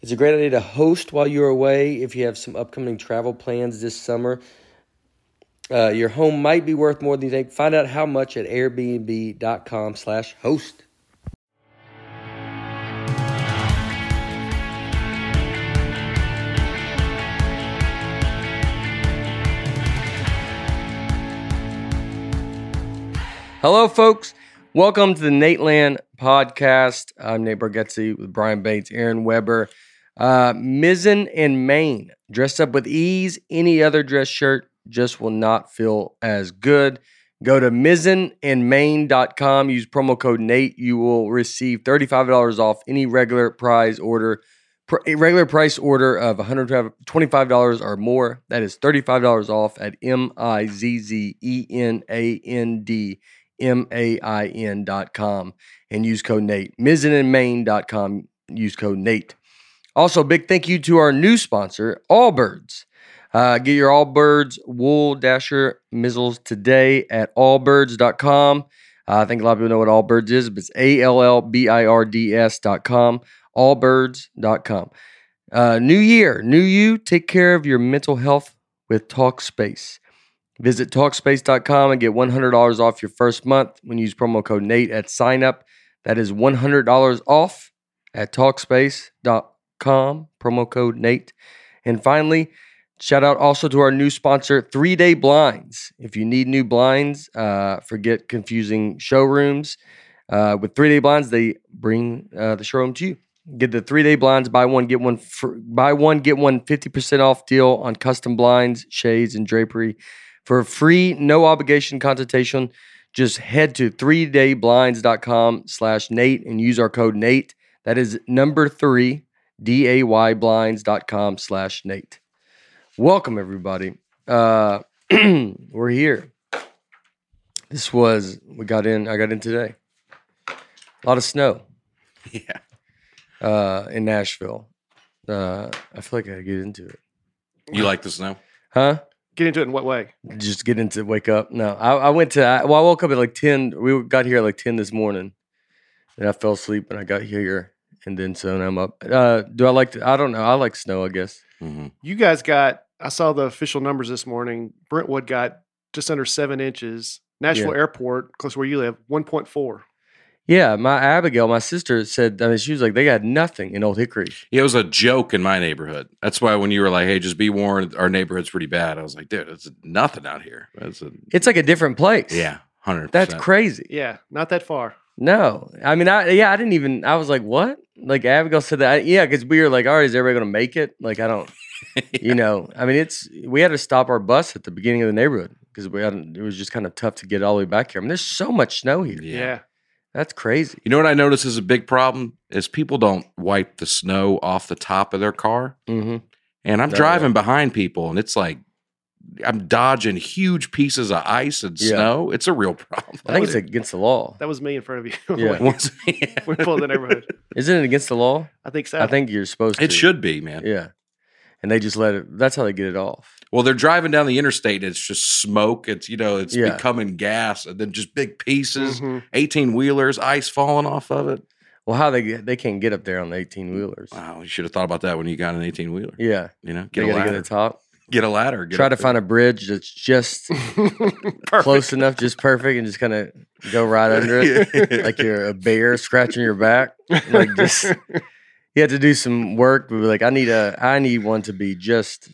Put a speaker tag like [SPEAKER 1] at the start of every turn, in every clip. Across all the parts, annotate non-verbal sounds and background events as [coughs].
[SPEAKER 1] It's a great idea to host while you're away if you have some upcoming travel plans this summer. Uh, your home might be worth more than you think. Find out how much at airbnb.com/host. Hello, folks. Welcome to the Nate Land podcast. I'm Nate Bargatze with Brian Bates, Aaron Weber. Uh, Mizzen and Maine, dressed up with ease. Any other dress shirt just will not feel as good. Go to mizzenandmaine.com. Use promo code Nate. You will receive $35 off any regular prize order. pr- a regular price order of $125 or more. That is $35 off at M I Z Z E N A N D M-A-I-N dot com and use code Nate. Mizzenandmain dot com, use code Nate. Also, big thank you to our new sponsor, Allbirds. Uh, get your Allbirds wool dasher mizzles today at allbirds.com. Uh, I think a lot of people know what Allbirds is, but it's A-L-L-B-I-R-D-S dot com, allbirds.com. Uh, new year, new you, take care of your mental health with TalkSpace. Visit TalkSpace.com and get $100 off your first month when you use promo code Nate at sign up. That is $100 off at TalkSpace.com, promo code Nate. And finally, shout out also to our new sponsor, Three Day Blinds. If you need new blinds, uh, forget confusing showrooms. Uh, with Three Day Blinds, they bring uh, the showroom to you. Get the three day blinds, buy one, get one, fr- buy one, get one 50% off deal on custom blinds, shades, and drapery. For a free, no obligation consultation, just head to 3dayblinds.com slash Nate and use our code Nate. That is number three, dayblinds.com slash Nate. Welcome, everybody. Uh, [clears throat] we're here. This was, we got in, I got in today. A lot of snow
[SPEAKER 2] Yeah.
[SPEAKER 1] uh, in Nashville. Uh, I feel like I gotta get into it.
[SPEAKER 2] You like the snow?
[SPEAKER 1] Huh?
[SPEAKER 3] Get into it in what way?
[SPEAKER 1] just get into wake up. No, I, I went to I, well, I woke up at like ten. We got here at like ten this morning, and I fell asleep. And I got here, and then so now I'm up. Uh, do I like? To, I don't know. I like snow. I guess.
[SPEAKER 2] Mm-hmm.
[SPEAKER 3] You guys got, I saw the official numbers this morning. Brentwood got just under seven inches. Nashville Airport, close to where you live, 1.4.
[SPEAKER 1] Yeah, my Abigail, my sister said. I mean, she was like, they got nothing in Old Hickory.
[SPEAKER 2] It was a joke in my neighborhood. That's why when you were like, "Hey, just be warned, our neighborhood's pretty bad," I was like, "Dude, it's nothing out here." That's a
[SPEAKER 1] It's like a different place.
[SPEAKER 2] yeah, hundred.
[SPEAKER 1] that's crazy.
[SPEAKER 3] Yeah, not that far.
[SPEAKER 1] No, I mean, I yeah, I didn't even. I was like, what? Like Abigail said that. I, yeah, because we were like, all right, is everybody gonna make it? Like, I
[SPEAKER 2] [laughs]
[SPEAKER 1] don't. You know, I mean, it's we had to stop our bus at the beginning of the neighborhood because we hadn't. It was just kind of tough to get all the way back here. I mean, there's so much snow here.
[SPEAKER 2] Yeah.
[SPEAKER 3] yeah.
[SPEAKER 1] That's crazy.
[SPEAKER 2] You know what I notice is a big problem is people don't wipe the snow off the top of their car,
[SPEAKER 1] Mm-hmm.
[SPEAKER 2] and I'm
[SPEAKER 1] No,
[SPEAKER 2] driving behind people, and it's like I'm dodging huge pieces of ice and
[SPEAKER 1] Yeah.
[SPEAKER 2] snow. It's a real problem.
[SPEAKER 1] I think it's against the law.
[SPEAKER 3] That was me in front of you. [laughs]
[SPEAKER 1] Yeah.
[SPEAKER 2] [laughs] Once- yeah.
[SPEAKER 3] we pulled the neighborhood.
[SPEAKER 1] Isn't it against the law?
[SPEAKER 3] I think so.
[SPEAKER 1] I think you're supposed to.
[SPEAKER 2] It should be, man.
[SPEAKER 1] Yeah. And they just let it. That's how they get it off.
[SPEAKER 2] Well, they're driving down the interstate and it's just smoke. It's, you know, it's
[SPEAKER 1] Yeah. Mm-hmm.
[SPEAKER 2] becoming gas and then just big pieces,
[SPEAKER 3] Mhm.
[SPEAKER 2] 18 wheelers, ice falling off of it.
[SPEAKER 1] Well, how they get, they can't get up there on the eighteen wheelers.
[SPEAKER 2] Wow, you should have thought about that when you got an 18 wheeler.
[SPEAKER 1] Yeah,
[SPEAKER 2] You know,
[SPEAKER 1] they
[SPEAKER 2] get a
[SPEAKER 1] gotta
[SPEAKER 2] ladder.
[SPEAKER 1] get
[SPEAKER 2] Get
[SPEAKER 1] to the top.
[SPEAKER 2] a ladder. Get
[SPEAKER 1] Try
[SPEAKER 2] up
[SPEAKER 1] to
[SPEAKER 2] there.
[SPEAKER 1] find a bridge that's just
[SPEAKER 3] [laughs]
[SPEAKER 1] close enough, just perfect, and just kind of go right under
[SPEAKER 2] [laughs]
[SPEAKER 1] it, like you're a bear scratching your back. Like just, you have to do some work. But like, I need a, I need one to be just,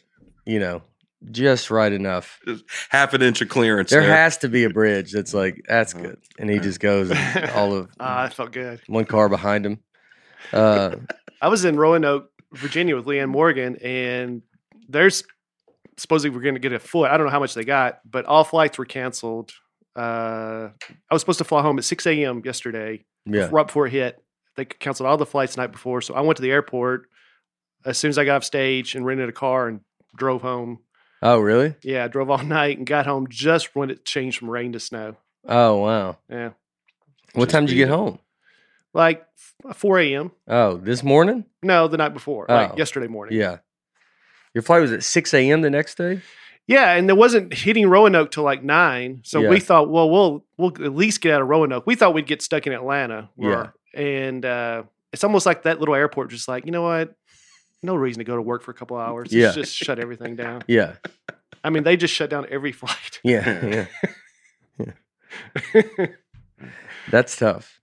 [SPEAKER 1] you know, just right enough.
[SPEAKER 2] half an inch of clearance
[SPEAKER 1] There
[SPEAKER 2] there.
[SPEAKER 1] has to be a bridge that's like that's
[SPEAKER 2] Uh-huh. Uh,
[SPEAKER 1] good, and he just goes
[SPEAKER 2] [laughs]
[SPEAKER 1] and all of
[SPEAKER 3] Ah, it felt good.
[SPEAKER 1] one car behind him. Uh,
[SPEAKER 3] I was in Roanoke, Virginia with Leanne Morgan, and there's supposedly we're going to get a flight. I don't know how much they got, but all flights were canceled. Uh, I was supposed to fly home at 6 a.m. yesterday,
[SPEAKER 2] [laughs]
[SPEAKER 1] yeah,
[SPEAKER 3] right before it hit. They canceled all the flights the night before. So I went to the airport as soon as I got off stage and rented a car and drove home.
[SPEAKER 1] Oh, really?
[SPEAKER 3] Yeah, I drove [laughs] all night and got home just when it changed from rain to snow.
[SPEAKER 1] Oh, wow.
[SPEAKER 3] Yeah,
[SPEAKER 1] What
[SPEAKER 2] Just
[SPEAKER 1] time did you
[SPEAKER 2] beat
[SPEAKER 1] get
[SPEAKER 2] it.
[SPEAKER 1] home?
[SPEAKER 3] like f- 4 a.m.
[SPEAKER 1] Oh, this morning?
[SPEAKER 3] No, the night before,
[SPEAKER 1] Oh.
[SPEAKER 3] like yesterday morning.
[SPEAKER 1] Yeah. Your flight was at 6 a.m. the next day?
[SPEAKER 3] Yeah, and it wasn't hitting Roanoke till like nine. So
[SPEAKER 1] Yeah.
[SPEAKER 3] we thought, well, we'll we'll at least get out of Roanoke. We thought we'd get stuck in Atlanta.
[SPEAKER 1] Yeah.
[SPEAKER 3] or- and uh, it's almost like that little airport, just like you know what, no reason to go to work for a couple hours.
[SPEAKER 1] Yeah.
[SPEAKER 3] Let's just shut everything down.
[SPEAKER 1] Yeah.
[SPEAKER 3] I mean, they just shut down every [laughs] flight.
[SPEAKER 1] Yeah.
[SPEAKER 2] [laughs]
[SPEAKER 1] Yeah. That's tough.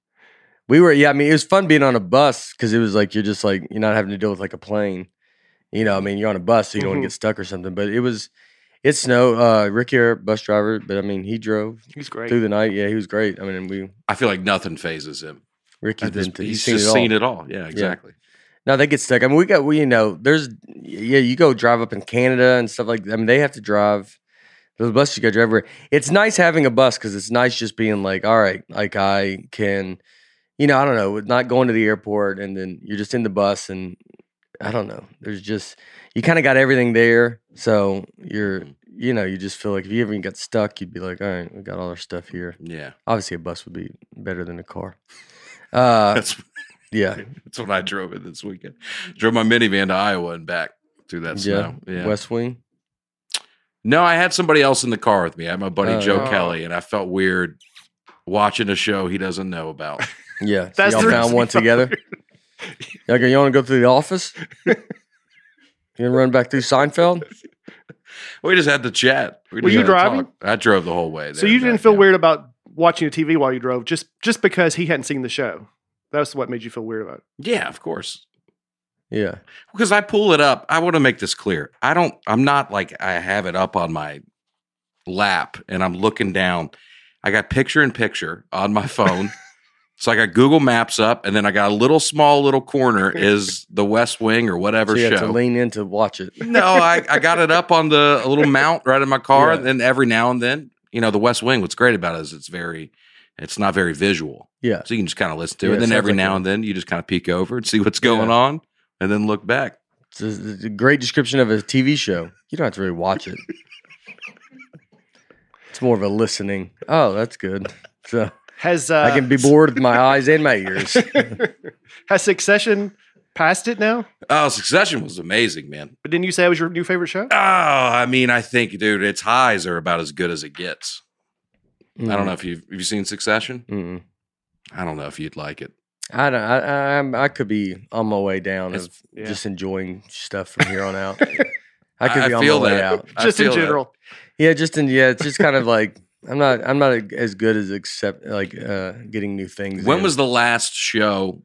[SPEAKER 1] We were, yeah, I mean, it was fun being on a bus because it was like you're just like, you're not having to deal with like a plane. You
[SPEAKER 2] Mm-hmm.
[SPEAKER 1] know, I mean, you're on a bus, so you don't want
[SPEAKER 3] Mhm.
[SPEAKER 1] to get stuck or something. But it was, it snowed. Uh, Ricky, our bus driver, but I mean, he drove
[SPEAKER 3] He's great.
[SPEAKER 1] through the night. Yeah, he was great. I mean, and we,
[SPEAKER 2] I feel like nothing phases him.
[SPEAKER 1] Ricky's
[SPEAKER 2] At this-
[SPEAKER 1] been, through, he's
[SPEAKER 2] he's
[SPEAKER 1] seen it
[SPEAKER 2] just
[SPEAKER 1] all.
[SPEAKER 2] seen it all. Yeah, exactly.
[SPEAKER 1] No, they get stuck. I mean, we got we you know, there's yeah, you go drive up in Canada and stuff like. I mean, they have to drive. The bus you got to drive everywhere. It's nice having a bus because it's nice just being like, all right, like I can, you know, I don't know, not going to the airport and then you're just in the bus and I don't know. There's just you kind of got everything there, so you're
[SPEAKER 2] Mhm.
[SPEAKER 1] you know you just feel like if you ever got stuck, you'd be like, all right, we got all our stuff here.
[SPEAKER 2] Yeah,
[SPEAKER 1] Obviously, a bus would be better than a car. Uh,
[SPEAKER 2] that's [laughs]
[SPEAKER 1] yeah,
[SPEAKER 2] that's what I drove in this weekend. Drove my minivan to Iowa and back through that
[SPEAKER 1] Yeah.
[SPEAKER 2] snow. Yeah.
[SPEAKER 1] West Wing.
[SPEAKER 2] No, I had somebody else in the car with me. I had my buddy
[SPEAKER 1] Oh.
[SPEAKER 2] Joe
[SPEAKER 3] Oh.
[SPEAKER 2] Kelly, and I felt weird watching a show he doesn't know
[SPEAKER 3] [laughs]
[SPEAKER 2] about.
[SPEAKER 1] Yeah, so
[SPEAKER 3] That's
[SPEAKER 1] y'all
[SPEAKER 3] the
[SPEAKER 1] found
[SPEAKER 3] reason
[SPEAKER 1] one
[SPEAKER 3] y'all
[SPEAKER 1] together.
[SPEAKER 2] [laughs]
[SPEAKER 1] Y'all go, you want to go through the office? you gonna run back through Seinfeld?
[SPEAKER 2] we just had to chat. We
[SPEAKER 3] Were
[SPEAKER 2] just
[SPEAKER 3] you
[SPEAKER 2] had to
[SPEAKER 3] driving?
[SPEAKER 2] talk. I drove the whole way.
[SPEAKER 3] so
[SPEAKER 2] there
[SPEAKER 3] you
[SPEAKER 2] and
[SPEAKER 3] didn't
[SPEAKER 2] back,
[SPEAKER 3] feel
[SPEAKER 2] yeah.
[SPEAKER 3] weird about watching a TV while you drove, just just because he hadn't seen the show. That's what made you feel weird about it.
[SPEAKER 2] Yeah, of course.
[SPEAKER 1] Yeah,
[SPEAKER 2] Because I pull it up. I want to make this clear. I don't. I'm not like I have it up on my lap and I'm looking down. I got picture in picture on my
[SPEAKER 3] [laughs]
[SPEAKER 2] phone. so I got Google Maps up, and then I got a little small little
[SPEAKER 3] [laughs]
[SPEAKER 2] corner is the West Wing or whatever
[SPEAKER 1] so you
[SPEAKER 2] show.
[SPEAKER 1] had to lean in to watch it.
[SPEAKER 2] No, I, I got it up on the a little mount right in my car,
[SPEAKER 1] Yeah.
[SPEAKER 2] and then every now and then, you know, the West Wing. What's great about it is it's very, it's not very visual,
[SPEAKER 1] Yeah,
[SPEAKER 2] so you can just kind of listen to
[SPEAKER 1] Yeah, it
[SPEAKER 2] it. And then
[SPEAKER 1] sounds
[SPEAKER 2] every
[SPEAKER 1] like
[SPEAKER 2] now
[SPEAKER 1] it.
[SPEAKER 2] and then, you just kind of peek over and see what's going on, and then look back.
[SPEAKER 1] it's a, it's a great description of a TV show. You don't have to really watch it. It's more of a listening. Oh, that's good. So
[SPEAKER 3] Has uh,
[SPEAKER 1] I can be bored with my eyes and my
[SPEAKER 2] [laughs]
[SPEAKER 1] ears.
[SPEAKER 3] has Succession passed it now?
[SPEAKER 2] Oh, Succession was amazing, man.
[SPEAKER 3] But didn't you say it was your new favorite show?
[SPEAKER 2] Oh, I mean, I think, dude, its highs are about as good as it gets. I
[SPEAKER 1] Mm-hmm.
[SPEAKER 2] don't know if you've have you seen Succession.
[SPEAKER 1] Mm-mm.
[SPEAKER 2] I don't know if you'd like it.
[SPEAKER 1] I don't. I, I, I'm- I could be on my way down
[SPEAKER 2] It's-
[SPEAKER 1] of
[SPEAKER 3] Yeah.
[SPEAKER 1] just enjoying stuff from here on
[SPEAKER 2] [laughs]
[SPEAKER 1] out. I could
[SPEAKER 2] I- I
[SPEAKER 1] be on
[SPEAKER 2] feel
[SPEAKER 1] my way
[SPEAKER 2] that.
[SPEAKER 1] out.
[SPEAKER 2] I
[SPEAKER 3] just in
[SPEAKER 2] feel that.
[SPEAKER 3] general.
[SPEAKER 1] Yeah, just in yeah, it's just kind of like I'm not I'm not as good as accept like uh getting new things.
[SPEAKER 2] When
[SPEAKER 1] in.
[SPEAKER 2] was the last show,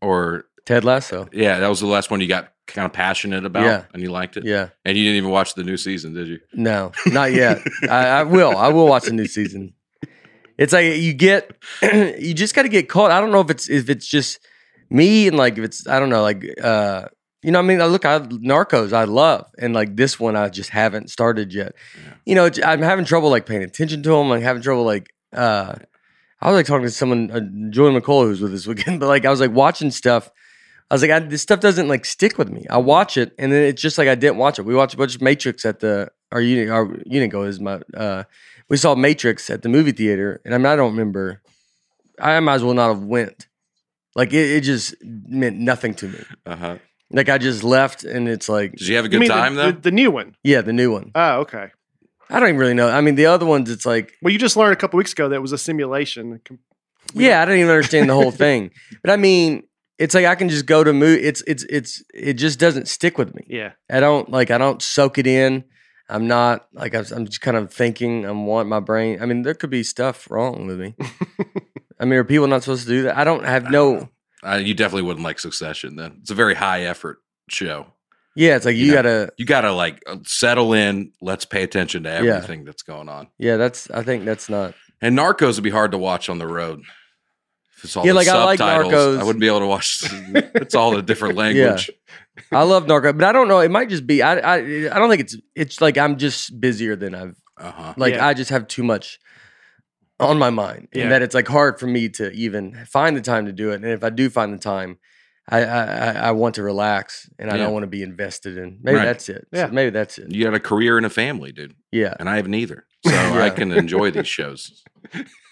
[SPEAKER 2] or
[SPEAKER 1] Ted Lasso?
[SPEAKER 2] yeah, that was the last one you got kind of passionate about,
[SPEAKER 1] Yeah.
[SPEAKER 2] and you liked it.
[SPEAKER 1] Yeah,
[SPEAKER 2] And you didn't even watch the new season, did you?
[SPEAKER 1] no, not yet. I, I will. I will watch the new season. It's like you get [clears throat] you just got to get caught. I don't know if it's if it's just me and like if it's I don't know like uh you know what I mean I look I Narcos I love and like this one I just haven't started yet.
[SPEAKER 2] Yeah.
[SPEAKER 1] You know it's- I'm having trouble like paying attention to them. Like having trouble like uh I was like talking to someone uh, Julian McCullough who's with us [laughs] weekend, but like I was like watching stuff. I was like, I, this stuff doesn't like stick with me. I watch it, and then it's just like I didn't watch it. We watched a bunch of Matrix at the our unit. Our unit go is my. Uh, we saw Matrix at the movie theater, and I mean, I don't remember. I might as well not have went. Like it, it just meant nothing to me.
[SPEAKER 2] Uh huh.
[SPEAKER 1] Like I just left, and it's like,
[SPEAKER 2] Did you have a
[SPEAKER 3] You
[SPEAKER 2] good
[SPEAKER 3] mean the-
[SPEAKER 2] time
[SPEAKER 3] the,
[SPEAKER 2] though?
[SPEAKER 3] The, new one.
[SPEAKER 1] yeah, the new one.
[SPEAKER 3] Oh, okay.
[SPEAKER 1] I don't even really know. I mean, the other ones, it's like,
[SPEAKER 3] Well, you just learned a couple weeks ago that it was a simulation. Com-
[SPEAKER 1] yeah, I don't even understand the whole thing. But I mean, it's like I can just go to movie. It's it's it's it just doesn't stick with me.
[SPEAKER 3] Yeah.
[SPEAKER 1] I don't like I don't soak it in. I'm not like I'm, I'm just kind of thinking. I'm want my brain. I mean, there could be stuff wrong with me. I mean, are people not supposed to do that? I don't have
[SPEAKER 2] I don't
[SPEAKER 1] no.
[SPEAKER 2] know. uh, you definitely wouldn't like Succession. Then it's a very high effort show.
[SPEAKER 1] Yeah, it's like you,
[SPEAKER 2] You know.
[SPEAKER 1] gotta.
[SPEAKER 2] You got to like uh, settle in. Let's pay attention to
[SPEAKER 1] Yeah.
[SPEAKER 2] everything that's going on.
[SPEAKER 1] Yeah, that's. I think that's not.
[SPEAKER 2] And Narcos would be hard to watch on the road. If it's all
[SPEAKER 1] Yeah,
[SPEAKER 2] the
[SPEAKER 1] like, I like
[SPEAKER 2] subtitles,
[SPEAKER 1] Narcos.
[SPEAKER 2] I wouldn't be able to watch.
[SPEAKER 1] [laughs]
[SPEAKER 2] [laughs] it's all a different language.
[SPEAKER 1] I love Narco, but I don't know. It might just be. I. I. I don't think it's. It's like I'm just busier than I've.
[SPEAKER 2] Uh huh.
[SPEAKER 1] Like
[SPEAKER 3] Yeah.
[SPEAKER 1] I just have too much on my mind,
[SPEAKER 3] Yeah.
[SPEAKER 1] and that it's like hard for me to even find the time to do it. And if I do find the time, I I, I- I want to relax, and I
[SPEAKER 2] Yeah.
[SPEAKER 1] don't want to be invested in. Maybe
[SPEAKER 2] Right.
[SPEAKER 1] that's it. So
[SPEAKER 3] Yeah.
[SPEAKER 1] maybe that's it.
[SPEAKER 2] You got a career and a family, dude,
[SPEAKER 1] Yeah,
[SPEAKER 2] and I
[SPEAKER 1] [laughs]
[SPEAKER 2] have neither, so
[SPEAKER 1] Yeah.
[SPEAKER 2] I can enjoy these shows.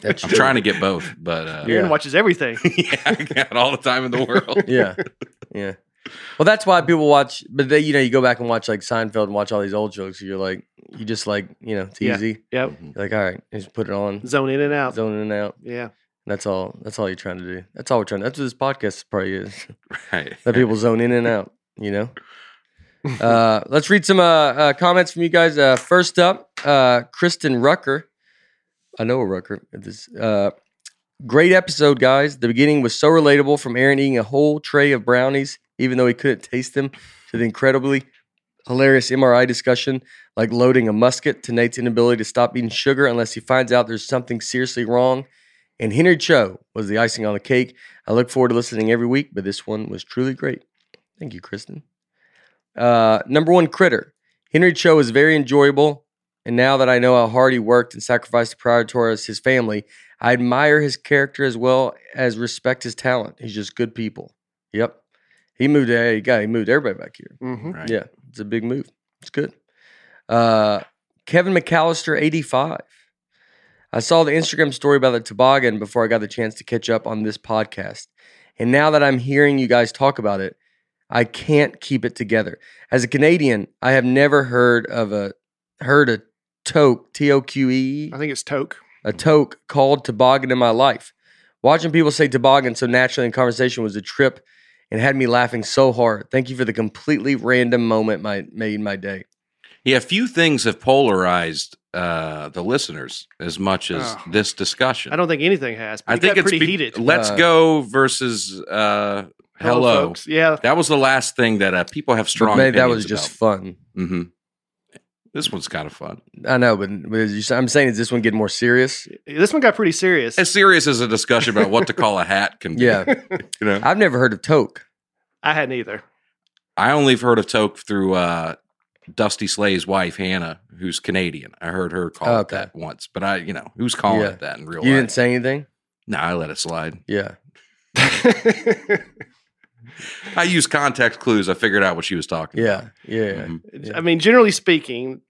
[SPEAKER 1] that's
[SPEAKER 2] I'm
[SPEAKER 1] true.
[SPEAKER 2] trying to get both, but uh,
[SPEAKER 1] Yeah. [laughs]
[SPEAKER 2] yeah.
[SPEAKER 3] Aaron watches everything.
[SPEAKER 2] [laughs] I got all the time in the world. [laughs]
[SPEAKER 3] [laughs]
[SPEAKER 1] yeah, yeah. Well, that's why people watch. But they, you know, you go back and watch like Seinfeld and watch all these old jokes. and You're like, you just like, you know, it's
[SPEAKER 3] Yeah.
[SPEAKER 1] easy.
[SPEAKER 3] yep.
[SPEAKER 2] Mhm.
[SPEAKER 1] You're like, all right, just put it on,
[SPEAKER 3] Zone in and out.
[SPEAKER 1] zone in and out.
[SPEAKER 3] Yeah.
[SPEAKER 1] That's all. That's all you're trying to do. That's all we're trying. That's what this podcast probably is. [laughs]
[SPEAKER 2] Right.
[SPEAKER 1] Let people zone in and out. You know.
[SPEAKER 3] [laughs]
[SPEAKER 1] Uh, let's read some uh, uh, comments from you guys. Uh, first up, uh, Kristen Rucker. I know a Rucker. This uh, great episode, guys. The beginning was so relatable, from Aaron eating a whole tray of brownies, even though he couldn't taste them, to the incredibly hilarious MRI discussion, like loading a musket, to Nate's inability to stop eating sugar unless he finds out there's something seriously wrong. And Henry Cho was the icing on the cake. I look forward to listening every week, but this one was truly great. Thank you, Kristen. Uh, number one critter. Henry Cho is very enjoyable, and now that I know how hard he worked and sacrificed prior to us, his family, I admire his character as well as respect his talent. He's just good people. Yep. He moved to he got he moved everybody back here.
[SPEAKER 3] hmm
[SPEAKER 2] Right.
[SPEAKER 1] Yeah, it's a big move. It's good. Uh, Kevin McAllister, 85. I saw the Instagram story about the toboggan before I got the chance to catch up on this podcast. And now that I'm hearing you guys talk about it, I can't keep it together. As a Canadian, I have never heard of a heard a toque, T O Q E,
[SPEAKER 3] I think it's Toke.
[SPEAKER 1] a toque called toboggan in my life. Watching people say toboggan so naturally in conversation was a trip and had me laughing so hard. Thank you for the completely random moment my made my day.
[SPEAKER 2] Yeah, few things have polarized uh, the listeners as much as
[SPEAKER 3] Oh.
[SPEAKER 2] this discussion.
[SPEAKER 3] I don't think anything has. But
[SPEAKER 2] I
[SPEAKER 3] it got
[SPEAKER 2] think it's
[SPEAKER 3] pretty
[SPEAKER 2] be-
[SPEAKER 3] heated.
[SPEAKER 2] Let's
[SPEAKER 1] Uh,
[SPEAKER 2] go versus uh, hello.
[SPEAKER 3] folks. Yeah.
[SPEAKER 2] That was the last thing that uh, people have strong.
[SPEAKER 1] But, man, that was just fun.
[SPEAKER 2] hmm This one's kind of fun.
[SPEAKER 1] I know, but, but as you, s- I'm saying, is this one getting more serious?
[SPEAKER 3] This one got pretty serious.
[SPEAKER 2] As serious as a discussion about what to call a hat can be.
[SPEAKER 1] Yeah,
[SPEAKER 2] [laughs] You know,
[SPEAKER 1] I've never heard of toque.
[SPEAKER 3] I hadn't
[SPEAKER 1] [laughs]
[SPEAKER 3] either.
[SPEAKER 2] I only have heard of Toke through uh, Dusty Slay's wife Hannah, who's Canadian. I heard her call
[SPEAKER 1] Oh,
[SPEAKER 2] it
[SPEAKER 1] okay.
[SPEAKER 2] that once, but I, you know, who's calling
[SPEAKER 1] Yeah.
[SPEAKER 2] it that in real
[SPEAKER 1] You didn't
[SPEAKER 2] life?
[SPEAKER 1] say anything.
[SPEAKER 2] No, I let it slide.
[SPEAKER 1] Yeah,
[SPEAKER 2] I used context clues. I figured out what she was talking.
[SPEAKER 1] yeah, yeah.
[SPEAKER 2] Mhm.
[SPEAKER 1] Yeah.
[SPEAKER 3] I mean, generally speaking,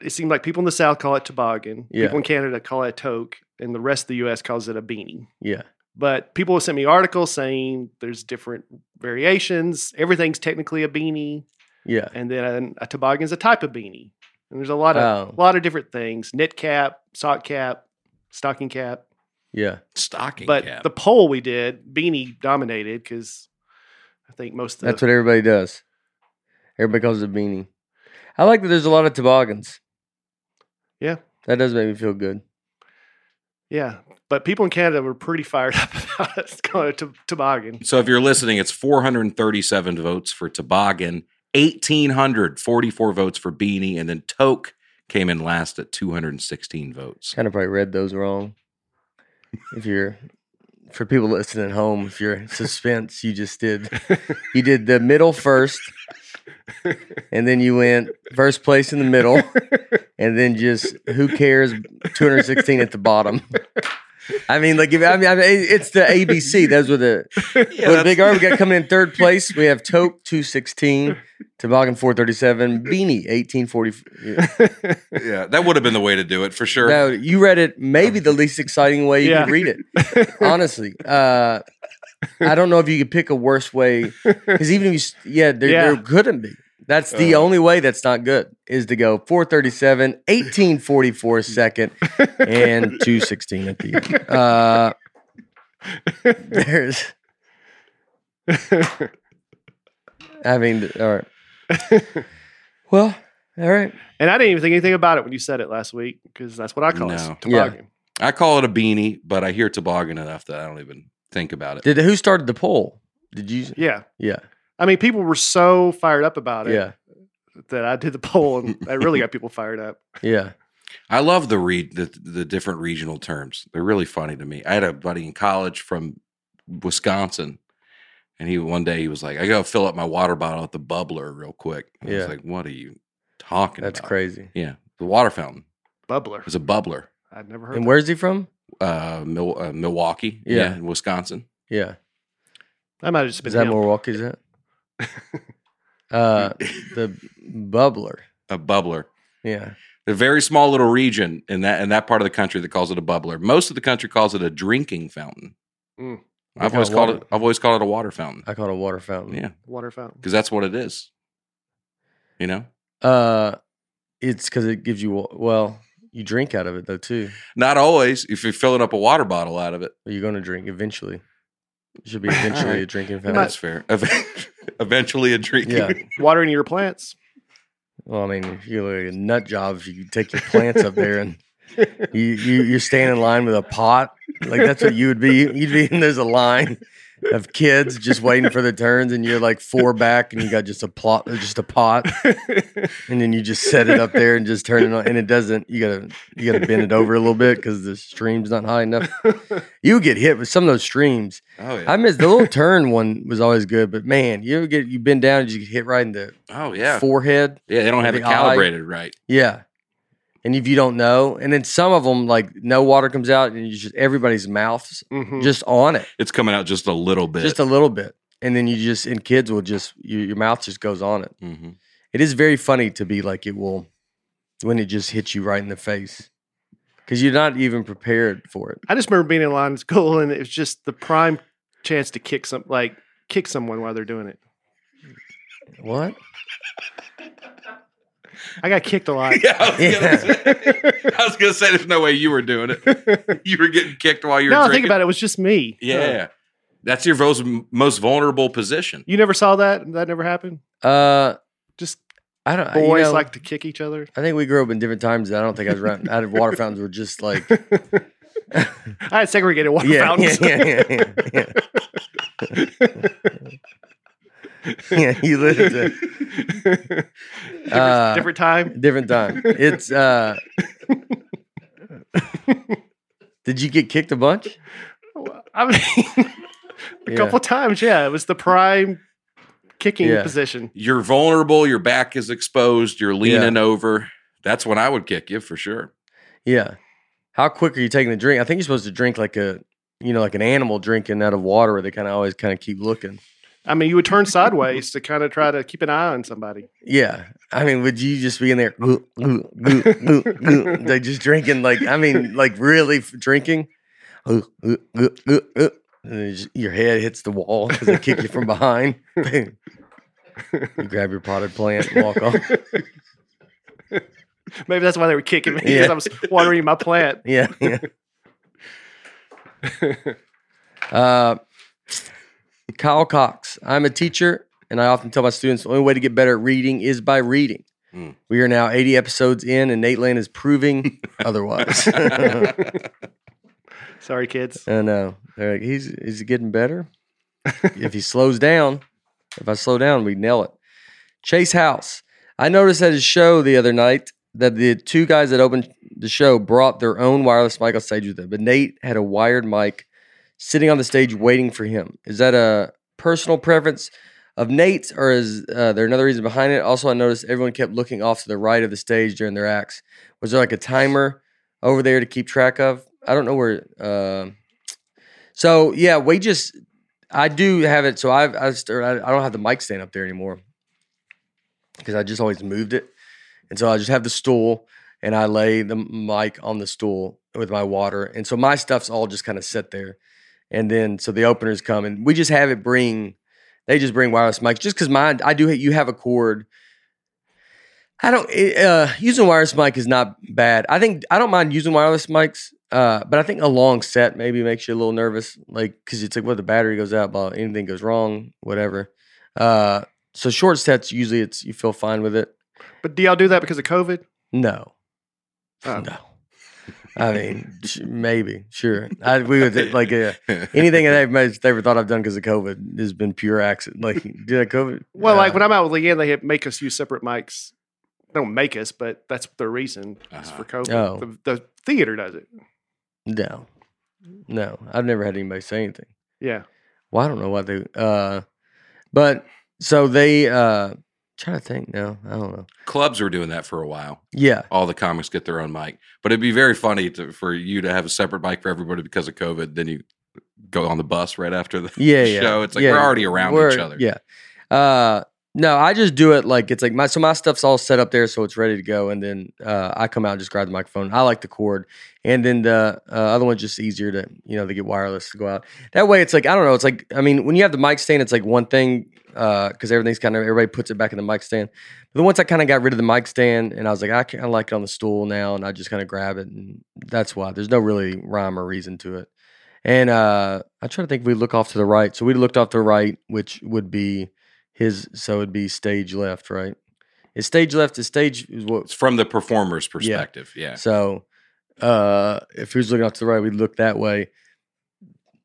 [SPEAKER 3] it seemed like people in the South call it toboggan.
[SPEAKER 1] Yeah.
[SPEAKER 3] People in Canada call it toque, and the rest of the U.S. calls it a beanie.
[SPEAKER 1] Yeah.
[SPEAKER 3] But people have sent me articles saying there's different variations. Everything's technically a beanie,
[SPEAKER 1] Yeah.
[SPEAKER 3] and then a toboggan's a type of beanie. And there's a lot of
[SPEAKER 1] Oh,
[SPEAKER 3] a lot of different things: knit cap, sock cap, stocking cap.
[SPEAKER 1] yeah.
[SPEAKER 2] Stocking
[SPEAKER 3] but
[SPEAKER 2] cap.
[SPEAKER 3] the poll we did, beanie dominated because I think most of
[SPEAKER 1] That's
[SPEAKER 3] the,
[SPEAKER 1] what everybody does. Everybody calls it a beanie. I like that there's a lot of toboggans.
[SPEAKER 3] Yeah.
[SPEAKER 1] That does make me feel good.
[SPEAKER 3] yeah. But people in Canada were pretty fired up [laughs] about us going to toboggan.
[SPEAKER 2] so if you're listening, it's 437 votes for Toboggan, 1,844 votes for Beanie, and then Toke came in last at
[SPEAKER 1] [laughs]
[SPEAKER 2] 216 votes.
[SPEAKER 1] Kind of probably read those wrong. If you're for people listening at home, if you're in suspense, you just did you did the middle first, and then you went first place in the middle, and then just who cares 216 at the bottom. I mean, like if, I mean, I mean, it's the ABC. That's what the
[SPEAKER 2] Yeah,
[SPEAKER 1] Well, Big R, we got coming in third place. We have Tope 216, Toboggan 437, Beanie 1840. Yeah.
[SPEAKER 2] yeah, that would have been the way to do it for sure.
[SPEAKER 1] Now, you read it maybe the least exciting way you could
[SPEAKER 3] Yeah.
[SPEAKER 1] read it. Honestly, uh, I don't know if you could pick a worse way because even if you, s- yeah, there,
[SPEAKER 3] Yeah.
[SPEAKER 1] there couldn't be. That's the
[SPEAKER 2] Uh.
[SPEAKER 1] only way that's not good is to go 437, 1844 second, and 216 at the end. Uh, there's, I mean, all right. Well, all right.
[SPEAKER 3] [laughs] And I didn't even think anything about it when you said it last week because that's what I call
[SPEAKER 2] No.
[SPEAKER 3] it.
[SPEAKER 1] Yeah.
[SPEAKER 3] Toboggan.
[SPEAKER 2] I call it a beanie, but I hear toboggan enough that I don't even think about it.
[SPEAKER 1] Did who started the poll? Did you?
[SPEAKER 3] Yeah.
[SPEAKER 1] Yeah.
[SPEAKER 3] I mean, people were so fired up about it
[SPEAKER 1] Yeah.
[SPEAKER 3] that I did the
[SPEAKER 1] [laughs]
[SPEAKER 3] poll, and that really got people fired up.
[SPEAKER 1] Yeah.
[SPEAKER 2] I love the read the the different regional terms. They're really funny to me. I had a buddy in college from Wisconsin, and he one day he was like, "I gotta fill up my water bottle at the bubbler real quick." And I
[SPEAKER 1] Yeah.
[SPEAKER 2] was like, "What are you talking
[SPEAKER 1] That's
[SPEAKER 2] about?"
[SPEAKER 1] crazy.
[SPEAKER 2] Yeah, the water fountain
[SPEAKER 3] Bubbler.
[SPEAKER 2] was a bubbler.
[SPEAKER 3] I'd never heard.
[SPEAKER 1] And
[SPEAKER 3] that.
[SPEAKER 1] where's he from?
[SPEAKER 2] Uh, Mil- uh Milwaukee,
[SPEAKER 1] Yeah.
[SPEAKER 2] in Wisconsin.
[SPEAKER 1] Yeah.
[SPEAKER 3] I might have just been
[SPEAKER 1] Is that
[SPEAKER 3] him.
[SPEAKER 1] Milwaukee? Is that? Uh, the bubbler.
[SPEAKER 2] [laughs] a bubbler.
[SPEAKER 1] Yeah.
[SPEAKER 2] A very small little region in that in that part of the country that calls it a bubbler. Most of the country calls it a drinking fountain.
[SPEAKER 3] Mm.
[SPEAKER 2] I've
[SPEAKER 1] Yeah,
[SPEAKER 2] always called
[SPEAKER 1] water- Uh,
[SPEAKER 2] it. I've always called it a water fountain.
[SPEAKER 1] I call it a water fountain.
[SPEAKER 2] Yeah,
[SPEAKER 3] water fountain.
[SPEAKER 2] because that's what it is. You know.
[SPEAKER 1] Uh, it's because it gives you wa- well, you drink out of it though too.
[SPEAKER 2] Not always. If you're filling up a water bottle out of it,
[SPEAKER 1] Or you're going to drink eventually. It should be eventually a
[SPEAKER 2] Alright.
[SPEAKER 1] drinking fountain.
[SPEAKER 2] that's fair. [laughs] Ev- Eventually, a drink.
[SPEAKER 1] yeah.
[SPEAKER 3] Watering your
[SPEAKER 1] [laughs]
[SPEAKER 3] plants.
[SPEAKER 1] Well, I mean, if you're like a nut job if you take your plants up there and you, you you stand in line with a pot. Like that's what you would be. You'd be and there's a line of kids just waiting for their turns, and you're like four back, and you got just a plot, just a pot,
[SPEAKER 3] Mm-hmm.
[SPEAKER 1] and then you just set it up there and just turn it on, and it doesn't. You gotta you gotta bend it over a little bit because the stream's not high
[SPEAKER 2] [laughs]
[SPEAKER 1] enough. You get hit with some of those streams.
[SPEAKER 2] [laughs] Oh yeah.
[SPEAKER 1] I miss the little turn one was always good, but man, you ever get you bend down, and you get hit right in the
[SPEAKER 2] oh yeah.
[SPEAKER 1] forehead.
[SPEAKER 2] Yeah. They don't have
[SPEAKER 1] The
[SPEAKER 2] it
[SPEAKER 1] eye.
[SPEAKER 2] calibrated right.
[SPEAKER 1] Yeah. And if you don't know, and then some of them like no water comes out, and you just everybody's mouths
[SPEAKER 3] Mhm.
[SPEAKER 1] just on it,
[SPEAKER 2] It's coming out just a little Mm. bit.
[SPEAKER 1] just a little bit, and then you just and kids will just you, your mouth just goes on it.
[SPEAKER 2] hmm
[SPEAKER 1] It is very funny to be like it will when it just hits you right in the face because you're not even prepared for it.
[SPEAKER 3] I just remember being in line at school, and it was just the prime chance to kick some, like kick someone while they're doing it.
[SPEAKER 1] What?
[SPEAKER 3] I got kicked a lot.
[SPEAKER 1] [laughs]
[SPEAKER 2] [laughs]
[SPEAKER 3] [laughs]
[SPEAKER 2] Yeah, I was,
[SPEAKER 1] Yeah.
[SPEAKER 2] Gonna say, I was gonna say there's no way you were doing it. You were getting kicked while you were
[SPEAKER 3] now I
[SPEAKER 2] drinking.
[SPEAKER 3] think about it, it was just me. Uh,
[SPEAKER 2] Yeah. That's your most, most vulnerable position.
[SPEAKER 3] You never saw that? That never happened?
[SPEAKER 1] Uh,
[SPEAKER 3] Just
[SPEAKER 1] I don't. Uh, you
[SPEAKER 3] boys
[SPEAKER 1] know,
[SPEAKER 3] like to kick
[SPEAKER 1] [laughs]
[SPEAKER 3] each other. [laughs]
[SPEAKER 1] I think we grew up in different times. I don't think I was around. out of water fountains were just like
[SPEAKER 3] I had segregated [laughs] water
[SPEAKER 1] yeah, yeah, [laughs]
[SPEAKER 3] fountains. [laughs]
[SPEAKER 1] yeah, yeah, yeah, yeah. yeah, you listen to
[SPEAKER 3] different,
[SPEAKER 1] Uh,
[SPEAKER 3] different time.
[SPEAKER 1] different time. It's
[SPEAKER 3] [laughs]
[SPEAKER 1] uh Did you get kicked a bunch?
[SPEAKER 3] I mean, [laughs] a
[SPEAKER 1] Yeah.
[SPEAKER 3] couple times, yeah. It was the prime kicking
[SPEAKER 1] Yeah.
[SPEAKER 3] position.
[SPEAKER 2] You're vulnerable. Your back is exposed. You're leaning over. That's when I would kick you for sure. [laughs]
[SPEAKER 1] Yeah. How quick are you taking the drink? I think you're supposed to drink like a you know, like an animal drinking out of water where they kind of always kind of keep looking.
[SPEAKER 3] I mean, you would turn sideways to kind of try to keep an eye on somebody.
[SPEAKER 1] Yeah. I mean, would you just be in there? "Goo, goo, goo, goo, goo," They just drinking like I mean, like really f- drinking. "Goo, goo, goo, goo, goo," and then just- your head hits the wall because they kick you from behind. [laughs] Bang. You grab your potted plant and walk off.
[SPEAKER 3] Maybe that's why they were kicking me because
[SPEAKER 1] Yeah.
[SPEAKER 3] I was watering my plant.
[SPEAKER 1] Yeah, yeah. [laughs] uh, Kyle Cox. I'm a teacher, and I often tell my students the only way to get better at reading is by reading.
[SPEAKER 2] Mm.
[SPEAKER 1] We are now 80 episodes in, and Nate Land is proving otherwise. I
[SPEAKER 3] Sorry, kids.
[SPEAKER 1] know. uh, They're like, he's he's getting better. if he slows down, if I slow down, we nail it. Chase House. I noticed at his show the other night that the two guys that opened the show brought their own wireless mic on stage with them, but Nate had a wired mic sitting on the stage waiting for him. Is that a personal preference of Nate's, or is uh, there another reason behind it? Also, I noticed everyone kept looking off to the right of the stage during their acts. Was there like a timer over there to keep track of? I don't know where. Uh, so yeah, we just I do have it. So I've I, st- I I don't have the mic stand up there anymore because I just always moved it, and so I just have the stool and I lay the mic on the stool with my water, and so my stuff's all just kind of set there, and then so the openers come and we just have it bring. They just bring wireless mics just because mine. I do. You have a cord. I don't it, uh, using wireless mic is not bad. I think I don't mind using wireless mics, uh, but I think a long set maybe makes you a little nervous, like because it's like what the battery goes out, blah, anything goes wrong, whatever. Uh, so short sets usually it's you feel fine with it.
[SPEAKER 3] But do y'all do that because of COVID?
[SPEAKER 1] No,
[SPEAKER 3] Oh.
[SPEAKER 1] no, I mean, sh- maybe, sure. I, we would like uh, anything that I've most- ever thought I've done because of COVID has been pure accident. Like, [laughs] did I COVID?
[SPEAKER 3] Well,
[SPEAKER 1] Uh,
[SPEAKER 3] like when I'm out with Leanne, they had- make us use separate mics. They don't make us, but that's their reason is
[SPEAKER 2] Uh-huh.
[SPEAKER 3] for COVID.
[SPEAKER 1] Oh.
[SPEAKER 3] The, the theater does it.
[SPEAKER 1] no, no, I've never had anybody say anything.
[SPEAKER 3] Yeah.
[SPEAKER 1] Well, I don't know why they. Uh, but so they. Uh, trying to think now. I don't know.
[SPEAKER 2] Clubs were doing that for a while.
[SPEAKER 1] Yeah,
[SPEAKER 2] All the comics get their own mic, but it'd be very funny to, for you to have a separate mic for everybody because of COVID. Then you go on the bus right after the [laughs]
[SPEAKER 1] yeah, yeah.
[SPEAKER 2] show. It's like
[SPEAKER 1] yeah.
[SPEAKER 2] we're already around each
[SPEAKER 1] We're-
[SPEAKER 2] other.
[SPEAKER 1] Yeah. Uh, no, I just do it like it's like my so my stuff's all set up there, so it's ready to go, and then uh, I come out and just grab the microphone. I like the cord, and then the uh, other one's just easier to you know to get wireless to go out. That way, it's like I don't know. It's like I mean, when you have the mic stand, it's like one thing because uh, everything's kind of everybody puts it back in the mic stand. But then once I kind of got rid of the mic stand, and I was like, I kind of like it on the stool now, and I just kind of grab it, and that's why there's no really rhyme or reason to it. And uh, I try to think if we look off to the right. So we looked off to the right, which would be his. So it'd be stage left, right? Is stage left? Is stage is what?
[SPEAKER 2] It's from the performer's perspective. Yeah.
[SPEAKER 1] So uh, if he was looking off to the right, we'd look that way.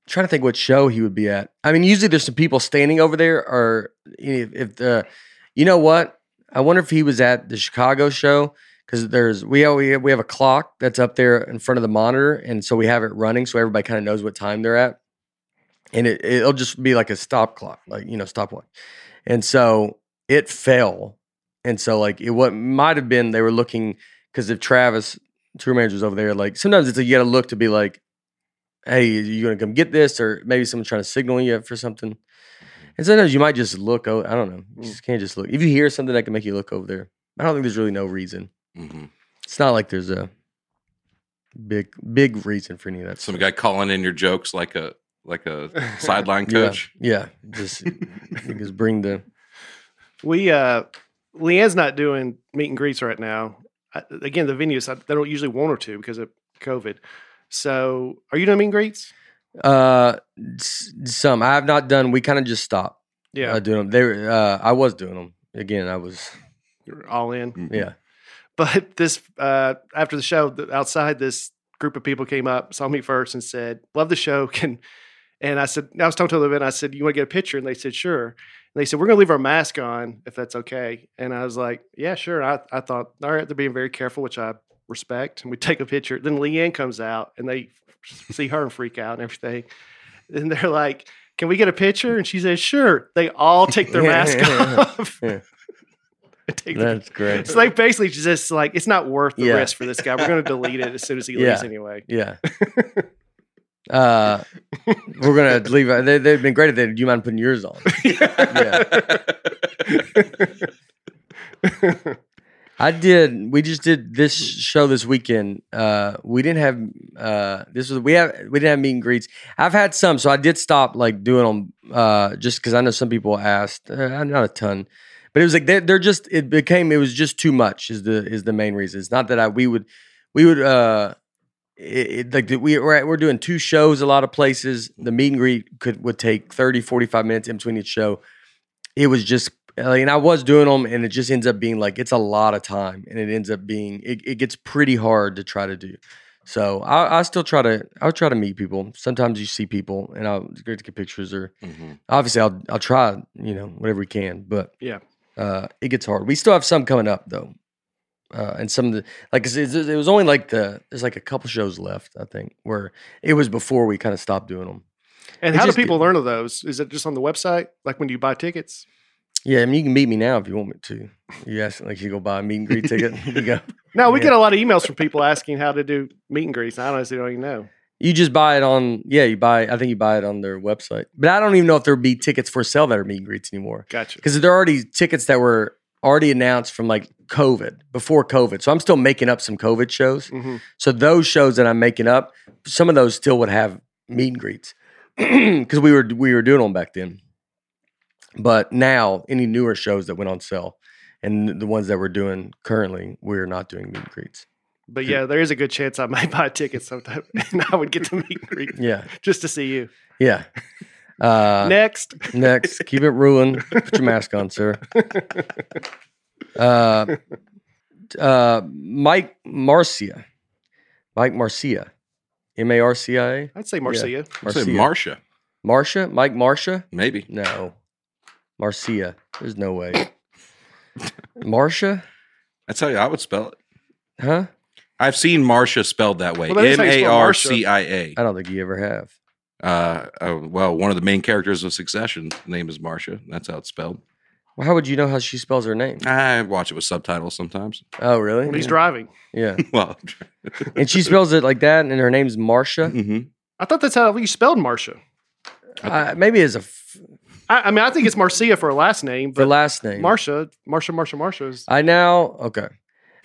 [SPEAKER 1] Trying to think what show he would be at. I mean, usually there's some people standing over there, or if, if the, you know what? I wonder if he was at the Chicago show because there's we al- we have, we have a clock that's up there in front of the monitor, and so we have it running, so everybody kind of knows what time they're at, and it it'll just be like a stop clock, like you know stopwatch, and so it fell, and so like it what might have been they were looking because if Travis tour manager's over there, like sometimes it's like you got to look to be like, hey, you gonna come get this, or maybe someone's trying to signal you for something. And sometimes you might just look. Oh, I don't know. You
[SPEAKER 3] Mm.
[SPEAKER 1] just can't just look. If you hear something that can make you look over there, I don't think there's really no reason.
[SPEAKER 2] hmm
[SPEAKER 1] It's not like there's a big big reason for any of that.
[SPEAKER 2] Some
[SPEAKER 1] stuff.
[SPEAKER 2] guy calling in your jokes like a
[SPEAKER 1] [laughs]
[SPEAKER 2] like a sideline
[SPEAKER 1] Yeah,
[SPEAKER 2] coach.
[SPEAKER 1] yeah, just you just bring the
[SPEAKER 3] [laughs] We uh Leanne's not doing meet and greets right now. I, again, the venues I, they don't usually want her to because of COVID. So, are you doing meet and greets?
[SPEAKER 1] uh s- some. I have not done. We kind of just stopped
[SPEAKER 3] Yeah,
[SPEAKER 1] uh, doing them. They were, uh, I was doing them again. I was
[SPEAKER 3] you're all in.
[SPEAKER 2] Mhm.
[SPEAKER 1] yeah.
[SPEAKER 3] [laughs] But this uh after the show, the, outside this group of people came up, saw me first, and said, "Love the show." [laughs] Can and I said, I was talking to them, and I said, "You want to get a picture?" And they said, "Sure." And they said, "We're going to leave our mask on if that's okay." And I was like, "Yeah, sure." I, I thought, all right, they're being very careful, which I respect. And we take a picture. Then Leanne comes out, and they [laughs] see her and freak out and everything. And they're like, "Can we get a picture?" And she says, "Sure." They all take their mask [laughs] off.
[SPEAKER 1] Yeah.
[SPEAKER 3] Take the-
[SPEAKER 1] That's great.
[SPEAKER 3] so they basically just like it's not worth the
[SPEAKER 1] Yeah.
[SPEAKER 3] risk for this guy. We're going to delete it as
[SPEAKER 1] [laughs]
[SPEAKER 3] soon as he
[SPEAKER 1] Yeah.
[SPEAKER 3] leaves anyway.
[SPEAKER 1] Yeah. uh, we're gonna leave. They, they've been great at that. Do you mind putting yours on? [laughs] I did. We just did this show this weekend. Uh, we didn't have. Uh, this was we have. We didn't have meet and greets. I've had some, so I did stop like doing them. Uh, just because I know some people asked. Uh, not a ton, but it was like they're, they're just. It became. It was just too much. Is the is the main reason. It's not that I. We would. We would. Uh, it, it, like we we're, at- we're doing two shows a lot of places the meet and greet could would take 30 45 minutes in between each show it was just like, and i was doing them and it just ends up being like it's a lot of time and it ends up being it, it gets pretty hard to try to do so I, I still try to i'll try to meet people sometimes you see people and i'll it's great to get pictures or
[SPEAKER 2] Mhm.
[SPEAKER 1] obviously i'll i'll try you know whatever we can but
[SPEAKER 3] Yeah.
[SPEAKER 1] uh it gets hard we still have some coming up though uh, and some of the like it's, it's- it was only like the there's like a couple shows left I think where it was before we kind of stopped doing them
[SPEAKER 3] And
[SPEAKER 1] It
[SPEAKER 3] how do
[SPEAKER 1] just-
[SPEAKER 3] people learn of those? Is it just on the website, like when you buy tickets?
[SPEAKER 1] yeah I mean you can meet me now if you want me to you ask like you go buy a meet and greet ticket you go
[SPEAKER 3] No, we
[SPEAKER 1] Yeah.
[SPEAKER 3] get a lot of emails from people asking how to do meet and greets. I honestly don't even know.
[SPEAKER 1] You just buy it on, yeah, you buy, I think you buy it on their website. But I don't even know if there'd be tickets for sale that are meet and greets anymore [laughs]
[SPEAKER 3] Gotcha.
[SPEAKER 1] because there are already tickets that were already announced from like COVID, before COVID. So I'm still making up some COVID shows.
[SPEAKER 3] Mhm.
[SPEAKER 1] So those shows that I'm making up, some of those still would have meet and greets [clears throat] because we were we were doing them back then. But now, any newer shows that went on sale and the ones that we're doing currently, we're not doing meet and greets.
[SPEAKER 3] But yeah, there is a good chance I [laughs] might buy tickets sometime, [laughs] and I would get to meet and greet
[SPEAKER 1] Yeah,
[SPEAKER 3] just to see you.
[SPEAKER 1] yeah. Uh,
[SPEAKER 3] Next,
[SPEAKER 1] Next, keep it ruling. Put your mask on, sir. Uh, uh, Mike Marcia. Mike Marcia, M A R C I A.
[SPEAKER 3] I'd say Marcia.
[SPEAKER 2] I say
[SPEAKER 1] Marcia.
[SPEAKER 2] Marcia,
[SPEAKER 1] Marcia? Mike Marcia?
[SPEAKER 2] maybe.
[SPEAKER 1] No. Marcia. There's no
[SPEAKER 3] [coughs]
[SPEAKER 1] way. Marcia?
[SPEAKER 2] That's how I would spell it.
[SPEAKER 1] Huh?
[SPEAKER 2] I've seen Marcia spelled that way.
[SPEAKER 3] Well, that is
[SPEAKER 2] M
[SPEAKER 3] how you
[SPEAKER 2] A
[SPEAKER 3] spell
[SPEAKER 2] R
[SPEAKER 3] Marcia.
[SPEAKER 2] C I A.
[SPEAKER 1] I don't think you ever have.
[SPEAKER 2] Uh, uh, well, one of the main characters of Succession name is Marcia. That's how it's spelled.
[SPEAKER 1] Well, how would you know how she spells her name?
[SPEAKER 2] I watch it with subtitles sometimes.
[SPEAKER 1] Oh, really?
[SPEAKER 3] Ah, When he's
[SPEAKER 1] Yeah.
[SPEAKER 3] driving.
[SPEAKER 1] Yeah.
[SPEAKER 2] well,
[SPEAKER 1] And she spells it like that, and her name's
[SPEAKER 3] [laughs]
[SPEAKER 1] Marcia.
[SPEAKER 2] hmm
[SPEAKER 3] I thought that's how you spelled Marcia.
[SPEAKER 1] Uh, maybe it's a f-
[SPEAKER 3] I, I mean, I think it's Marcia for her last name,
[SPEAKER 1] the [laughs]
[SPEAKER 3] but
[SPEAKER 1] last name.
[SPEAKER 3] Marcia, Marcia, Marcia, Marcia is.
[SPEAKER 1] I now okay.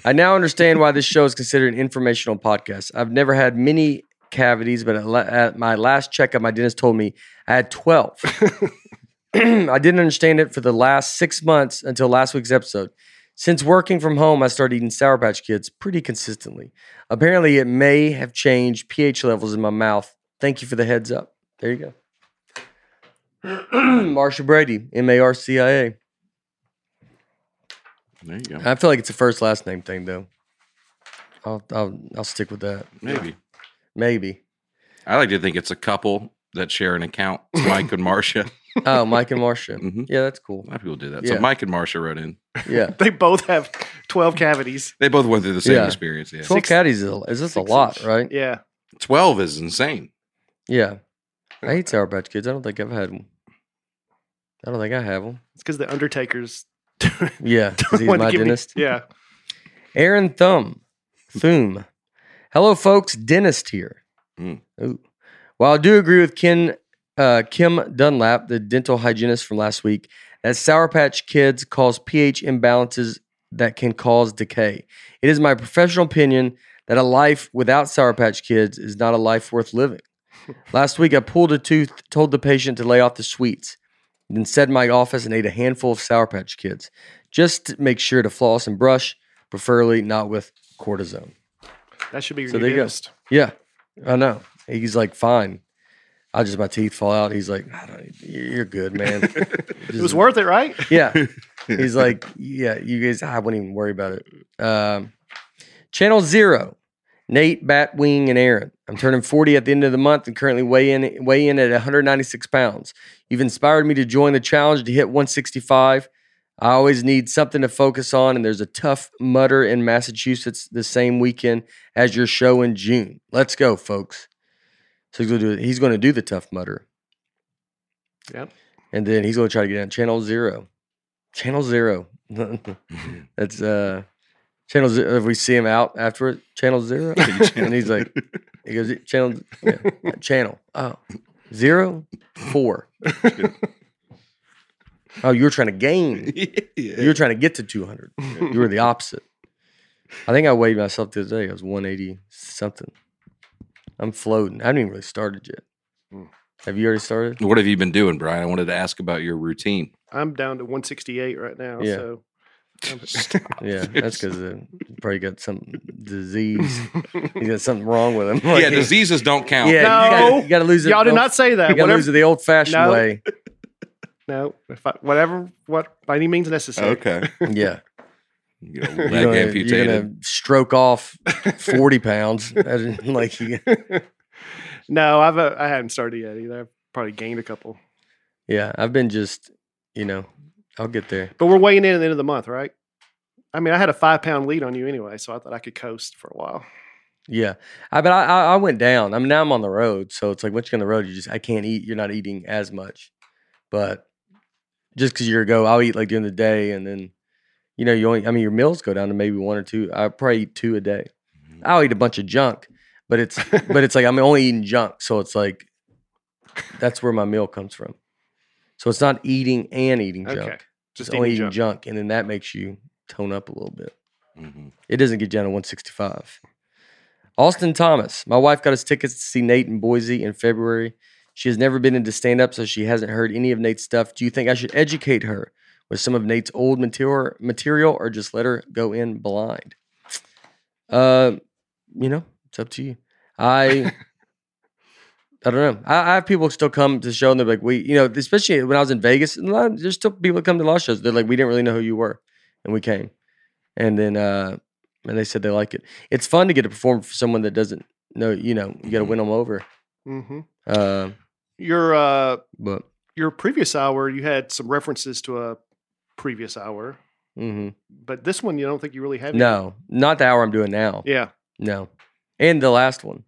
[SPEAKER 1] I now understand why this show is considered an informational podcast. I've never had many cavities, but at, la- at my last checkup, my dentist told me I had twelve. [clears throat] I didn't understand it for the last six months until last week's episode. Since working from home, I started eating Sour Patch Kids pretty consistently. Apparently, it may have changed pH levels in my mouth. Thank you for the heads up. There you go. [clears throat] Marsha Brady, M A R C I A.
[SPEAKER 2] there you go.
[SPEAKER 1] I feel like it's a first last name thing though. I'll I'll, I'll stick with that.
[SPEAKER 2] Maybe.
[SPEAKER 1] Maybe.
[SPEAKER 2] I like to think it's a couple that share
[SPEAKER 1] [laughs]
[SPEAKER 2] an account, It's Mike and Marcia.
[SPEAKER 1] Oh, Mike and
[SPEAKER 3] [laughs]
[SPEAKER 1] Marcia.
[SPEAKER 3] Mm-hmm.
[SPEAKER 2] Mhm.
[SPEAKER 1] Yeah, that's
[SPEAKER 2] A
[SPEAKER 1] cool.
[SPEAKER 2] lot of people do that.
[SPEAKER 1] Yeah.
[SPEAKER 2] So Mike and Marcia wrote in.
[SPEAKER 1] Yeah,
[SPEAKER 3] They both have 12 cavities.
[SPEAKER 2] They both went through the same
[SPEAKER 1] Yeah.
[SPEAKER 2] experience. Yeah.
[SPEAKER 1] twelve
[SPEAKER 3] Six-
[SPEAKER 1] caddies is, a- is this a lot, right?
[SPEAKER 3] Yeah.
[SPEAKER 2] 12 is
[SPEAKER 1] [laughs]
[SPEAKER 2] insane.
[SPEAKER 1] Yeah.
[SPEAKER 3] [laughs]
[SPEAKER 1] I hate Sour Patch Kids. I don't think I've had them. I don't think I have
[SPEAKER 3] [laughs]
[SPEAKER 1] them.
[SPEAKER 3] It's because the Undertaker's. [laughs]
[SPEAKER 1] Yeah, 'cause he's
[SPEAKER 3] wanted to
[SPEAKER 1] my
[SPEAKER 3] give me-
[SPEAKER 1] dentist.
[SPEAKER 3] [laughs] Yeah.
[SPEAKER 1] Aaron Thumb. Thum. Hello, folks. Dentist here.
[SPEAKER 2] Mm.
[SPEAKER 1] Ooh. While I do agree with Ken, uh, Kim Dunlap, the dental hygienist from last week, that Sour Patch Kids cause pH imbalances that can cause decay. It is my professional opinion that a life without Sour Patch Kids is not a life worth living. last week, I pulled a tooth, told the patient to lay off the sweets, then sat in my office and ate a handful of Sour Patch Kids. Just to make sure to floss and brush preferably not with cortisone.
[SPEAKER 3] That should be your
[SPEAKER 1] So
[SPEAKER 3] so
[SPEAKER 1] there you go. Yeah, I know. He's like, fine. I just my teeth fall out. He's like, I don't, you're good,
[SPEAKER 3] [laughs]
[SPEAKER 1] man.
[SPEAKER 3] It was worth it, right?
[SPEAKER 1] [laughs] Yeah. He's like, yeah, you guys, I wouldn't even worry about it. Um, Channel Zero, Nate, Batwing, and Aaron. I'm turning 40 at the end of the month and currently weigh in, weigh in at 196 pounds. You've inspired me to join the challenge to hit 165. I always need something to focus on, and there's a tough mutter in Massachusetts the same weekend as your show in June. Let's go, folks. So he's going to do, he's going to do the tough mutter.
[SPEAKER 3] Yep.
[SPEAKER 1] And then he's going to try to get on Channel Zero. Channel Zero. [laughs] That's uh Channel Zero. If we see him out after it, Channel Zero, and he's like, he goes Channel yeah, [laughs] Channel oh zero four. oh, you were trying to gain. You were trying to get to two hundred. You were the opposite. I think I weighed myself the other day. I was one eighty something. I'm floating. I haven't even really started yet.
[SPEAKER 3] Hmm.
[SPEAKER 1] Have you already started?
[SPEAKER 2] What have you been doing, Brian? I wanted to ask about your routine.
[SPEAKER 3] [laughs] I'm down to 168 right now.
[SPEAKER 1] Yeah. [laughs]
[SPEAKER 2] [laughs]
[SPEAKER 3] So I'm-
[SPEAKER 1] Yeah, that's because probably got some disease. You got something wrong
[SPEAKER 3] [laughs]
[SPEAKER 1] with him.
[SPEAKER 2] yeah, diseases don't count.
[SPEAKER 1] Yeah, you,
[SPEAKER 3] No.
[SPEAKER 1] gotta, you gotta lose it.
[SPEAKER 3] [laughs] Y'all did
[SPEAKER 1] the-
[SPEAKER 3] not say
[SPEAKER 1] You
[SPEAKER 3] that.
[SPEAKER 1] gotta
[SPEAKER 3] Whatever,
[SPEAKER 1] lose it the old-fashioned
[SPEAKER 3] No.
[SPEAKER 1] way.
[SPEAKER 3] [laughs] no, if I, whatever, what by any means necessary.
[SPEAKER 2] Okay.
[SPEAKER 1] Yeah,
[SPEAKER 2] You
[SPEAKER 1] you're
[SPEAKER 2] know, leg
[SPEAKER 1] gonna, you're
[SPEAKER 2] amputated.
[SPEAKER 1] gonna stroke off forty
[SPEAKER 3] [laughs]
[SPEAKER 1] pounds. That is- [laughs] like, you-
[SPEAKER 3] No, I've uh, I hadn't started yet either. I've probably gained a couple,
[SPEAKER 1] yeah, I've been just, you know, I'll get there.
[SPEAKER 3] but we're weighing in at the end of the month, right? I mean, I had a five pound lead on you anyway, so I thought I could coast for a while. [laughs]
[SPEAKER 1] Yeah, I but I I I went down. I'm now I'm on the road, so it's like once you're on the road, you just I can't eat. You're not eating as much, but just because you're go, I'll eat like during the day, and then you know you only. I mean, your meals go down to maybe one or two. I probably eat two a day.
[SPEAKER 3] Mm-hmm.
[SPEAKER 1] I'll eat a bunch of junk, but it's but it's like I'm only eating junk, so it's like that's where my meal comes from. So it's not eating and eating junk.
[SPEAKER 3] Okay,
[SPEAKER 1] It's
[SPEAKER 3] just
[SPEAKER 1] only
[SPEAKER 3] eating
[SPEAKER 1] eating
[SPEAKER 3] junk.
[SPEAKER 1] junk. and then that makes you tone up a little bit.
[SPEAKER 2] Mhm.
[SPEAKER 1] It doesn't get you down to 165. Austin Thomas. My wife got us tickets to see Nate in Boise in February. She has never been into stand up, so she hasn't heard any of Nate's stuff. Do you think I should educate her with some of Nate's old material, material or just let her go in blind? Uh, you know, it's up to you. I. I don't know. I, I have people still come to the show and they're like, we, you know, especially when I was in Vegas, and a lot- there's still people that come to live shows. They're like, we didn't really know who you were, and we came. And then uh, and they said they like it. It's fun to get to perform for someone that doesn't know. You know, you got to win them over.
[SPEAKER 3] hmm
[SPEAKER 1] Uh,
[SPEAKER 3] Your uh,
[SPEAKER 1] but
[SPEAKER 3] your previous hour, you had some references to a previous hour,
[SPEAKER 1] mhm.
[SPEAKER 3] but this one, you don't think you really have. any?
[SPEAKER 1] no, not the hour I'm doing now.
[SPEAKER 3] Yeah.
[SPEAKER 1] No, and the last one.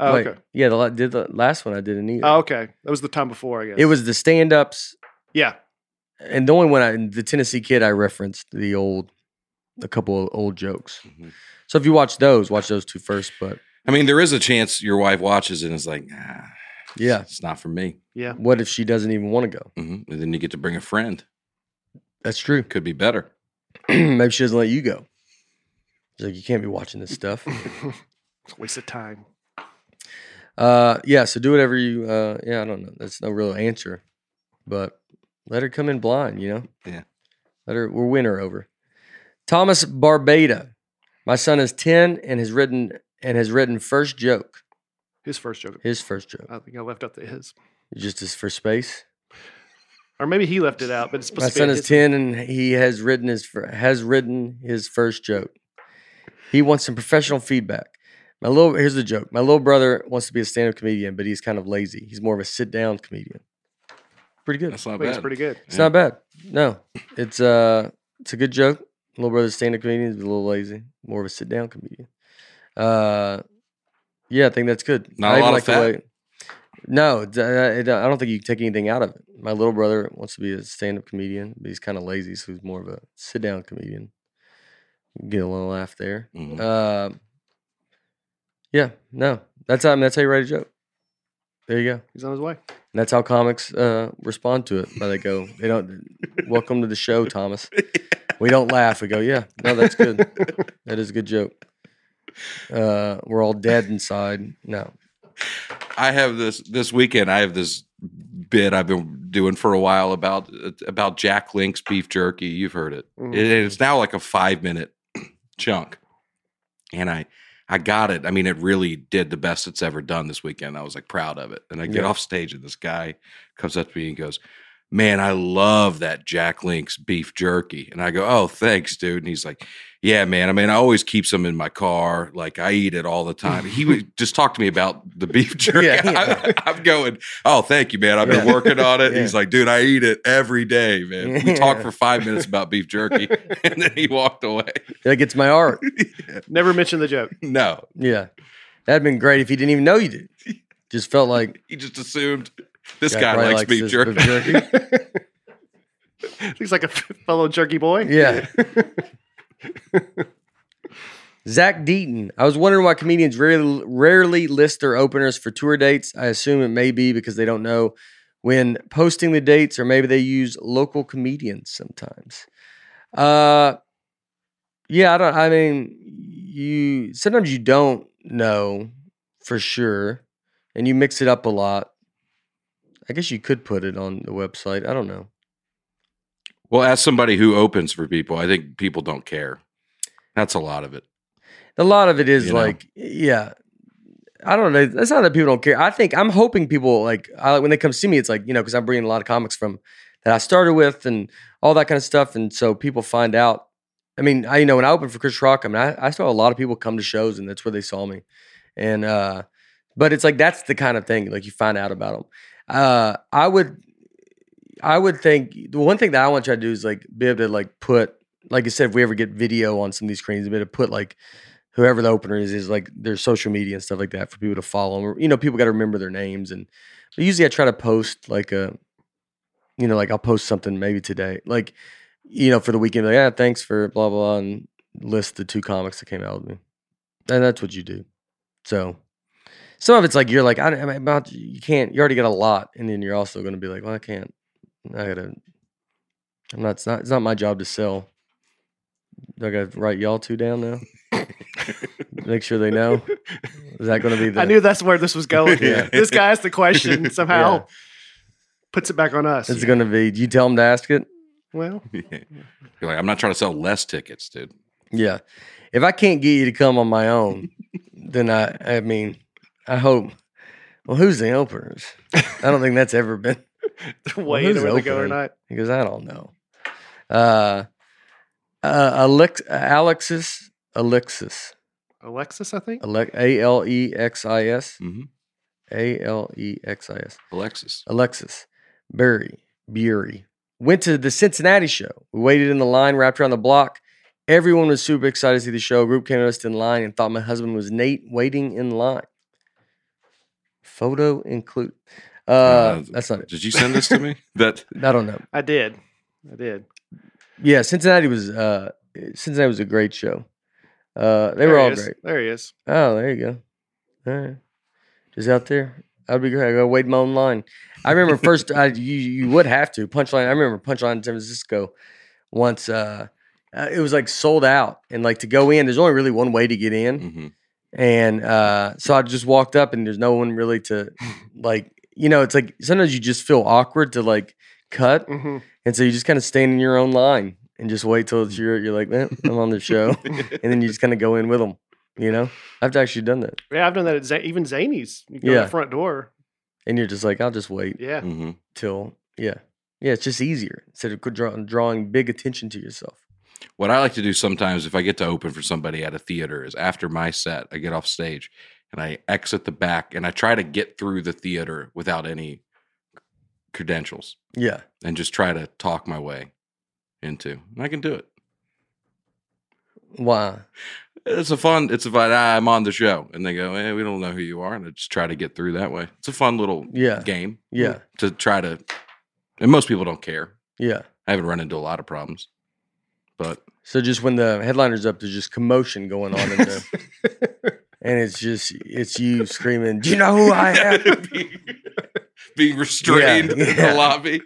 [SPEAKER 3] Oh,
[SPEAKER 1] Wait,
[SPEAKER 3] okay.
[SPEAKER 1] Yeah, the la- did the last one I didn't either.
[SPEAKER 3] Oh, okay. That was the time before, I guess.
[SPEAKER 1] It was the stand ups,
[SPEAKER 3] Yeah.
[SPEAKER 1] and the only one I, the Tennessee kid, I referenced the old, a couple of old jokes.
[SPEAKER 2] Mhm.
[SPEAKER 1] So if you watch those, watch those two first. But
[SPEAKER 2] I mean, there is a chance your wife watches it and is like, nah,
[SPEAKER 1] yeah,
[SPEAKER 2] it's not for me.
[SPEAKER 1] [laughs]
[SPEAKER 3] Yeah.
[SPEAKER 1] what if she doesn't even want to go?
[SPEAKER 2] hmm And then you get to bring a friend.
[SPEAKER 1] That's true.
[SPEAKER 2] Could be better.
[SPEAKER 1] [clears throat] Maybe she doesn't let you go. She's like, you can't be watching this stuff.
[SPEAKER 3] it's a waste of time.
[SPEAKER 1] Uh, yeah. So do whatever you. Uh, yeah, I don't know. That's no real answer, but let her come in blind. You know.
[SPEAKER 2] Yeah.
[SPEAKER 1] Let her. We'll win her over. Thomas Barbada. My son is ten and has written and has written first joke.
[SPEAKER 3] His first joke.
[SPEAKER 1] His first joke.
[SPEAKER 3] I think I left out the his.
[SPEAKER 1] Just his first space.
[SPEAKER 3] Or maybe he left it out, but it's supposed
[SPEAKER 1] My
[SPEAKER 3] to be
[SPEAKER 1] son
[SPEAKER 3] his.
[SPEAKER 1] is ten and he has written his fir- has written his first joke. He wants some professional feedback. My little here's the joke. My little brother wants to be a stand-up comedian, but he's kind of lazy. He's more of a sit-down comedian. Pretty good.
[SPEAKER 2] That's not
[SPEAKER 3] I think it's
[SPEAKER 2] bad.
[SPEAKER 3] pretty good.
[SPEAKER 1] It's
[SPEAKER 2] Yeah.
[SPEAKER 1] not bad. No, it's uh, it's a good joke. Little brother's stand-up comedian is a little lazy, more of a sit-down comedian. Uh, yeah, I think that's good.
[SPEAKER 2] Not
[SPEAKER 1] I
[SPEAKER 2] a
[SPEAKER 1] even
[SPEAKER 2] lot of
[SPEAKER 1] the
[SPEAKER 2] fat?
[SPEAKER 1] way- No, d- uh, it- I don't think you can take anything out of it. My little brother wants to be a stand-up comedian, but he's kind of lazy, so he's more of a sit-down comedian. Get a little laugh there.
[SPEAKER 2] Mhm.
[SPEAKER 1] Uh, yeah, no, that's I mean, that's how you write a joke. There you go.
[SPEAKER 3] He's on his way.
[SPEAKER 1] And that's how comics uh, respond to it. But they go, they don't. Welcome to the show,
[SPEAKER 2] [laughs]
[SPEAKER 1] Thomas. We don't laugh. We go, yeah, no, that's good. That is a good joke. Uh, we're all dead inside. No,
[SPEAKER 2] I have this this weekend. I have this bit I've been doing for a while about about Jack Link's beef jerky. You've heard it.
[SPEAKER 1] Mm-hmm.
[SPEAKER 3] Mhm.
[SPEAKER 2] It- it's now like a five minute [clears throat] chunk, and I I got it. I mean, it really did the best it's ever done this weekend. I was like proud of it. And I get
[SPEAKER 1] Yeah.
[SPEAKER 2] off stage, and this guy comes up to me and goes. Man, I love that Jack Link's beef jerky. And I go, Oh, thanks, dude. And he's like, Yeah, man. I mean, I always keep some in my car. Like, I eat it all the time.
[SPEAKER 1] [laughs]
[SPEAKER 2] He would just talk to me about the beef [laughs] jerky.
[SPEAKER 1] Yeah, yeah.
[SPEAKER 2] I, am going, Oh, thank you, man. I've been
[SPEAKER 1] Yeah.
[SPEAKER 2] working on it. And He's
[SPEAKER 1] Yeah.
[SPEAKER 2] like, Dude, I eat it every day, man. [laughs] We talked for five minutes about beef jerky. [laughs] And then he walked away.
[SPEAKER 1] that gets my art.
[SPEAKER 3] Never mentioned the joke.
[SPEAKER 2] No,
[SPEAKER 1] Yeah, that'd been great if he didn't even know you
[SPEAKER 2] [laughs]
[SPEAKER 1] did. Just felt like
[SPEAKER 2] he just assumed this
[SPEAKER 1] "Yeah,
[SPEAKER 2] guy
[SPEAKER 1] probably
[SPEAKER 2] likes, beef
[SPEAKER 1] this
[SPEAKER 2] jerky.
[SPEAKER 3] He's like a [laughs] fellow jerky boy.
[SPEAKER 1] Yeah. Zach Deaton. I was wondering why comedians rarely, rarely list their openers for tour dates. I assume it may be because they don't know when posting the dates, or maybe they use local comedians sometimes. Uh, yeah, I don't. I mean, you sometimes you don't know for sure, and you mix it up a lot. I guess you could put it on the website. I don't know.
[SPEAKER 2] Well, as somebody who opens for people, I think people don't care. That's a lot of it. [laughs]
[SPEAKER 1] A lot of it is
[SPEAKER 2] You know?
[SPEAKER 1] like, yeah. I don't know. That's not that people don't care. I think I'm hoping people like I, when they come see me, it's like you know because I'm bringing a lot of comics from that I started with and all that kind of stuff, and so people find out. I mean, I you know when I opened for Chris Rock, I mean I, I saw a lot of people come to shows, and that's where they saw me, and uh, but it's like that's the kind of thing like you find out about them. Uh, I would, I would think the one thing that I want to try to do is like be able to like put like I said if we ever get video on some of these screens, be able to put like whoever the opener is is like their social media and stuff like that for people to follow 'em. Or, You know, people got to remember their names, and but usually I try to post like a, you know, like I'll post something maybe today, like you know, for the weekend, like yeah, thanks for blah blah, blah and list the two comics that came out with me, and that's what you do. So some of it's like you're like I, I'm about to- you can't you already got a lot, and then you're also going to be like, well, I can't, I gotta. I'm not. It's not. It's not my job to sell. Do I gotta write y'all two down now?
[SPEAKER 3] [laughs]
[SPEAKER 1] Make sure they know. Is that going to be the?
[SPEAKER 3] I knew that's where this was going.
[SPEAKER 2] Yeah.
[SPEAKER 3] This guy asked the question somehow
[SPEAKER 1] Yeah.
[SPEAKER 3] puts it back on us.
[SPEAKER 1] It's going to be. Do you tell them to ask it?
[SPEAKER 3] well,
[SPEAKER 2] You're like, I'm not trying to sell less tickets, dude.
[SPEAKER 1] Yeah. If I can't get you to come on my own, then I. I mean, I hope. Well, who's the openers? I don't think that's ever been
[SPEAKER 3] [laughs] way
[SPEAKER 1] who's
[SPEAKER 3] into whether to go or
[SPEAKER 1] opening?
[SPEAKER 3] not.
[SPEAKER 1] He goes, I don't know. Uh, uh, Alex, Alexis Alexis.
[SPEAKER 3] Alexis, I think.
[SPEAKER 1] A L E X I S.
[SPEAKER 2] Mhm.
[SPEAKER 1] A L E X I S.
[SPEAKER 2] Alexis.
[SPEAKER 1] Alexis Berry Bury went to the Cincinnati show. We waited in the line wrapped around the block. Everyone was super excited to see the show. A group came to us in line and thought my husband was Nate waiting in line. Photo include. Uh,
[SPEAKER 2] Uh,
[SPEAKER 1] that's not it.
[SPEAKER 2] Did you send this to me? [laughs] That
[SPEAKER 1] I don't know.
[SPEAKER 3] I did. I did.
[SPEAKER 1] Yeah, Cincinnati was uh, Cincinnati was a great show. Uh, they were
[SPEAKER 3] There he
[SPEAKER 1] all
[SPEAKER 3] is.
[SPEAKER 1] great.
[SPEAKER 3] There he is.
[SPEAKER 1] Oh, there you go. All right. Just out there. That'd be great. I go wait my own line. I remember first I, you you would have to punchline. I remember punchline in San Francisco once uh, uh, it was like sold out and like to go in, there's only really one way to get in.
[SPEAKER 2] mhm.
[SPEAKER 1] And uh, so I just walked up and there's no one really to like you know, it's like sometimes you just feel awkward to like cut.
[SPEAKER 3] hmm
[SPEAKER 1] And so you just kind of stand in your own line and just wait till it's your you're like, eh, I'm on the show.
[SPEAKER 2] Mm-hmm.
[SPEAKER 1] and then you just kind of go in with them, you know? I've actually done that.
[SPEAKER 3] Yeah, I've done that at Z- even Zany's. You go to
[SPEAKER 1] Yeah.
[SPEAKER 3] the front door.
[SPEAKER 1] And you're just like, I'll just wait
[SPEAKER 3] Yeah.
[SPEAKER 2] Mhm.
[SPEAKER 1] till, yeah. Yeah, it's just easier instead of qu- draw, drawing big attention to yourself.
[SPEAKER 2] What I like to do sometimes if I get to open for somebody at a theater is after my set, I get off stage and I exit the back and I try to get through the theater without any credentials
[SPEAKER 1] Yeah.
[SPEAKER 2] and just try to talk my way into. And I can do it.
[SPEAKER 1] Why?
[SPEAKER 2] It's a fun. It's a fun. "Ah, I'm on the show, and they go, "Eh, we don't know who you are," and I just try to get through that way. It's a fun little
[SPEAKER 1] Yeah.
[SPEAKER 2] game
[SPEAKER 1] Yeah.
[SPEAKER 2] to try to. And most people don't care.
[SPEAKER 1] Yeah.
[SPEAKER 2] I haven't run into a lot of problems, but
[SPEAKER 1] So just when the headliner's up, there's just commotion going on in there. and it's just, it's you screaming, [laughs] Do you know who
[SPEAKER 2] [laughs]
[SPEAKER 1] I am?
[SPEAKER 2] being, being restrained in
[SPEAKER 1] yeah.
[SPEAKER 2] the lobby.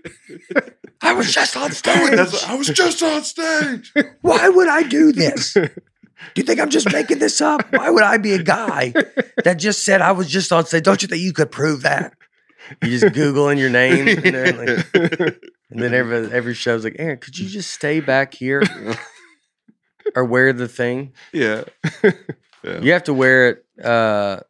[SPEAKER 1] [laughs] I was just on stage.
[SPEAKER 2] [laughs] That's- I was just on stage.
[SPEAKER 1] Why would I do this? Do you think I'm just making this up? Why would I be a guy that just said I was just on stage? Don't you think you could prove that? You just Googling your name, and then, like, and then
[SPEAKER 3] [laughs]
[SPEAKER 1] every every show's like, Aaron, could
[SPEAKER 3] Mm.
[SPEAKER 1] you just stay back here or wear the thing?
[SPEAKER 2] [laughs]
[SPEAKER 1] [laughs]
[SPEAKER 2] yeah.
[SPEAKER 3] Oh.
[SPEAKER 2] yeah.
[SPEAKER 1] You have to wear it. Uh,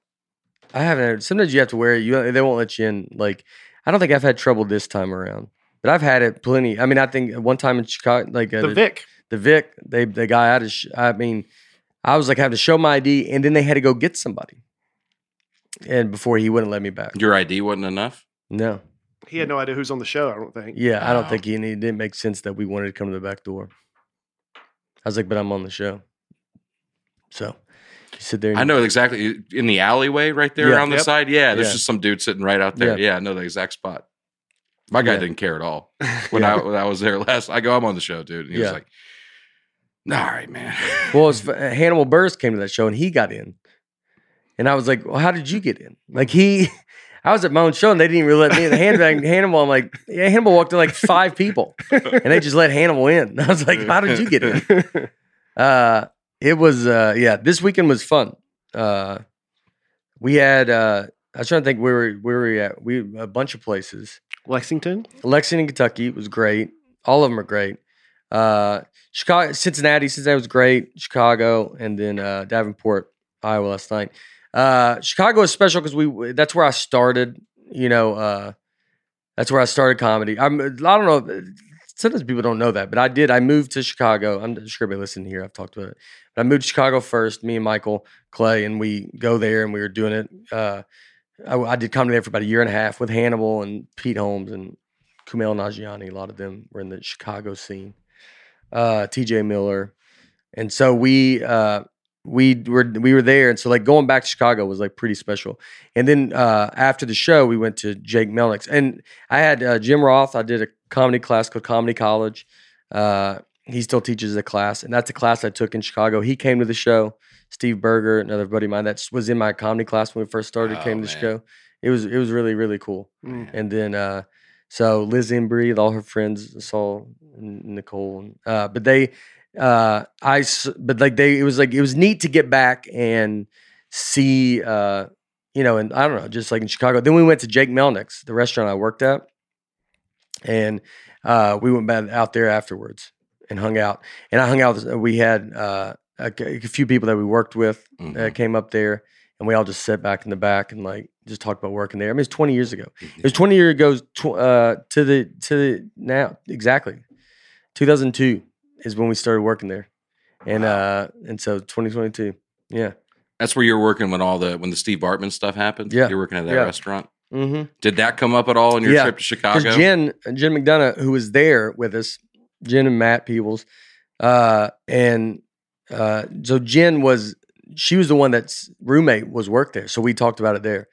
[SPEAKER 1] I haven't. Heard, sometimes you have to wear it. You they won't let you in. Like I don't think I've had trouble this time around, but I've had it plenty. I mean, I think one time in Chicago, like at
[SPEAKER 3] The
[SPEAKER 1] a-
[SPEAKER 3] Vic.
[SPEAKER 1] the Vic, they the guy had to. Sh- I mean, I was like having to show my ID, and then they had to go get somebody, and before he wouldn't let me back.
[SPEAKER 2] Your ID wasn't enough.
[SPEAKER 1] No,
[SPEAKER 3] He had no idea who's on the show. I don't think.
[SPEAKER 1] yeah, I don't
[SPEAKER 2] Wow.
[SPEAKER 1] think he. And it didn't make sense that we wanted to come to the back door. I was like, but I'm on the show, so you sit there. And
[SPEAKER 2] I know exactly in the alleyway right there
[SPEAKER 1] Yeah.
[SPEAKER 2] on the
[SPEAKER 3] Yep.
[SPEAKER 2] side. Yeah, there's
[SPEAKER 1] Yeah.
[SPEAKER 2] just some dude sitting right out there. Yeah, I know the exact spot. My guy
[SPEAKER 1] Yeah.
[SPEAKER 2] didn't care
[SPEAKER 1] [laughs]
[SPEAKER 2] at all when I when I was there last. I go, I'm on the show, dude, and he was
[SPEAKER 1] Yeah.
[SPEAKER 2] like, "All right, man."
[SPEAKER 1] Well,
[SPEAKER 2] [laughs]
[SPEAKER 1] it's, Hannibal Burris came to that show and he got in, and I was like, "Well, how did you get in?" Like he, [laughs] I was at my own show and they didn't even really let me in. The handbag, Hannibal, I'm like, yeah, Hannibal walked in like five people, [laughs] and they just let Hannibal in. [laughs] And I was like, "How did you get in?" Uh, it was uh, yeah. This weekend was fun. Uh, we had uh, I was trying to think where we where we at. We a bunch of places.
[SPEAKER 3] [laughs] Lexington.
[SPEAKER 1] Lexington, Kentucky was great. All of them are great. Uh, Chicago, Cincinnati, Cincinnati was great. Chicago, and then uh, Davenport, Iowa last night. Uh, Chicago is special because we that's where I started. You know, uh, that's where I started comedy. I'm uh, I don't know. Sometimes people don't know that, but I did. I moved to Chicago. I'm sure everybody listening here. I've talked about it. But I moved to Chicago first. Me and Michael Clay, and we go there, and we were doing it. Uh, I, I did comedy there for about a year and a half with Hannibal and Pete Holmes and Kumail Nagiani, a lot of them were in the Chicago scene. Uh, TJ Miller, and so we uh, we were we were there, and so like going back to Chicago was like pretty special. And then uh, after the show, we went to Jake Melnick's, and I had uh, Jim Roth. I did a comedy class called Comedy College. Uh, he still teaches the class, and that's a class I took in Chicago. He came to the show. Steve Berger, another buddy of mine that was in my comedy class when we first started,
[SPEAKER 2] Oh,
[SPEAKER 1] came to
[SPEAKER 2] man.
[SPEAKER 1] the show. It was it was really really cool.
[SPEAKER 3] Mm.
[SPEAKER 1] And then uh so Liz Embry with all her friends, Saul and Nicole, and, uh, but they, uh, I, s- but like they, it was like it was neat to get back and see, uh, you know, and I don't know, just like in Chicago. Then we went to Jake Melnick's, the restaurant I worked at, and uh, we went back out there afterwards and hung out. And I hung out. with- We had uh, a, a few people that we worked with that
[SPEAKER 2] Mhm.
[SPEAKER 1] came up there, and we all just sat back in the back and like just talked about working there. I mean, it's twenty years ago. It was 20 years ago tw- uh, to the to the now exactly 2002 is when we started working there, and uh, and so 2022. Yeah.
[SPEAKER 2] That's where you're working when all the when the Steve Bartman stuff happened.
[SPEAKER 1] Yeah.
[SPEAKER 2] you're working at that
[SPEAKER 1] Yeah.
[SPEAKER 2] restaurant.
[SPEAKER 1] Mm-hmm.
[SPEAKER 2] Did that come up at all in your
[SPEAKER 1] Yeah.
[SPEAKER 2] trip to Chicago?
[SPEAKER 1] Because Jen, Jen McDonough, who was there with us, Jen and Matt Peebles, uh, and uh, so Jen was she was the one that's roommate was worked there, so we talked about it there.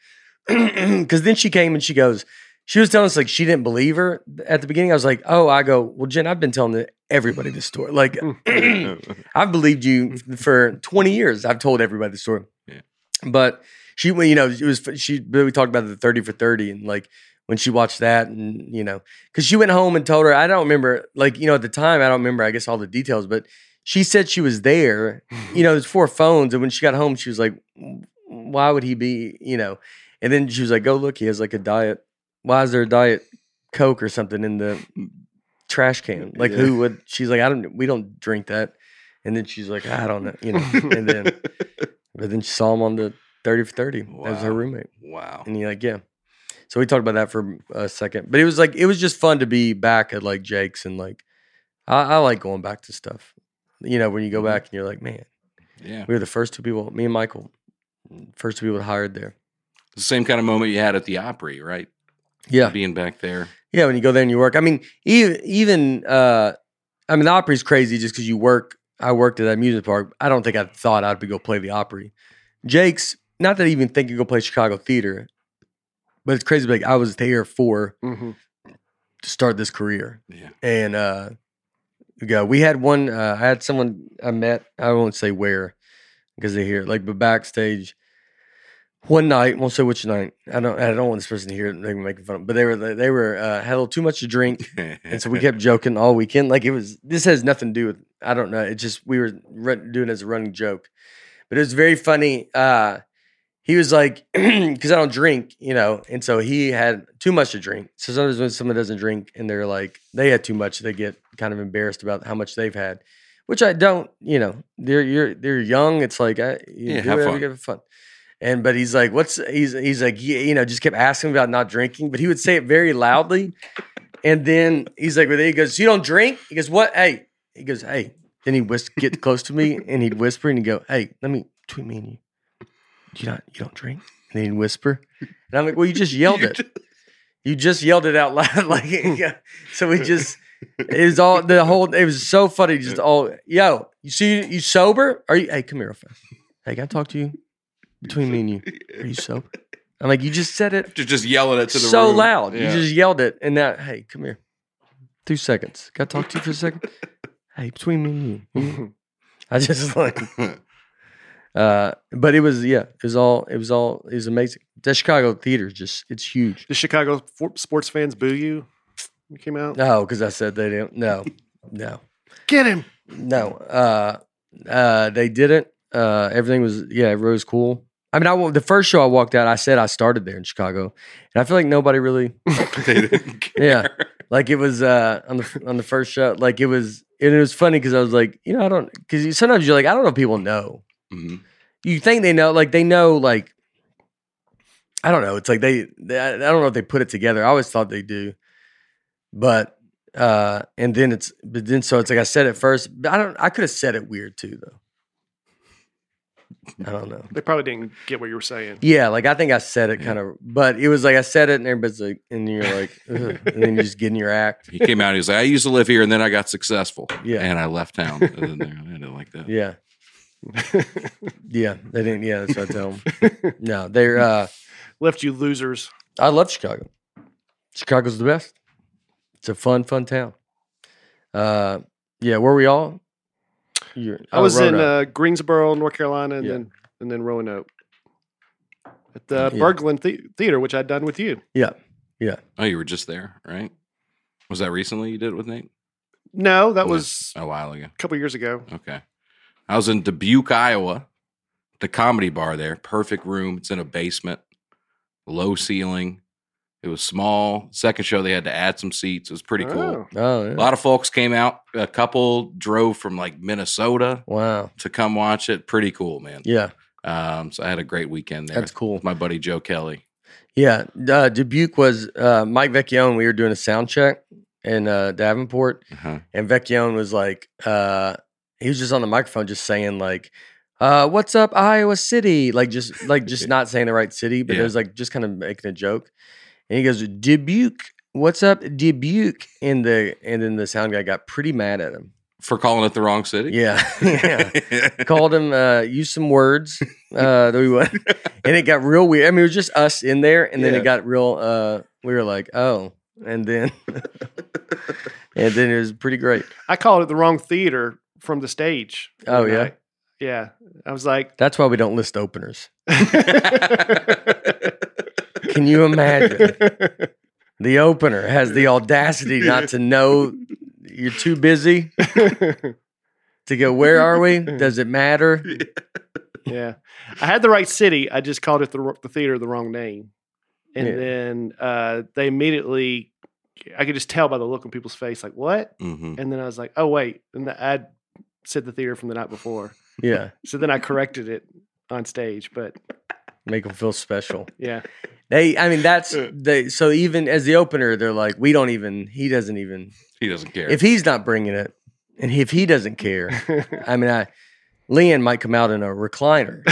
[SPEAKER 1] [clears throat] Because then she came and she goes, she was telling us like she didn't believe her at the beginning. I was like, oh, I go, well, Jen, I've been telling everybody this story. Like,
[SPEAKER 2] [clears throat]
[SPEAKER 1] I've believed you for 20 years. I've told everybody the story.
[SPEAKER 2] Yeah.
[SPEAKER 1] But she, well, you know, it was she. We talked about the 30 for 30 and like when she watched that and you know, because she went home and told her. I don't remember, like you know, at the time I don't remember. I guess all the details, but she said she was there. You know, there's four phones, and when she got home, she was like, "Why would he be?" You know, and then she was like, "Go look, he has like a diet. Why is there a diet Coke or something in the trash can? Like who would?" She's like, "I don't. We don't drink that." And then she's like, "I don't know," you know, and then. But then she saw him on the 30 for 30 as her
[SPEAKER 2] Wow.
[SPEAKER 1] roommate.
[SPEAKER 2] wow.
[SPEAKER 1] And you're like, yeah. So we talked about that for a second. But it was like, it was just fun to be back at like Jake's and like, I, I like going back to stuff. You know, when you go back and you're like, man,
[SPEAKER 2] Yeah,
[SPEAKER 1] we were the first two people, me and Michael, first two people hired there.
[SPEAKER 2] the same kind of moment you had at the Opry, right?
[SPEAKER 1] Yeah.
[SPEAKER 2] Being back there.
[SPEAKER 1] Yeah, when you go there and you work. I mean, even even uh I mean the Opry's crazy just because you work. I worked at that music park. I don't think I thought I'd be go play the Opry. Jake's not that I even think you go play Chicago theater, but it's crazy. Like I was there for
[SPEAKER 3] hmm
[SPEAKER 1] to start this career,
[SPEAKER 2] Yeah.
[SPEAKER 1] and uh we go. We had one. Uh, I had someone I met. I won't say where because they hear it, like, but backstage. One night, won't say which night. I don't. I don't want this person to hear. it, They can make fun. Of, it, but they were. They were uh, had a little too much to drink, and so we
[SPEAKER 2] [laughs]
[SPEAKER 1] kept joking all weekend. Like it was, this has nothing to do with, I don't know. It just, we were run, doing it as a running joke. But it was very funny. Uh, he was like, [clears throat] because I don't drink, you know. And so he had too much to drink. So sometimes when someone doesn't drink and they're like, they had too much, they get kind of embarrassed about how much they've had, which I don't, you know, they're, you're, they're young. It's like, I, you
[SPEAKER 2] Yeah,
[SPEAKER 1] do
[SPEAKER 2] have
[SPEAKER 1] whatever,
[SPEAKER 2] fun.
[SPEAKER 1] you have fun. And, but he's like, what's, he's, he's like, yeah, you know, just kept asking about not drinking, but he would say it very loudly. And then he's like, well, he goes, you don't drink? He goes, what? Hey. He goes, hey. Then he'd whis- get close to
[SPEAKER 2] [laughs]
[SPEAKER 1] me and he'd whisper and he'd go, hey, let me tweet me and you. You not you don't drink? And then he'd whisper. And I'm like, well, you
[SPEAKER 2] [laughs]
[SPEAKER 1] just yelled it. You just yelled it out loud. [laughs] like yeah. so we just it was all
[SPEAKER 2] [laughs]
[SPEAKER 1] the whole it was so funny, just all yo, you see you sober? Are you hey come here real fast. Hey, can I talk to you? Between me and you. Are you
[SPEAKER 2] [laughs]
[SPEAKER 1] sober? I'm like, you just said it
[SPEAKER 2] Just- just yelling it to the
[SPEAKER 1] so
[SPEAKER 2] room.
[SPEAKER 1] loud.
[SPEAKER 2] Yeah.
[SPEAKER 1] You just yelled it, and now, hey, come here. Two seconds. Got to talk to you for a
[SPEAKER 2] [laughs]
[SPEAKER 1] second. hey, between me and you, you,
[SPEAKER 3] Mm-hmm.
[SPEAKER 1] [laughs] I just like. Uh, but it was yeah, it was all it was all it was amazing. The Chicago theater is just it's huge.
[SPEAKER 3] The Chicago for- sports fans boo you. You came out.
[SPEAKER 1] No, because I said they didn't. No, no,
[SPEAKER 3] Get him.
[SPEAKER 1] no. Uh, uh, they didn't. Uh, everything was yeah, everything was cool. I mean, I wa- the first show I walked out, I said I started there in Chicago, and I feel like nobody really
[SPEAKER 2] they didn't [laughs] care.
[SPEAKER 1] Yeah. Like it was uh on the on the first show. Like it was and it was funny because I was like, you know, I don't because sometimes you're like, I don't know if people know.
[SPEAKER 2] Mhm.
[SPEAKER 1] You think they know, like they know, like I don't know. It's like they, they I I don't know if they put it together. I always thought they do, but uh and then it's but then so it's like I said it first. But I don't. I could have said it weird too though. I don't know.
[SPEAKER 3] They probably didn't get what you were saying.
[SPEAKER 1] Yeah, like I think I said it
[SPEAKER 2] Yeah.
[SPEAKER 1] kind of, but it was like I said it, and everybody's like, and you're like, ugh, and then you just get in your act.
[SPEAKER 2] He came out. He was like, "I used to live here, and then I got successful,
[SPEAKER 1] Yeah.
[SPEAKER 2] and I left town." And then they're like, I didn't like that.
[SPEAKER 1] Yeah. yeah, they didn't. Yeah, that's what I tell them. No, they're. Uh,
[SPEAKER 3] Left you losers.
[SPEAKER 1] I love Chicago. Chicago's the best. It's a fun, fun town. Uh, yeah, where we all? You're,
[SPEAKER 3] I was in
[SPEAKER 1] Oh, Roanoke.
[SPEAKER 3] uh, Greensboro, North Carolina, and
[SPEAKER 1] Yeah.
[SPEAKER 3] then and then Roanoke at the
[SPEAKER 1] Yeah.
[SPEAKER 3] Berglund the- Theater, which I'd done with you.
[SPEAKER 2] Oh, you were just there, right? Was that recently you did it with Nate?
[SPEAKER 3] No, that
[SPEAKER 2] Yeah.
[SPEAKER 3] was
[SPEAKER 2] A while ago.
[SPEAKER 3] a couple years ago.
[SPEAKER 2] Okay. I was in Dubuque, Iowa, the comedy bar there. Perfect room. It's in a basement, low ceiling. It was small. Second show, they had to add some seats. It was pretty cool.
[SPEAKER 3] Oh.
[SPEAKER 1] Oh,
[SPEAKER 2] A
[SPEAKER 1] yeah.
[SPEAKER 2] lot of folks came out. A couple drove from like Minnesota
[SPEAKER 1] wow.
[SPEAKER 2] to come watch it. Pretty cool, man.
[SPEAKER 1] Yeah,
[SPEAKER 2] Um, so I had a great weekend there
[SPEAKER 1] that's cool.
[SPEAKER 2] with my buddy Joe Kelly.
[SPEAKER 1] Yeah, uh, Dubuque was uh, Mike Vecchione. We were doing a sound check in uh, Davenport,
[SPEAKER 2] Uh-huh.
[SPEAKER 1] and Vecchione was like, uh, he was just on the microphone just saying like uh, what's up iowa city like just like
[SPEAKER 2] [laughs]
[SPEAKER 1] just not saying the right city but it
[SPEAKER 2] Yeah.
[SPEAKER 1] was like just kind of making a joke and he goes dubuque what's up dubuque and the and then the sound guy got pretty mad at him
[SPEAKER 2] for calling it the wrong [laughs] city.
[SPEAKER 1] yeah [laughs] yeah called him uh used some words uh that we
[SPEAKER 2] [laughs]
[SPEAKER 1] went [laughs] and it got real weird i mean it was just us in there and then
[SPEAKER 2] Yeah.
[SPEAKER 1] it got real uh we were like oh and then [laughs] and then it was pretty great
[SPEAKER 3] I called it the wrong theater from the stage.
[SPEAKER 1] Oh,
[SPEAKER 3] one
[SPEAKER 1] yeah?
[SPEAKER 3] night. yeah. I
[SPEAKER 1] [laughs]
[SPEAKER 3] was like,
[SPEAKER 1] that's why we don't list openers
[SPEAKER 2] yeah.
[SPEAKER 1] can you imagine
[SPEAKER 2] [laughs]
[SPEAKER 1] The opener has the audacity not to know you're too busy to go, where are we? Does it matter?
[SPEAKER 3] [laughs] yeah, I had the right city. I just called it the wr- the theater the wrong name, and
[SPEAKER 1] Yeah.
[SPEAKER 3] then uh, they immediately. I could just tell by the look on people's face, like what?
[SPEAKER 2] Mhm.
[SPEAKER 3] And then I was like, oh wait, and the, I said the theater from the night before.
[SPEAKER 1] Yeah.
[SPEAKER 3] So then I corrected it on stage, but
[SPEAKER 1] Make them feel special.
[SPEAKER 3] yeah, [laughs]
[SPEAKER 1] They, I mean, that's
[SPEAKER 2] Yeah.
[SPEAKER 1] they. So even as the opener, they're like, we don't even, he doesn't even,
[SPEAKER 2] He doesn't care.
[SPEAKER 1] if he's not bringing it and if he doesn't care, I mean, I, Leanne might come out in a recliner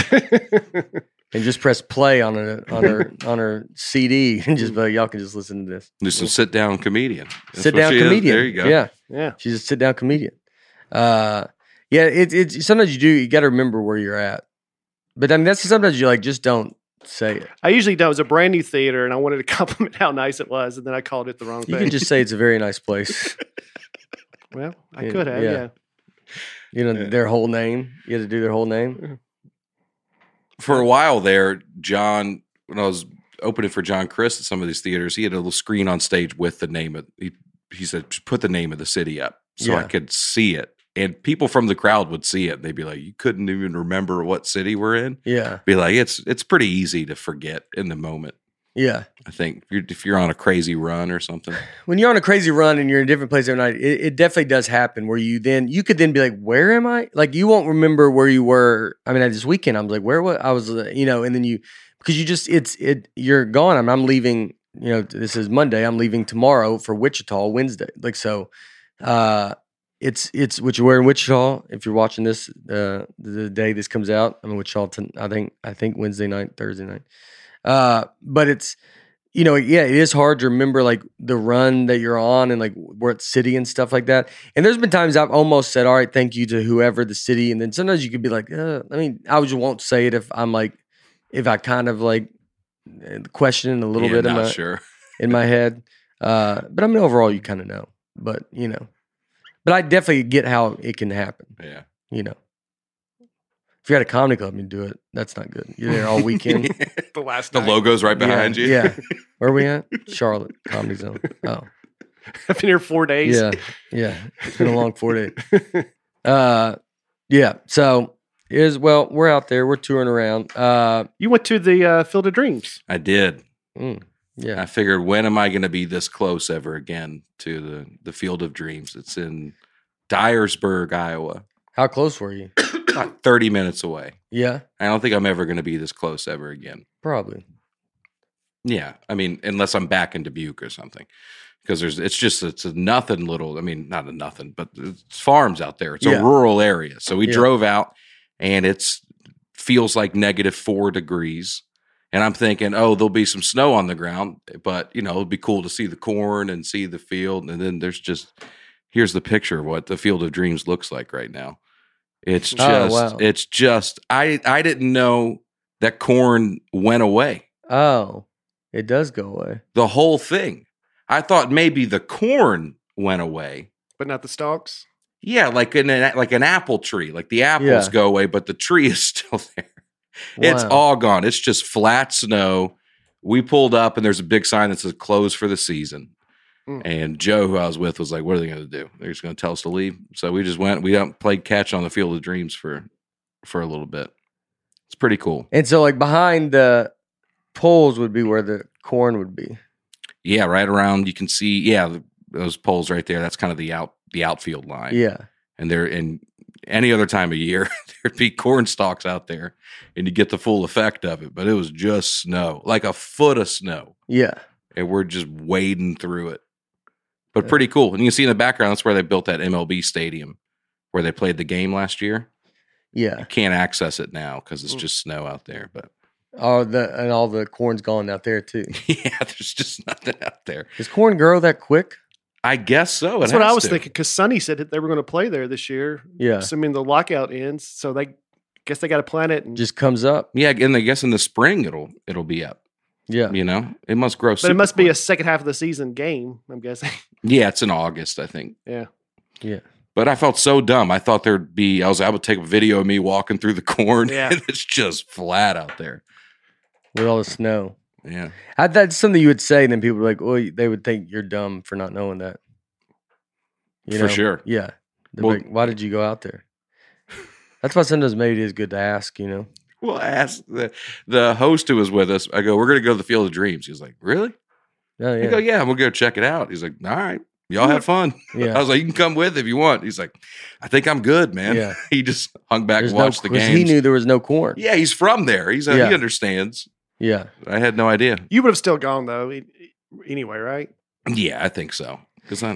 [SPEAKER 1] and just press play on a on her on her CD and just be like, y'all can just listen to this.
[SPEAKER 2] There's some sit down comedian. That's
[SPEAKER 1] sit
[SPEAKER 2] what
[SPEAKER 1] down
[SPEAKER 2] she is.
[SPEAKER 1] comedian.
[SPEAKER 2] There you go.
[SPEAKER 1] Yeah.
[SPEAKER 3] yeah,
[SPEAKER 1] She's a sit down comedian. Uh, yeah, it, it's sometimes you do, you got to remember where you're at. But I mean, that's sometimes you like just don't say it.
[SPEAKER 3] I usually don't. It was a brand new theater, and I wanted to [laughs] compliment how nice it was, and then I called it the wrong
[SPEAKER 1] You
[SPEAKER 3] thing.
[SPEAKER 1] can just say it's a very nice place.
[SPEAKER 3] well, I
[SPEAKER 1] Yeah,
[SPEAKER 3] could have,
[SPEAKER 1] yeah.
[SPEAKER 3] yeah.
[SPEAKER 1] You know,
[SPEAKER 2] Yeah.
[SPEAKER 1] their whole name. You had to do their whole name.
[SPEAKER 2] For a while there, John, when I was opening for John Chris at some of these theaters, he had a little screen on stage with the name of he, he said, "Just put the name of the city up so I
[SPEAKER 1] Yeah.
[SPEAKER 2] could see it. And people from the crowd would see it. They'd be like, You couldn't even remember what city we're in.
[SPEAKER 1] Yeah.
[SPEAKER 2] Be like, it's it's pretty easy to forget in the moment.
[SPEAKER 1] Yeah.
[SPEAKER 2] I think You're- if you're on a crazy run or something.
[SPEAKER 1] When you're on a crazy run and you're in a different place every night, it, it definitely does happen where you then, you could then be like, where am I? Like, you won't remember where you were. I mean, I this weekend, I'm like, where was I? was, uh, you know, and then you, because you just, it's, it, you're gone. I'm, I'm leaving, you know, this is Monday. I'm leaving tomorrow for Wichita Wednesday. Like, so, uh, it's it's which we're in Wichita. If you're watching this, uh, the day this comes out, I'm in Wichita. Ton- I think I think Wednesday night, Thursday night. Uh, but it's you know, yeah, it is hard to remember like the run that you're on and like what city and stuff like that. And there's been times I've almost said, "All right, thank you to whoever the city," and then sometimes you could be like, uh, "I mean, I just won't say it if I'm like if I kind of like eh, questioning a little
[SPEAKER 2] Yeah,
[SPEAKER 1] bit in
[SPEAKER 2] not
[SPEAKER 1] my
[SPEAKER 2] sure. [laughs]
[SPEAKER 1] in my head." Uh, but I mean, overall, you kind of know, but you know, but I definitely get how it can happen
[SPEAKER 2] Yeah.
[SPEAKER 1] you know. If you're at a comedy club and you do it, that's not good. You're there all weekend.
[SPEAKER 3] The
[SPEAKER 2] [laughs]
[SPEAKER 3] last
[SPEAKER 2] the
[SPEAKER 3] night.
[SPEAKER 2] logo's right
[SPEAKER 1] Yeah,
[SPEAKER 2] behind you.
[SPEAKER 1] Yeah. Where are we
[SPEAKER 2] [laughs]
[SPEAKER 1] at? Charlotte Comedy Zone. Oh.
[SPEAKER 3] I've been here four days.
[SPEAKER 1] Yeah. Yeah. It's been a long four day. Uh yeah. So it is well, we're out there. We're touring around. Uh
[SPEAKER 3] [laughs]
[SPEAKER 1] mm,
[SPEAKER 3] You went to the uh, Field of Dreams.
[SPEAKER 2] I did.
[SPEAKER 1] yeah.
[SPEAKER 2] I figured, when am I going to be this close ever again to the the field of dreams? It's in Dyersburg, Iowa,
[SPEAKER 1] How close were you?
[SPEAKER 2] About thirty minutes away.
[SPEAKER 1] Yeah,
[SPEAKER 2] I don't think I'm ever going to be this close ever again.
[SPEAKER 1] probably.
[SPEAKER 2] Yeah, I mean, unless I'm back in Dubuque or something, because there's it's just it's a nothing little. I mean, not a nothing, but it's farms out there. It's
[SPEAKER 1] Yeah.
[SPEAKER 2] a rural area, so we
[SPEAKER 1] Yeah.
[SPEAKER 2] drove out, and it's feels like negative four degrees. And I'm thinking, oh, there'll be some snow on the ground, but you know, it'd be cool to see the corn and see the field. And then there's just here's the picture of what the field of dreams looks like right now. It's
[SPEAKER 3] Oh,
[SPEAKER 2] just
[SPEAKER 1] wow.
[SPEAKER 2] it's just I I didn't know that corn went away
[SPEAKER 1] Oh, it does go away.
[SPEAKER 2] the whole thing. I thought maybe the corn went away.
[SPEAKER 3] But not the stalks.
[SPEAKER 2] Yeah, like in an like an apple tree, like the apples
[SPEAKER 1] Yeah.
[SPEAKER 2] go away, but the tree [laughs] is still there. It's
[SPEAKER 1] Wow.
[SPEAKER 2] all gone. It's just flat snow. We pulled up and there's a big sign that says closed for the season.
[SPEAKER 3] Mm.
[SPEAKER 2] And Joe, who I was with, was like, "What are they going to do? They're just going to tell us to leave." So we just went. We out- played catch on the field of dreams for for a little bit. It's pretty cool.
[SPEAKER 1] And so like behind the poles would be where the corn would be.
[SPEAKER 2] Yeah, right around you can see. Yeah, th- those poles right there. That's kind of the out the outfield line.
[SPEAKER 1] Yeah.
[SPEAKER 2] and there and any other time of year [laughs] there'd be corn stalks out there and you get the full effect of it but it was just snow like a foot of snow
[SPEAKER 1] Yeah.
[SPEAKER 2] and we're just wading through it but
[SPEAKER 1] Yeah.
[SPEAKER 2] pretty cool and you can see in the background that's where they built that mlb stadium where they played the game last year.
[SPEAKER 1] Yeah.
[SPEAKER 2] You can't access it now because it's
[SPEAKER 3] Mm.
[SPEAKER 2] just snow out there. But [laughs]
[SPEAKER 1] Oh, the and all the corn's gone out there too.
[SPEAKER 2] yeah, there's just nothing out there.
[SPEAKER 1] Does corn grow that quick?
[SPEAKER 2] I guess so. It
[SPEAKER 3] That's what I
[SPEAKER 2] has
[SPEAKER 3] was
[SPEAKER 2] to.
[SPEAKER 3] thinking because Sonny said that they were going to play there this year,
[SPEAKER 1] Yeah.
[SPEAKER 3] assuming the lockout ends. So they guess they got to plan it. And,
[SPEAKER 1] Just comes up.
[SPEAKER 2] Yeah, and I guess in the spring it'll it'll be up.
[SPEAKER 1] Yeah.
[SPEAKER 2] You know, it must grow.
[SPEAKER 3] but it must be a second half of the season game. I'm guessing. [laughs]
[SPEAKER 2] yeah. It's in August, I think.
[SPEAKER 3] Yeah.
[SPEAKER 1] Yeah.
[SPEAKER 2] But I felt so dumb. I thought there'd be. I was. I would take a video of me walking through the corn.
[SPEAKER 3] Yeah.
[SPEAKER 2] and [laughs] it's just flat out there.
[SPEAKER 1] With all the snow.
[SPEAKER 2] Yeah.
[SPEAKER 1] I, that's something you would say, and then people would be like, "Well, they would think you're dumb for not knowing that."
[SPEAKER 2] For sure.
[SPEAKER 1] Yeah. They'd be
[SPEAKER 2] Well-
[SPEAKER 1] like, Why did you go out there? That's why sometimes maybe it is good to ask. You know.
[SPEAKER 2] Well, I asked the, the host who was with us. I go, we're going to go to the Field of Dreams. He was like, really?
[SPEAKER 1] Oh
[SPEAKER 2] I go,
[SPEAKER 1] yeah.
[SPEAKER 2] yeah, I'm going to go check it out. He's like, all right, y'all have fun. [laughs] I
[SPEAKER 1] Yeah.
[SPEAKER 2] was like, you can come with if you want. He's like, I think I'm good, man.
[SPEAKER 1] Yeah.
[SPEAKER 2] [laughs] He just hung back
[SPEAKER 1] There's
[SPEAKER 2] and
[SPEAKER 1] no-
[SPEAKER 2] watched the
[SPEAKER 1] 'cause
[SPEAKER 2] games.
[SPEAKER 1] He knew there was no corn.
[SPEAKER 2] Yeah, he's from there. He's
[SPEAKER 1] Yeah.
[SPEAKER 2] he understands.
[SPEAKER 1] Yeah.
[SPEAKER 2] I had no idea.
[SPEAKER 3] You would have still gone though, e- e- anyway, right?
[SPEAKER 2] Yeah, I think so because I,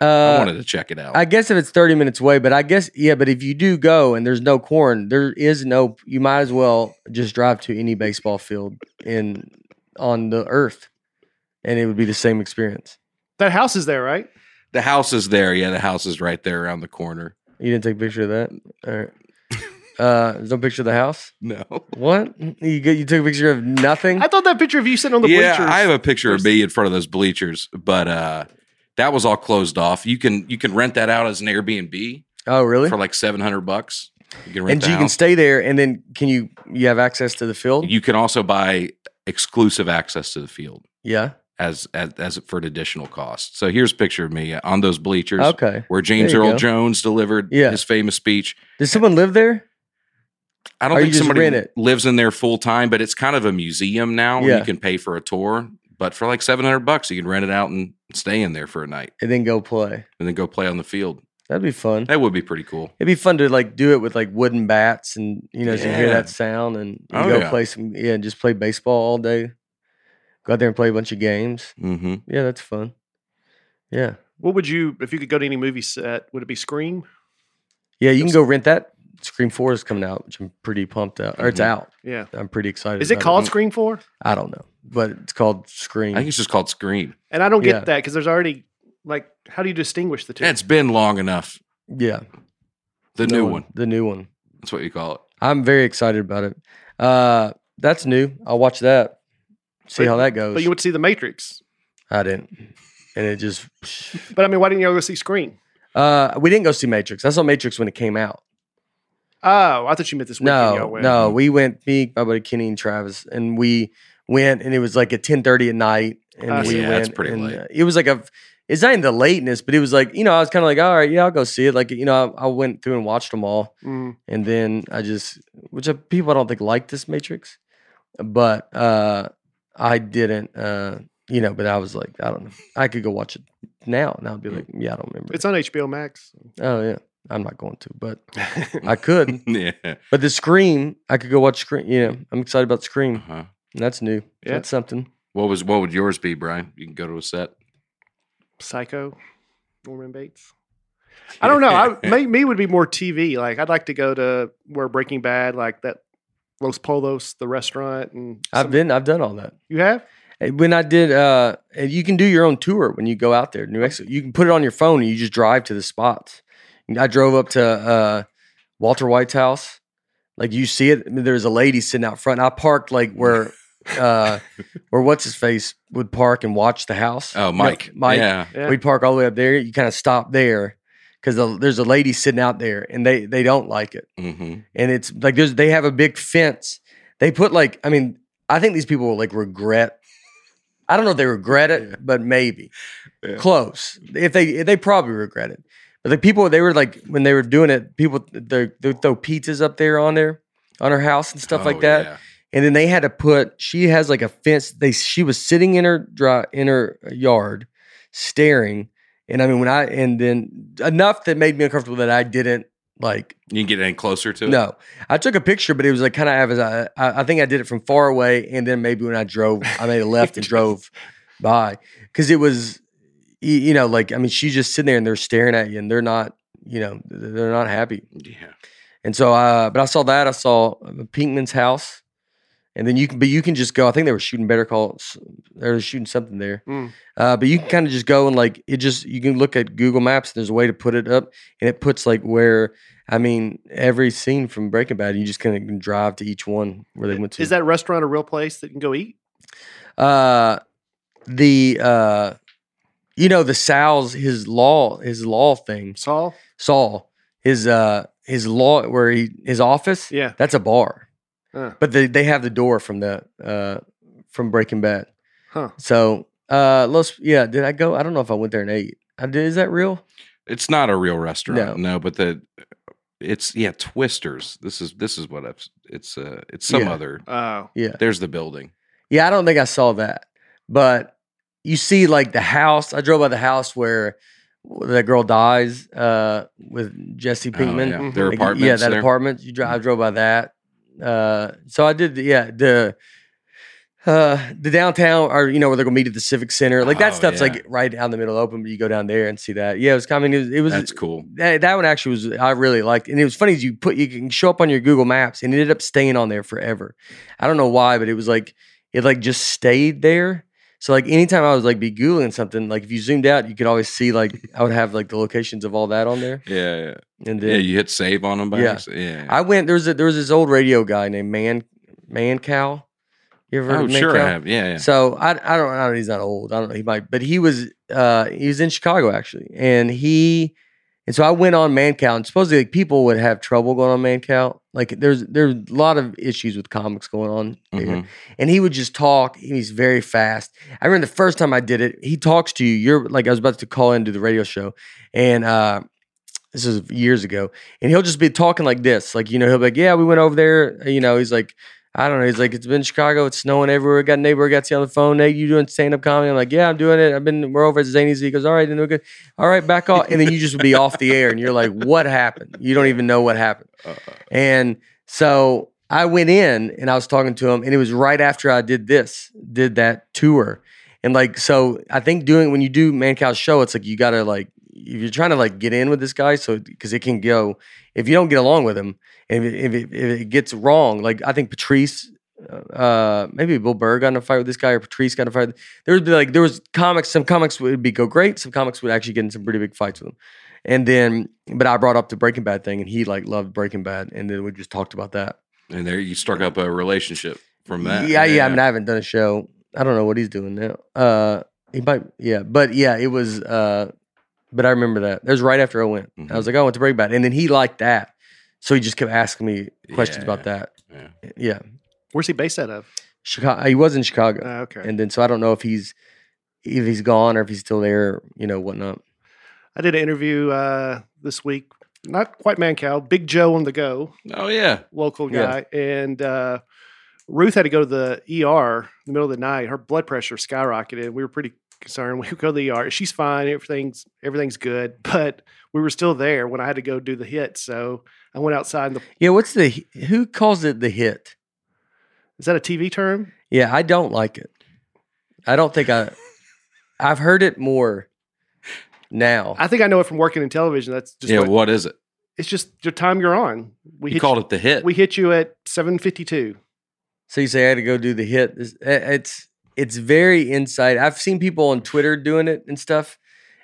[SPEAKER 2] I
[SPEAKER 1] Uh,
[SPEAKER 2] wanted to check it out.
[SPEAKER 1] I guess if it's 30 minutes away, but I guess, yeah, but if you do go and there's no corn, there is no, you might as well just drive to any baseball field in on the earth and it would be the same experience.
[SPEAKER 3] That house is there, right?
[SPEAKER 2] the house is there. Yeah, the house is right there around the corner.
[SPEAKER 1] You didn't take a picture of that? All right. Uh, there's no picture of the house. [laughs]
[SPEAKER 2] No.
[SPEAKER 1] What you get? You took a picture of nothing.
[SPEAKER 3] I thought that picture of you sitting on the
[SPEAKER 2] yeah,
[SPEAKER 3] bleachers.
[SPEAKER 2] I have a picture of
[SPEAKER 3] There's-
[SPEAKER 2] me in front of those bleachers, but uh, that was all closed off. You can you can rent that out as an Airbnb
[SPEAKER 1] Oh, really?
[SPEAKER 2] for like seven hundred bucks. You can rent
[SPEAKER 1] And
[SPEAKER 2] the
[SPEAKER 1] you can
[SPEAKER 2] house.
[SPEAKER 1] stay there, and then can you? You have access to the field.
[SPEAKER 2] you can also buy exclusive access to the field
[SPEAKER 1] yeah.
[SPEAKER 2] as as, as for an additional cost. So here's a picture of me on those bleachers
[SPEAKER 1] Okay.
[SPEAKER 2] where James
[SPEAKER 1] There you
[SPEAKER 2] Earl
[SPEAKER 1] go.
[SPEAKER 2] Jones delivered
[SPEAKER 1] Yeah.
[SPEAKER 2] his famous speech.
[SPEAKER 1] Does someone live there?
[SPEAKER 2] I don't
[SPEAKER 1] Or you
[SPEAKER 2] think
[SPEAKER 1] just
[SPEAKER 2] somebody
[SPEAKER 1] rent it.
[SPEAKER 2] lives in there full time, but it's kind of a museum now. where
[SPEAKER 1] Yeah.
[SPEAKER 2] You can pay for a tour, but for like 700 bucks, you can rent it out and stay in there for a night
[SPEAKER 1] And then go play.
[SPEAKER 2] and then go play on the field.
[SPEAKER 1] That'd be fun.
[SPEAKER 2] That would be pretty cool.
[SPEAKER 1] It'd be fun to like do it with like wooden bats and you know, so you hear
[SPEAKER 2] Yeah.
[SPEAKER 1] that sound and you
[SPEAKER 2] Oh,
[SPEAKER 1] go
[SPEAKER 2] yeah.
[SPEAKER 1] play some yeah, just play baseball all day. Go out there and play a bunch of games.
[SPEAKER 2] Mm-hmm.
[SPEAKER 1] Yeah, that's fun. Yeah.
[SPEAKER 3] what would you, if you could go to any movie set, would it be Scream?
[SPEAKER 1] Yeah, you can
[SPEAKER 3] That's-
[SPEAKER 1] go rent that. Scream four is coming out, which I'm pretty pumped out. Or it's
[SPEAKER 2] Mhm.
[SPEAKER 1] out.
[SPEAKER 3] Yeah.
[SPEAKER 1] I'm pretty excited.
[SPEAKER 3] Is it
[SPEAKER 1] about
[SPEAKER 3] called Scream 4?
[SPEAKER 1] I don't know. But it's called
[SPEAKER 2] I
[SPEAKER 1] Scream.
[SPEAKER 2] think it's just called Scream.
[SPEAKER 3] And I don't get
[SPEAKER 1] Yeah.
[SPEAKER 3] that because there's already, like, how do you distinguish the two?
[SPEAKER 2] It's been long enough.
[SPEAKER 1] yeah.
[SPEAKER 2] The
[SPEAKER 1] that
[SPEAKER 2] new one.
[SPEAKER 1] The new one.
[SPEAKER 2] That's what you call it.
[SPEAKER 1] I'm very excited about it. Uh that's new. I'll watch that. See
[SPEAKER 3] But-
[SPEAKER 1] how that goes.
[SPEAKER 3] but you went to see The Matrix.
[SPEAKER 1] I didn't. And it just
[SPEAKER 3] But I mean, why didn't you go see Scream?
[SPEAKER 1] Uh, we didn't go see Matrix. I saw Matrix when it came out.
[SPEAKER 3] Oh, I thought you meant this weekend. y'all
[SPEAKER 1] No,
[SPEAKER 3] went.
[SPEAKER 1] no, we went. Me, my buddy Kenny, and Travis, and we went, and it was like at ten thirty at night, and
[SPEAKER 3] Uh,
[SPEAKER 1] we
[SPEAKER 2] yeah,
[SPEAKER 1] went.
[SPEAKER 2] that's pretty
[SPEAKER 1] and,
[SPEAKER 2] late.
[SPEAKER 1] uh, It was like a. It's not in the lateness, but it was like you know I was kind of like all right, yeah, I'll go see it. Like you know I, I went through and watched them all,
[SPEAKER 3] Mm.
[SPEAKER 1] and then I just which I, people I don't think like this Matrix, but uh I didn't. uh You know, but I was like I don't know. I could go watch it now, and I'd
[SPEAKER 2] Mm.
[SPEAKER 1] be like yeah, I don't remember.
[SPEAKER 3] It's on HBO Max.
[SPEAKER 1] oh yeah, I'm not going to, but I could.
[SPEAKER 2] [laughs] yeah.
[SPEAKER 1] But the Scream, I could go watch Scream. You know, I'm excited about Scream.
[SPEAKER 2] Uh-huh.
[SPEAKER 1] That's new. So
[SPEAKER 3] Yeah.
[SPEAKER 1] That's something.
[SPEAKER 2] What was what would yours be, Brian? You can go to a set.
[SPEAKER 3] Psycho, Norman Bates. I don't know.
[SPEAKER 1] [laughs]
[SPEAKER 3] I, me, me would be more TV. Like, I'd like to go to where Breaking Bad, like that Los Polos, the restaurant. and
[SPEAKER 1] I've
[SPEAKER 3] some-
[SPEAKER 1] been, I've done all that.
[SPEAKER 3] You have?
[SPEAKER 1] Hey, When I did, uh, and you can do your own tour when you go out there, New Mexico. You can put it on your phone and you just drive to the spots. And I drove up to uh, Walter White's house. Like you see it, there was a lady sitting out front. I parked like where, uh, where what's his face would park and watch the house.
[SPEAKER 2] Oh,
[SPEAKER 1] You know,
[SPEAKER 2] Mike.
[SPEAKER 1] Mike.
[SPEAKER 2] Yeah.
[SPEAKER 3] Yeah.
[SPEAKER 1] we park all the way up there. You kind of stop there because the, there's a lady sitting out there, and they they don't like it.
[SPEAKER 2] hmm
[SPEAKER 1] And it's like there's they have a big fence. They put like I mean I think these people will like regret. I don't know if they regret it,
[SPEAKER 2] Yeah.
[SPEAKER 1] but maybe
[SPEAKER 2] Yeah.
[SPEAKER 1] close. If they they probably regret it. But the people they were like when they were doing it, people they they throw pizzas up there on there on her house and
[SPEAKER 2] Oh,
[SPEAKER 1] stuff like that and then they had to put she has like a fence they she was sitting in her dry in her uh, yard staring and i mean when i and then enough that made me uncomfortable that i didn't like
[SPEAKER 2] You can get any closer to it?
[SPEAKER 1] no i took a picture but it was like kind of as I, I i think i did it from far away and then maybe when i drove i made a left and drove by because it was y- you know like i mean she's just sitting there and they're staring at you and they're not you know th- they're not happy.
[SPEAKER 2] Yeah.
[SPEAKER 1] And so, uh, but I saw that. I saw Pinkman's house, and then you can, but you can just go. I think they were shooting Better Call. S- They were shooting something there.
[SPEAKER 3] Mm.
[SPEAKER 1] Uh, but you can kind of just go and like it. Just you can look at Google Maps. There's a way to put it up, and it puts like where I mean every scene from Breaking Bad. You just kind of can drive to each one where they went to.
[SPEAKER 3] Is that restaurant a real place that you can go eat?
[SPEAKER 1] uh, the uh, you know the Sal's his law his law thing
[SPEAKER 3] Saul?
[SPEAKER 1] Saul his uh his law where he his office
[SPEAKER 3] Yeah.
[SPEAKER 1] that's a bar.
[SPEAKER 3] Huh.
[SPEAKER 1] But they, they have the door from the uh from Breaking Bad.
[SPEAKER 3] Huh.
[SPEAKER 1] So uh Los yeah, did I go? I don't know if I went there and ate. I did, is that real?
[SPEAKER 2] It's not a real
[SPEAKER 1] No.
[SPEAKER 2] restaurant. No, but the it's yeah, Twisters. This is this is what I've it's uh it's some
[SPEAKER 1] Yeah.
[SPEAKER 2] other
[SPEAKER 3] Oh.
[SPEAKER 1] Yeah.
[SPEAKER 2] there's the building.
[SPEAKER 1] Yeah, I don't think I saw that. But you see like the house. I drove by the house where that girl dies uh with Jesse
[SPEAKER 2] Oh,
[SPEAKER 1] Pinkman. Mm-hmm.
[SPEAKER 2] yeah.
[SPEAKER 3] Mhm.
[SPEAKER 2] Their
[SPEAKER 1] Like,
[SPEAKER 2] apartments.
[SPEAKER 1] Yeah, that
[SPEAKER 2] there. Mm-hmm.
[SPEAKER 1] apartment. You drive. I drove by that. Uh, so I did. Yeah, the uh, the downtown, or you know, where they're gonna meet at the Civic Center. Like that
[SPEAKER 2] Oh,
[SPEAKER 1] stuff's
[SPEAKER 2] yeah.
[SPEAKER 1] like right down the middle, open. But you go down there and see that. Yeah, it was. I mean, it was. It was
[SPEAKER 2] That's cool.
[SPEAKER 1] that, that one actually was I really liked, and it was funny. Is you put you can show up on your Google Maps, and it ended up staying on there forever. I don't know why, but it was like it like just stayed there. So like anytime I was like be googling something, like if you zoomed out, you could always see like I would have like the locations of all that on there,
[SPEAKER 2] Yeah, yeah.
[SPEAKER 1] and then
[SPEAKER 2] Yeah, you hit save on them by
[SPEAKER 1] Yeah.
[SPEAKER 2] accident? yeah.
[SPEAKER 1] I went there was a, there was this old radio guy named Man Man Cow. You ever heard
[SPEAKER 2] oh,
[SPEAKER 1] of Man
[SPEAKER 2] sure
[SPEAKER 1] Cow?
[SPEAKER 2] I have.
[SPEAKER 1] [laughs]
[SPEAKER 2] Yeah, yeah.
[SPEAKER 1] So I I don't I don't he's not old. I don't know he might but he was uh he was in Chicago actually. And he and so I went on Man Cow and supposedly like, people would have trouble going on Man Cow. Like there's there's a lot of issues with comics going on there
[SPEAKER 2] Mhm.
[SPEAKER 1] and he would just talk. He's very fast. I remember the first time I did it, he talks to you. You're like I was about to call into the radio show, and uh, this is years ago, and he'll just be talking like this, like you know, he'll be like, "Yeah, we went over there." uh, You know, he's like, I don't know. He's like, "It's been Chicago. It's snowing everywhere." Got a neighbor. Got you on the phone. Nate, you doing stand up comedy? I'm like, "Yeah, I'm doing it. I've been. We're over at Zany's." He goes, "All right, then we're good. All right, back off." And then you just would be off the air, and you're like, "What happened?" You don't even know what happened.
[SPEAKER 2] Uh,
[SPEAKER 1] And so I went in and I was talking to him, and it was right after I did this, did that tour. And like, so I think doing when you do Man Cow's show, it's like you gotta like if you're trying to like get in with this guy, so because it can go if you don't get along with him, and if it, if it, if it gets wrong, like I think Patrice. Uh, maybe Bill Burr got in a fight with this guy, or Patrice got in a fight. There would be like there was comics. Some comics would be go great. Some comics would actually get in some pretty big fights with him. And then, but I brought up the Breaking Bad thing, and he like loved Breaking Bad, and then we just talked about that.
[SPEAKER 2] and there you struck up a relationship from that.
[SPEAKER 1] yeah, yeah. I mean, I haven't done a show. I don't know what he's doing now. Uh, he might, yeah, but yeah, it was. Uh, but I remember that. That was right after I went. I was like, oh, I went to Breaking Bad, and then he liked that, so he just kept asking me questions about that.
[SPEAKER 2] Yeah.
[SPEAKER 1] Yeah,
[SPEAKER 3] Where's he based out of?
[SPEAKER 1] Chicago. He was in Chicago,
[SPEAKER 3] Uh, okay.
[SPEAKER 1] and then so I don't know if he's if he's gone or if he's still there, you know, whatnot.
[SPEAKER 3] I did an interview uh, this week. Not quite man cow, Big Joe on the go,
[SPEAKER 2] Oh yeah.
[SPEAKER 3] local
[SPEAKER 1] Yeah.
[SPEAKER 3] guy, and uh, Ruth had to go to the ER in the middle of the night. Her blood pressure skyrocketed. We were pretty concerned. [laughs] We go to the ER. She's fine. Everything's everything's good, [laughs] but we were still there when I had to go do the hit. So I went outside. And the,
[SPEAKER 1] Yeah, what's the who calls it the hit?
[SPEAKER 3] is that a TV term?
[SPEAKER 1] Yeah, I don't like it. I don't think I. I've heard it more now.
[SPEAKER 3] I think I know it from working in television. That's just
[SPEAKER 2] yeah.
[SPEAKER 3] what-
[SPEAKER 2] what is it?
[SPEAKER 3] it's just your time you're on. We
[SPEAKER 2] you
[SPEAKER 3] hit you,
[SPEAKER 2] called it the hit.
[SPEAKER 3] we hit you at seven fifty two.
[SPEAKER 1] So you say I had to go do the hit. It's eh, it's, it's very inside. I've seen people on Twitter doing it and stuff,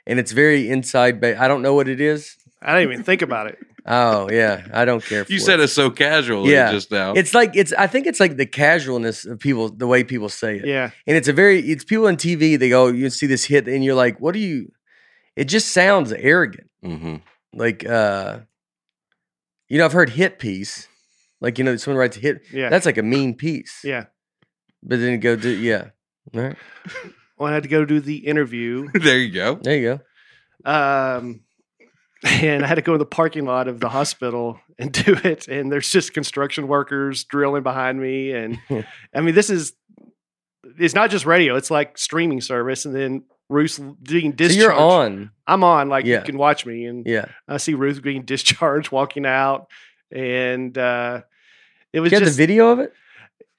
[SPEAKER 1] and it's very inside. But I don't know what it is.
[SPEAKER 3] I didn't even
[SPEAKER 2] [laughs]
[SPEAKER 3] think about it.
[SPEAKER 1] Oh yeah, I don't care.
[SPEAKER 2] you
[SPEAKER 1] for
[SPEAKER 2] said it so casually
[SPEAKER 1] Yeah.
[SPEAKER 2] just now.
[SPEAKER 1] It's like it's. I think it's like the casualness of people, the way people say it,
[SPEAKER 3] Yeah,
[SPEAKER 1] and it's a very. It's people on TV. They go, you see this hit, and you're like, what do you? It just sounds arrogant.
[SPEAKER 2] hmm
[SPEAKER 1] like uh you know i've heard hit piece like you know someone writes a hit
[SPEAKER 3] yeah,
[SPEAKER 1] that's like a mean piece
[SPEAKER 3] yeah.
[SPEAKER 1] but then you go do yeah all right
[SPEAKER 3] Well, I had to go do the interview,
[SPEAKER 2] [laughs] there you go.
[SPEAKER 1] there you go
[SPEAKER 3] um, and I had to go in the parking lot of the hospital and do it. And there's just construction workers drilling behind
[SPEAKER 1] [laughs]
[SPEAKER 3] me, and I mean, this is it's not just radio; it's like streaming service. And then Ruth being discharged.
[SPEAKER 1] so you're on
[SPEAKER 3] I'm on. Like
[SPEAKER 1] Yeah.
[SPEAKER 3] you can watch me, and
[SPEAKER 1] yeah
[SPEAKER 3] I see Ruth being discharged, [laughs] walking out, and uh, it was
[SPEAKER 1] you have the
[SPEAKER 3] just
[SPEAKER 1] video of it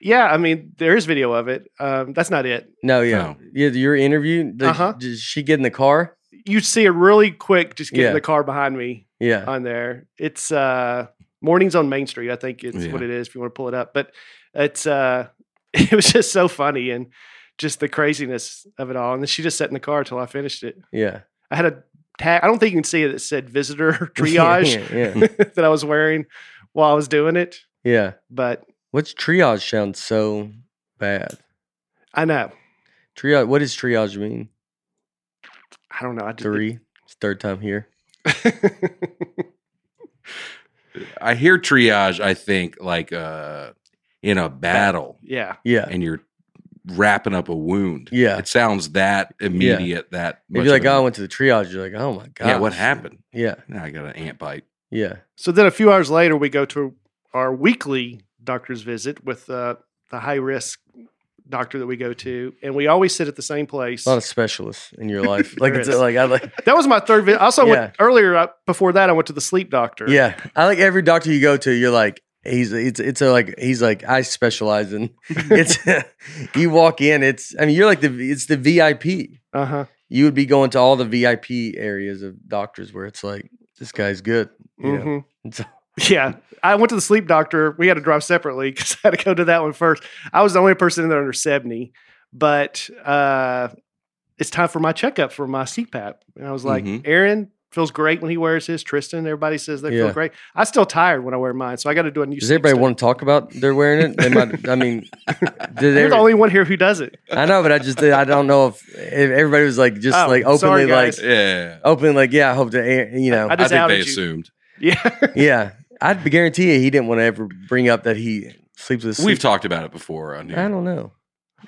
[SPEAKER 3] yeah. I mean, there is video of it. Um, that's not it.
[SPEAKER 1] no yeah
[SPEAKER 2] No.
[SPEAKER 1] yeah your interview the,
[SPEAKER 3] Uh-huh.
[SPEAKER 1] does she get in the car
[SPEAKER 3] you see a really quick just get
[SPEAKER 1] Yeah.
[SPEAKER 3] in the car behind me
[SPEAKER 1] Yeah.
[SPEAKER 3] [laughs] on there. It's uh Mornings on Main Street, I think it's
[SPEAKER 2] Yeah.
[SPEAKER 3] what it is if you want to pull it up. But it's uh [laughs] it was just so funny and just the craziness of it all. And then she just sat in the car till I finished it.
[SPEAKER 1] Yeah. [laughs]
[SPEAKER 3] I had a tag I don't think you can see it that said visitor [laughs]
[SPEAKER 1] [laughs]
[SPEAKER 3] triage
[SPEAKER 1] Yeah. Yeah.
[SPEAKER 3] that I was wearing while I was doing it.
[SPEAKER 1] yeah.
[SPEAKER 3] But
[SPEAKER 1] What's triage sound so bad?
[SPEAKER 3] I know.
[SPEAKER 1] Triage. What does triage mean?
[SPEAKER 3] I don't know. I just
[SPEAKER 1] Three. It's third time here.
[SPEAKER 2] I hear triage, I think, like uh in a battle
[SPEAKER 3] [laughs] yeah.
[SPEAKER 1] Yeah.
[SPEAKER 2] and you're wrapping up a wound.
[SPEAKER 1] Yeah.
[SPEAKER 2] It sounds that immediate, that
[SPEAKER 1] If
[SPEAKER 2] much
[SPEAKER 1] you're
[SPEAKER 2] of
[SPEAKER 1] like,
[SPEAKER 2] a-
[SPEAKER 1] oh, I went to the triage, you're like, oh my god.
[SPEAKER 2] yeah, what happened?
[SPEAKER 1] Yeah.
[SPEAKER 2] Now I got an ant bite.
[SPEAKER 1] Yeah.
[SPEAKER 3] So then a few hours later, we go to our weekly doctor's visit with uh, the high risk doctor that we go to, and we always sit at the same place.
[SPEAKER 1] A lot of specialists in your life.
[SPEAKER 3] [laughs]
[SPEAKER 1] Like
[SPEAKER 3] There
[SPEAKER 1] it's
[SPEAKER 3] is.
[SPEAKER 1] like I like
[SPEAKER 3] that was my third visit. Also,
[SPEAKER 1] Yeah.
[SPEAKER 3] went, earlier uh, before that, I went to the sleep doctor.
[SPEAKER 1] Yeah, I like every doctor you go to. You're like he's it's it's a, like he's like I specialize in [laughs]
[SPEAKER 3] [laughs]
[SPEAKER 1] it's. you walk in, it's I mean you're like the it's the VIP.
[SPEAKER 3] Uh huh.
[SPEAKER 1] You would be going to all the VIP areas of doctors where it's like this guy's good. You know?
[SPEAKER 3] hmm
[SPEAKER 1] It's-
[SPEAKER 3] [laughs] Yeah. I went to the sleep doctor. We had to drive separately because [laughs] I had to go to that one first. I was the only person in there under 70, but uh, it's time for my checkup for my CPAP. And I was like,
[SPEAKER 1] Mm-hmm.
[SPEAKER 2] Mhm.
[SPEAKER 3] Aaron feels great when he wears his. Tristan, everybody says they
[SPEAKER 1] Yeah.
[SPEAKER 3] feel great. I'm still tired when I wear mine. So I got to do a new
[SPEAKER 1] Does
[SPEAKER 3] sleep
[SPEAKER 1] everybody
[SPEAKER 3] study.
[SPEAKER 1] want to talk about they're wearing it? They might. I
[SPEAKER 3] [laughs]
[SPEAKER 1] mean, did
[SPEAKER 3] You're
[SPEAKER 1] every,
[SPEAKER 3] the only one here who does it. [laughs]
[SPEAKER 1] I know, but I just I don't know if, if everybody was like just
[SPEAKER 3] Oh,
[SPEAKER 1] like
[SPEAKER 3] sorry,
[SPEAKER 1] openly like
[SPEAKER 3] guys.
[SPEAKER 2] Yeah.
[SPEAKER 1] openly like yeah I hope to air- you know
[SPEAKER 3] I
[SPEAKER 2] I
[SPEAKER 3] just
[SPEAKER 2] think
[SPEAKER 3] outed
[SPEAKER 2] they
[SPEAKER 3] you.
[SPEAKER 2] assumed.
[SPEAKER 3] Yeah. [laughs]
[SPEAKER 1] yeah I'd guarantee you he didn't want to ever bring up that he sleeps with a
[SPEAKER 2] We've
[SPEAKER 1] sleep-
[SPEAKER 2] talked about it before on
[SPEAKER 1] I
[SPEAKER 2] here.
[SPEAKER 1] don't know.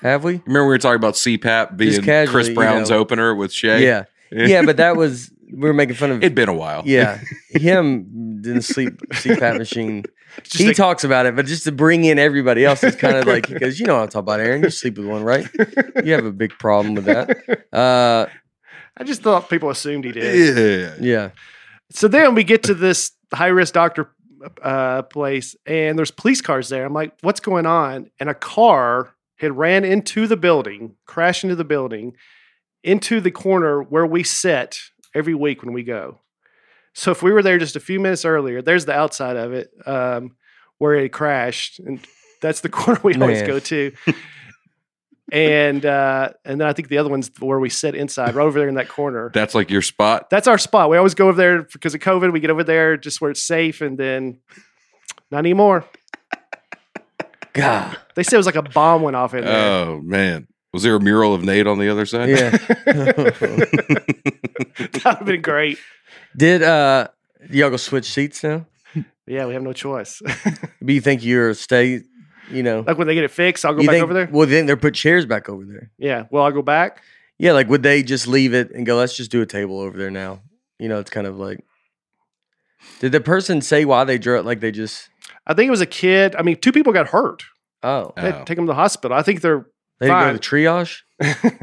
[SPEAKER 1] Have we?
[SPEAKER 2] Remember we were talking about CPAP being
[SPEAKER 1] casually,
[SPEAKER 2] Chris
[SPEAKER 1] you
[SPEAKER 2] Brown's
[SPEAKER 1] know.
[SPEAKER 2] opener with Shay?
[SPEAKER 1] Yeah. Yeah, but that was we were making fun of
[SPEAKER 2] [laughs] It'd been a while. [laughs]
[SPEAKER 1] yeah. [laughs] Him didn't sleep CPAP machine.
[SPEAKER 3] Just
[SPEAKER 1] he
[SPEAKER 3] like-
[SPEAKER 1] talks about it, but just to bring in everybody else is kind of like he goes, you know what I'm talking about, Aaron. You sleep with one, right? You have a big problem with that. Uh
[SPEAKER 3] I just thought people assumed he did.
[SPEAKER 2] Yeah.
[SPEAKER 1] yeah.
[SPEAKER 3] So then we get to this high risk doctor uh, place, and there's police cars there. I'm like, what's going on? And a car had ran into the building, crashed into the building, into the corner where we sit every week when we go. So if we were there just a few minutes earlier, there's the outside of it um, where it crashed, and that's the [laughs] corner we always
[SPEAKER 1] Man.
[SPEAKER 3] go to. and uh, and then I think the other one's where we sit inside, right over there in that corner.
[SPEAKER 2] That's like your spot.
[SPEAKER 3] That's our spot. We always go over there because of COVID. We get over there just where it's safe, and then not anymore.
[SPEAKER 1] God.
[SPEAKER 3] They said it was like a bomb went off in there.
[SPEAKER 2] Oh man. Was there a mural of Nate on the other side?
[SPEAKER 1] Yeah. [laughs]
[SPEAKER 3] [laughs] that would have been great.
[SPEAKER 1] Did uh y'all go switch seats now?
[SPEAKER 3] Yeah, we have no choice. [laughs]
[SPEAKER 1] Do you think you're stay you know
[SPEAKER 3] like when they get it fixed, I'll go
[SPEAKER 1] you
[SPEAKER 3] back
[SPEAKER 1] think,
[SPEAKER 3] over there.
[SPEAKER 1] Well then they're put chairs back over there.
[SPEAKER 3] Yeah, well, I'll go back.
[SPEAKER 1] Yeah, like would they just leave it and go, let's just do a table over there now? You know, it's kind of like Did the person say why they drew it like they just
[SPEAKER 3] I think it was a kid. I mean, two people got hurt.
[SPEAKER 1] oh
[SPEAKER 3] They
[SPEAKER 2] [laughs]
[SPEAKER 3] had
[SPEAKER 2] Oh.
[SPEAKER 3] to take them to the hospital. I think they're
[SPEAKER 1] they didn't go to
[SPEAKER 3] fine.
[SPEAKER 1] the triage?
[SPEAKER 3] [laughs]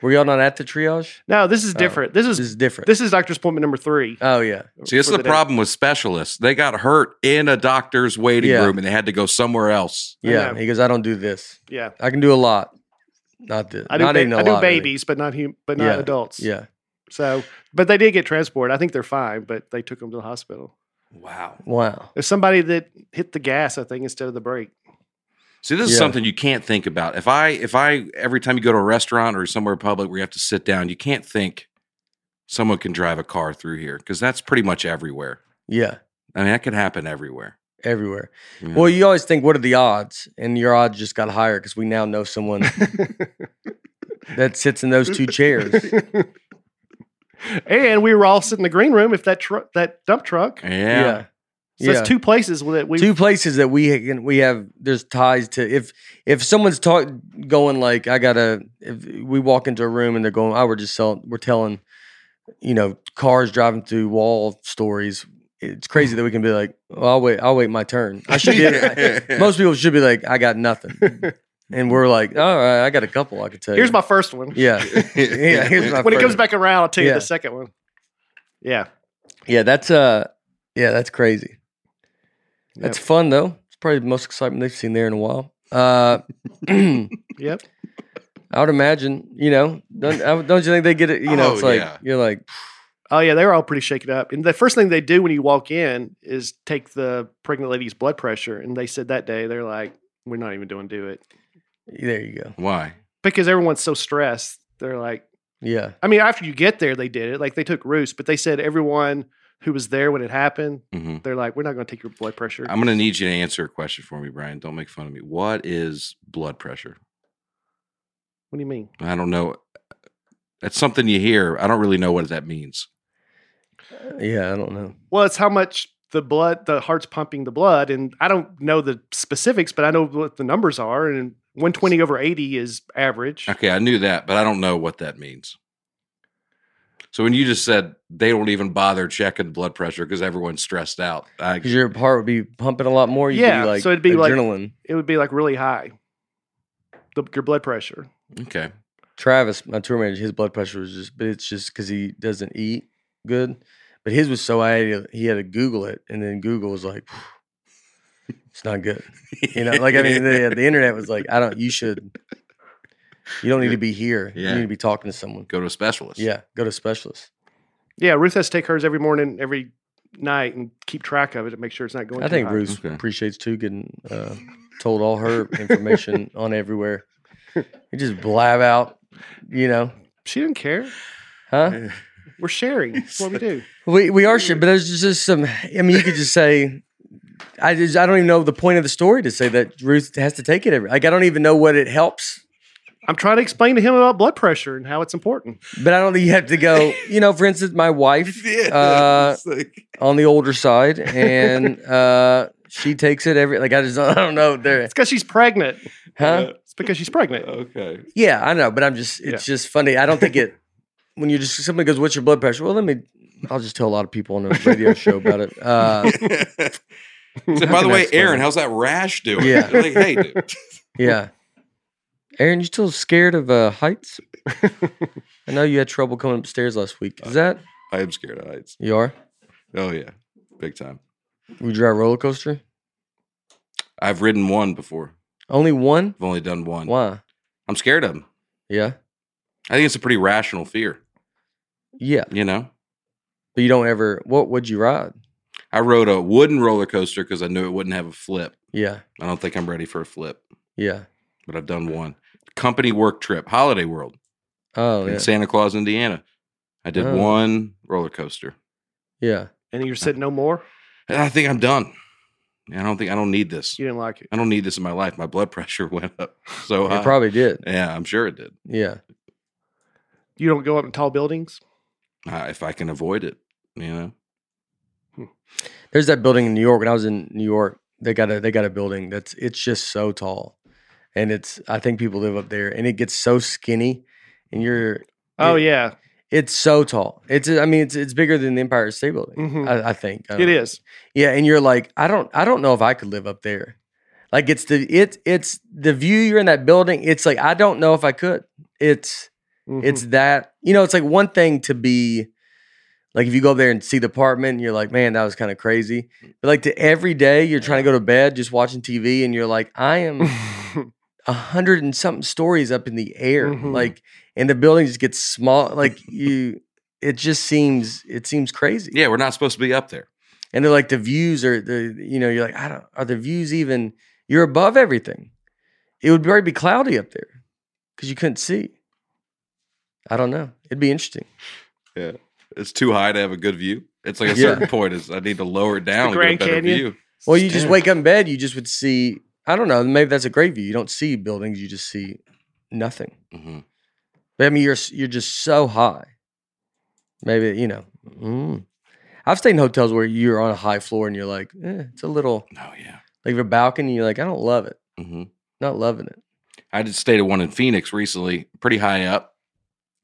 [SPEAKER 1] Were y'all not at the triage?
[SPEAKER 3] no. This is
[SPEAKER 1] Oh.
[SPEAKER 3] different. This
[SPEAKER 1] This
[SPEAKER 3] is
[SPEAKER 1] is different.
[SPEAKER 3] this is doctor's appointment number three.
[SPEAKER 1] oh yeah.
[SPEAKER 2] See, this is
[SPEAKER 3] for
[SPEAKER 2] the
[SPEAKER 3] day.
[SPEAKER 2] problem with specialists. They got hurt in a doctor's waiting
[SPEAKER 1] Yeah.
[SPEAKER 2] room and they had to go somewhere else.
[SPEAKER 3] I
[SPEAKER 1] Yeah.
[SPEAKER 3] know.
[SPEAKER 1] He goes, I don't do this.
[SPEAKER 3] Yeah,
[SPEAKER 1] I can do a lot. Not this.
[SPEAKER 3] I do.
[SPEAKER 1] not
[SPEAKER 3] ba-
[SPEAKER 1] even a
[SPEAKER 3] I do
[SPEAKER 1] lot, really.
[SPEAKER 3] babies, but not hum- but not
[SPEAKER 1] Yeah,
[SPEAKER 3] adults.
[SPEAKER 1] Yeah.
[SPEAKER 3] So, but they did get transported. I think they're fine, but they took them to the hospital.
[SPEAKER 2] Wow.
[SPEAKER 1] Wow.
[SPEAKER 3] There's somebody that hit the gas, I think, instead of
[SPEAKER 1] [laughs]
[SPEAKER 3] the brake.
[SPEAKER 2] See, this is
[SPEAKER 1] Yeah.
[SPEAKER 2] something you can't think about. If I if I every time you go to a restaurant or somewhere public where you have to sit down, you can't think someone can drive a car through here because that's pretty much everywhere.
[SPEAKER 1] Yeah.
[SPEAKER 2] I mean, that could happen everywhere.
[SPEAKER 1] Everywhere.
[SPEAKER 2] Yeah.
[SPEAKER 1] Well, you always think, what are the odds? And your odds just got higher because we now know
[SPEAKER 3] [laughs]
[SPEAKER 1] someone that sits in those two chairs.
[SPEAKER 3] and we were all sitting in the green room if that truck, that dump truck. So
[SPEAKER 2] yeah.
[SPEAKER 1] Yeah.
[SPEAKER 3] that's two places that we.
[SPEAKER 1] two places that we can we have there's ties to if if someone's talk going like I gotta if we walk into a room and they're going oh we're just selling we're telling you know cars driving through wall stories it's crazy that we can be like well, I'll wait I'll wait my turn I
[SPEAKER 3] [laughs]
[SPEAKER 1] should be
[SPEAKER 2] [laughs]
[SPEAKER 1] most people should be like I got nothing and we're like all right I got a couple I could tell
[SPEAKER 3] here's
[SPEAKER 1] you
[SPEAKER 3] my first one. [laughs]
[SPEAKER 1] yeah [laughs] yeah here's my
[SPEAKER 3] when it comes
[SPEAKER 1] first-
[SPEAKER 3] back around, I'll tell you
[SPEAKER 1] Yeah.
[SPEAKER 3] the second one. Yeah,
[SPEAKER 1] yeah that's uh yeah that's crazy
[SPEAKER 3] Yep.
[SPEAKER 1] that's fun [clears throat] though it's probably the most excitement they've seen there in a while uh.
[SPEAKER 3] yep.
[SPEAKER 1] I would imagine, you know, don't, I would- don't you think they get it? You know,
[SPEAKER 2] Oh,
[SPEAKER 1] it's like
[SPEAKER 2] yeah.
[SPEAKER 1] you're like,
[SPEAKER 3] Oh yeah, they were all pretty shaken up. And the first thing they do when you walk in is take the pregnant lady's blood pressure. And they said that day they're like, "We're not even doing do it,"
[SPEAKER 1] there you go.
[SPEAKER 2] Why?
[SPEAKER 3] because everyone's so stressed. They're like,
[SPEAKER 1] Yeah.
[SPEAKER 3] I mean, after you get there, they did it. Like they took Roos, but they said everyone who was there when it happened,
[SPEAKER 2] hmm
[SPEAKER 3] they're like, "We're not going to take your blood pressure."
[SPEAKER 2] I'm going to need you to answer a question for me, Brian. Don't make fun of me. What is blood pressure?
[SPEAKER 3] what do you mean?
[SPEAKER 2] I don't know. That's something you hear. I don't really know what that means.
[SPEAKER 1] Yeah. I don't know.
[SPEAKER 3] Well, it's how much the blood, the heart's pumping the blood, and I don't know the specifics, but I know what the numbers are. And 120 over 80 is average.
[SPEAKER 2] Okay, I knew that, but I don't know what that means. So when you just said they don't even bother checking blood pressure because everyone's stressed out, I,
[SPEAKER 1] Because your heart would be pumping a lot more. You'd
[SPEAKER 3] Yeah,
[SPEAKER 1] Be like
[SPEAKER 3] so it'd be like-
[SPEAKER 1] adrenaline.
[SPEAKER 3] It would be like really high. The, your blood pressure.
[SPEAKER 2] okay,
[SPEAKER 1] Travis, my tour manager, his blood pressure was just, but it's just because he doesn't eat good. But his was so high, he had to Google it, and then Google was like, "It's not good." [laughs] You know, like I
[SPEAKER 2] [laughs]
[SPEAKER 1] mean, the, the internet was like, "I don't. You should. You don't need to be here. You
[SPEAKER 2] Yeah.
[SPEAKER 1] need to be talking to someone."
[SPEAKER 2] go to a specialist. [laughs]
[SPEAKER 1] Yeah, go to a specialist.
[SPEAKER 3] Yeah, Ruth has to take hers every morning, every night, and keep track of it to make sure it's not going.
[SPEAKER 1] I
[SPEAKER 3] too
[SPEAKER 1] think
[SPEAKER 3] high.
[SPEAKER 1] Ruth
[SPEAKER 2] Okay.
[SPEAKER 1] appreciates too getting uh, told all her
[SPEAKER 2] [laughs]
[SPEAKER 1] information on everywhere. You just blab out, you know,
[SPEAKER 3] she didn't care.
[SPEAKER 1] huh? [laughs]
[SPEAKER 3] We're sharing. That's what we do.
[SPEAKER 1] We we are sure, but there's just some. I mean, you could just say, I just I don't even know the point of the story to say that Ruth has to take it every. Like I don't even know what it helps,
[SPEAKER 3] I'm trying to explain to him about blood pressure and how it's important.
[SPEAKER 1] but I don't think you have to go. You know, for instance, my wife Uh,
[SPEAKER 2] it's like-
[SPEAKER 1] on the older side, and uh, she takes it every. Like I just [laughs] I don't know there,
[SPEAKER 3] It's because she's pregnant.
[SPEAKER 1] huh?
[SPEAKER 3] It's because she's pregnant.
[SPEAKER 1] [laughs]
[SPEAKER 2] okay.
[SPEAKER 1] Yeah, I know, but I'm just it's just funny. I don't think it [laughs] when you just somebody goes, "What's your blood pressure?" Well, let me. I'll just tell a lot of people on a radio show about it.
[SPEAKER 2] [laughs]
[SPEAKER 1] Uh,
[SPEAKER 2] So,
[SPEAKER 1] How
[SPEAKER 2] by the
[SPEAKER 1] can I
[SPEAKER 2] way,
[SPEAKER 1] explain
[SPEAKER 2] Aaron,
[SPEAKER 1] it?
[SPEAKER 2] how's that rash doing?
[SPEAKER 1] Yeah.
[SPEAKER 2] They're [laughs] like, hey, dude.
[SPEAKER 1] Yeah. Aaron, you still scared of uh, heights? I know you had trouble coming upstairs last week. Is that
[SPEAKER 2] I am scared of heights.
[SPEAKER 1] you are?
[SPEAKER 2] Oh yeah, big time.
[SPEAKER 1] Would you ride a roller coaster?
[SPEAKER 2] I've ridden one before.
[SPEAKER 1] Only one?
[SPEAKER 2] I've only done one.
[SPEAKER 1] Why?
[SPEAKER 2] I'm scared of them.
[SPEAKER 1] Yeah.
[SPEAKER 2] I think it's a pretty rational fear.
[SPEAKER 1] Yeah.
[SPEAKER 2] You know,
[SPEAKER 1] But you don't ever what would you ride?
[SPEAKER 2] I rode a wooden roller coaster because I knew it wouldn't have a flip.
[SPEAKER 1] Yeah.
[SPEAKER 2] I don't think I'm ready for a flip,
[SPEAKER 1] Yeah.
[SPEAKER 2] but I've done one company work trip, Holiday World
[SPEAKER 1] Oh yeah.
[SPEAKER 2] in Santa Claus, Indiana. I did
[SPEAKER 1] Oh.
[SPEAKER 2] one roller coaster,
[SPEAKER 1] Yeah.
[SPEAKER 3] And you said no more.
[SPEAKER 2] and I think I'm done. I don't think I don't need this.
[SPEAKER 3] You didn't like it.
[SPEAKER 2] I don't need this in my life. My blood [laughs] pressure went up so
[SPEAKER 1] You
[SPEAKER 2] high.
[SPEAKER 1] probably
[SPEAKER 3] [laughs]
[SPEAKER 1] did.
[SPEAKER 2] yeah, I'm sure it did.
[SPEAKER 1] Yeah.
[SPEAKER 3] You don't go up in tall buildings.
[SPEAKER 2] Uh, if I can avoid it, you know.
[SPEAKER 1] There's that building in New York. When I was in New York, they got a they got a building that's it's just so tall. And it's I think people live up there and it gets so skinny and you're
[SPEAKER 3] Oh
[SPEAKER 1] It-
[SPEAKER 3] yeah,
[SPEAKER 1] It's so tall. It's I mean it's it's bigger than the Empire State Building.
[SPEAKER 3] Mhm.
[SPEAKER 1] I, I think I
[SPEAKER 3] it
[SPEAKER 1] don't-
[SPEAKER 3] is.
[SPEAKER 1] Yeah, and you're like I don't I don't know if I could live up there. Like it's the it it's the view you're in that building. It's like I don't know if I could. It's
[SPEAKER 3] Mhm.
[SPEAKER 1] it's that you know it's like one thing to be like if you go up there and see the apartment and you're like man that was kind of crazy but like to every day you're trying to go to bed just watching tv and you're like i am
[SPEAKER 3] [laughs] Mm-hmm.
[SPEAKER 2] [laughs]
[SPEAKER 1] a hundred and something stories up in the air.
[SPEAKER 3] Mhm.
[SPEAKER 1] Like, and the building just gets small. Like you, it just seems it seems crazy.
[SPEAKER 2] Yeah, we're not supposed to be up there.
[SPEAKER 1] And they're like the views are the you know you're like I don't are the views even you're above everything. It would probably be cloudy up there because you couldn't see. I don't know. It'd be interesting.
[SPEAKER 2] It's too high to have a good view. It's like a
[SPEAKER 1] Yeah.
[SPEAKER 2] certain point. Is I need to lower it down to get a
[SPEAKER 3] Grand
[SPEAKER 2] better
[SPEAKER 3] Canyon.
[SPEAKER 2] view.
[SPEAKER 1] Well, you just wake up in bed, you just would see. I don't know. Maybe that's a great view. You don't see buildings. You just see nothing.
[SPEAKER 2] hmm
[SPEAKER 1] But I mean, you're s- you're just so high. Maybe you know. Mm. I've stayed in hotels where you're on a high floor and you're like, eh, it's a little
[SPEAKER 2] Oh yeah.
[SPEAKER 1] like your balcony. You're like, I don't love it.
[SPEAKER 2] hmm
[SPEAKER 1] Not loving it.
[SPEAKER 2] I just stayed at one in Phoenix recently, pretty high up,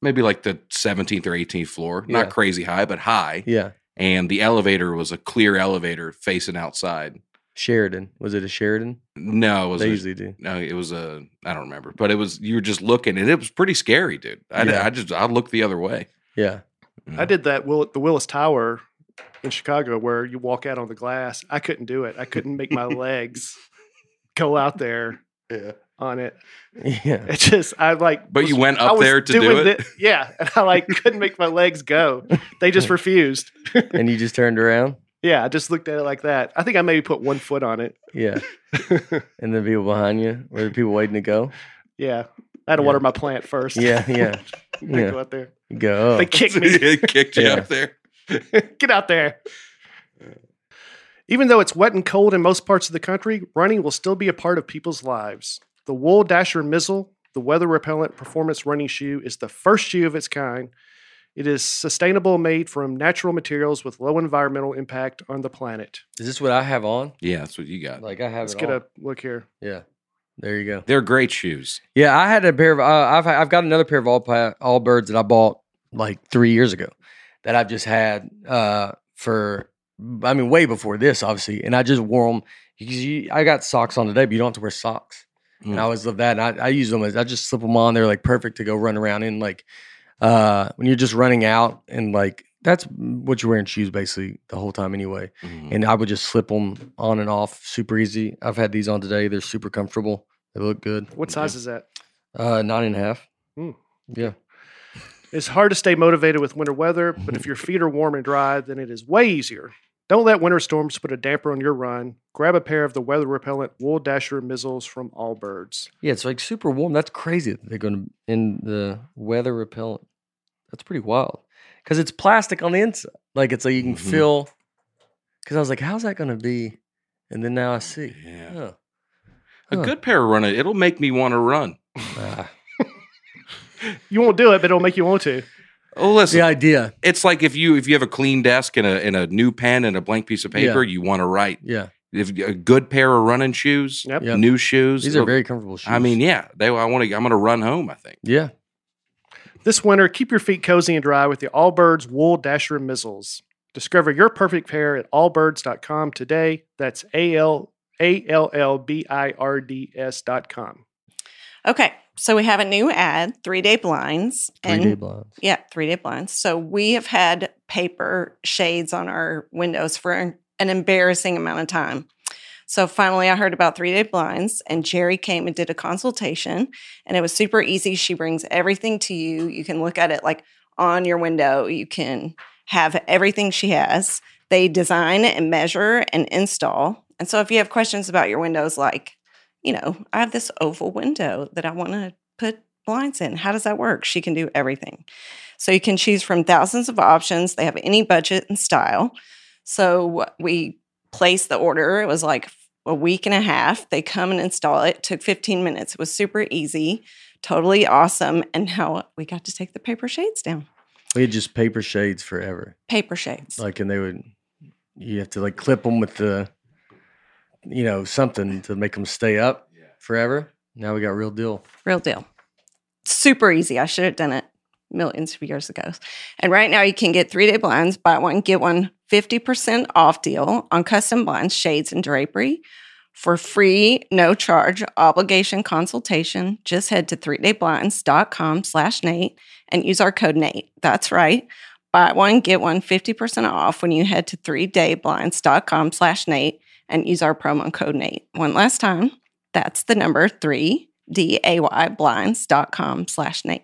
[SPEAKER 2] maybe like the 17th or 18th floor.
[SPEAKER 1] Yeah.
[SPEAKER 2] Not crazy high, but high.
[SPEAKER 1] Yeah,
[SPEAKER 2] And the elevator was a clear elevator facing outside.
[SPEAKER 1] Sheridan. Was it a Sheridan?
[SPEAKER 2] No, it was
[SPEAKER 1] they
[SPEAKER 2] a-
[SPEAKER 1] usually do.
[SPEAKER 2] no, it was a I don't remember, but it was you were just looking, and it was pretty scary, dude. I,
[SPEAKER 1] Yeah.
[SPEAKER 2] I just I looked the other way.
[SPEAKER 1] Yeah, [laughs]
[SPEAKER 3] I did that. Will the Willis Tower in Chicago,
[SPEAKER 2] [laughs]
[SPEAKER 3] where you walk out on the glass. I couldn't do it. I couldn't make my legs go out there
[SPEAKER 2] Yeah.
[SPEAKER 3] on it.
[SPEAKER 1] Yeah.
[SPEAKER 3] It just I like.
[SPEAKER 2] But
[SPEAKER 3] was-
[SPEAKER 2] you went
[SPEAKER 3] I
[SPEAKER 2] up
[SPEAKER 3] was
[SPEAKER 2] there to do
[SPEAKER 3] doing
[SPEAKER 2] it.
[SPEAKER 3] thi- yeah, and I like couldn't make my legs go.
[SPEAKER 2] [laughs]
[SPEAKER 3] They just refused.
[SPEAKER 1] And you just turned around.
[SPEAKER 3] Yeah, I just looked at it like that. I think I maybe put one foot on it. [laughs]
[SPEAKER 1] Yeah. and the people behind you, were the people waiting to go?
[SPEAKER 3] Yeah, I had to
[SPEAKER 1] Yeah.
[SPEAKER 3] water my plant first. [laughs]
[SPEAKER 1] Yeah. Yeah.
[SPEAKER 3] They
[SPEAKER 1] yeah. Oh.
[SPEAKER 3] go out there.
[SPEAKER 1] Go.
[SPEAKER 3] They
[SPEAKER 1] Up.
[SPEAKER 2] [laughs]
[SPEAKER 3] kicked
[SPEAKER 1] [laughs]
[SPEAKER 3] me. [laughs]
[SPEAKER 2] It kicked you
[SPEAKER 1] Yeah.
[SPEAKER 2] up there.
[SPEAKER 3] Get out there. Even though it's wet and cold in most parts of the country, running will still be a part of people's lives. The Wool Dasher Mizzle, the weather repellent performance running shoe, is the first shoe of its kind. It is sustainable, made from natural materials with low environmental impact on the planet.
[SPEAKER 1] Is this what I have on?
[SPEAKER 2] Yeah, that's what you got.
[SPEAKER 1] Like I have
[SPEAKER 3] Let's
[SPEAKER 1] it
[SPEAKER 3] get
[SPEAKER 1] on.
[SPEAKER 3] a look here.
[SPEAKER 1] Yeah. There you go.
[SPEAKER 2] They're great shoes.
[SPEAKER 1] Yeah, I had a pair of. Uh, I've I've got another pair of all pa- all birds that I bought like three years ago, that I've just had uh, for. I mean, way before this, obviously, and I just wore them because you, I got socks on today, but you don't have to wear socks. And
[SPEAKER 2] Mm.
[SPEAKER 1] I always love that. And I, I use them as I just slip them on. They're like perfect to go run around in. Like uh, when you're just running out and like that's what you're wearing shoes basically the whole time anyway.
[SPEAKER 2] Mhm.
[SPEAKER 1] And I would just slip them on and off super easy. I've had these on today. They're super comfortable. They look good.
[SPEAKER 3] What
[SPEAKER 2] Yeah.
[SPEAKER 3] size is that?
[SPEAKER 1] Uh, nine and a half.
[SPEAKER 3] Hmm.
[SPEAKER 1] Yeah.
[SPEAKER 3] It's hard to stay motivated with winter weather, but if your feet are warm and dry, then it is way easier. Don't let winter storms put a damper on your run. Grab a pair of the weather repellent wool dasher mizzles from Allbirds.
[SPEAKER 1] Yeah, it's like super warm. That's crazy that they're going to in the weather repellent. That's pretty wild because it's plastic on the inside. Like it's like you can
[SPEAKER 2] Mhm.
[SPEAKER 1] feel. Because I was like, how's that going to be? And then now I see.
[SPEAKER 2] Yeah.
[SPEAKER 1] Huh.
[SPEAKER 2] A
[SPEAKER 1] Huh.
[SPEAKER 2] good pair of running. It'll make me want to run.
[SPEAKER 1] Ah,
[SPEAKER 3] You won't do it, but it'll make you want to.
[SPEAKER 2] Oh, listen.
[SPEAKER 1] the idea.
[SPEAKER 2] It's like if you if you have a clean desk and a and a new pen and a blank piece of
[SPEAKER 1] Yeah.
[SPEAKER 2] paper, you want to write.
[SPEAKER 1] Yeah.
[SPEAKER 2] If a good pair of running shoes,
[SPEAKER 3] Yep.
[SPEAKER 1] Yep.
[SPEAKER 2] new shoes.
[SPEAKER 1] These are
[SPEAKER 2] it'll-
[SPEAKER 1] very comfortable shoes.
[SPEAKER 2] I mean, yeah. They. I want to. I'm going to run home. I think.
[SPEAKER 1] yeah.
[SPEAKER 3] This winter, keep your feet cozy and dry with the Allbirds wool dasher mizzles. Discover your perfect pair at allbirds.com today. That's A L A L L B I R D S.com.
[SPEAKER 4] Okay, so we have a new ad, three day blinds.
[SPEAKER 1] Three day blinds.
[SPEAKER 4] Yeah, three day blinds. So we have had paper shades on our windows for an- an embarrassing amount of time. So finally, I heard about three day blinds, and Jerry came and did a consultation, and it was super easy. She brings everything to you. You can look at it like on your window, you can have everything she has. They design and measure and install. And so if you have questions about your windows, like, you know, I have this oval window that I want to put blinds in, how does that work? She can do everything. So you can choose from thousands of options. They have any budget and style. So we placed the order. It was like a week and a half. They come and install it. Took 15 minutes. It was super easy, totally awesome. And now we got to take the paper shades down.
[SPEAKER 1] We had just paper shades forever.
[SPEAKER 4] Paper shades.
[SPEAKER 1] Like, and they would, you have to like clip them with the, you know, something to make them stay up forever. Now we got real deal.
[SPEAKER 4] Real deal. Super easy. I should have done it millions of years ago. And right now you can get three day blinds, buy one, get one 50% off deal on custom blinds, shades, and drapery for free, no charge, obligation consultation. Just head to 3dayblinds.com slash Nate and use our code Nate. That's right. Buy one, get one 50% off when you head to 3dayblinds.com slash Nate and use our promo code Nate. One last time. That's the number three, D A Y blinds.com slash Nate.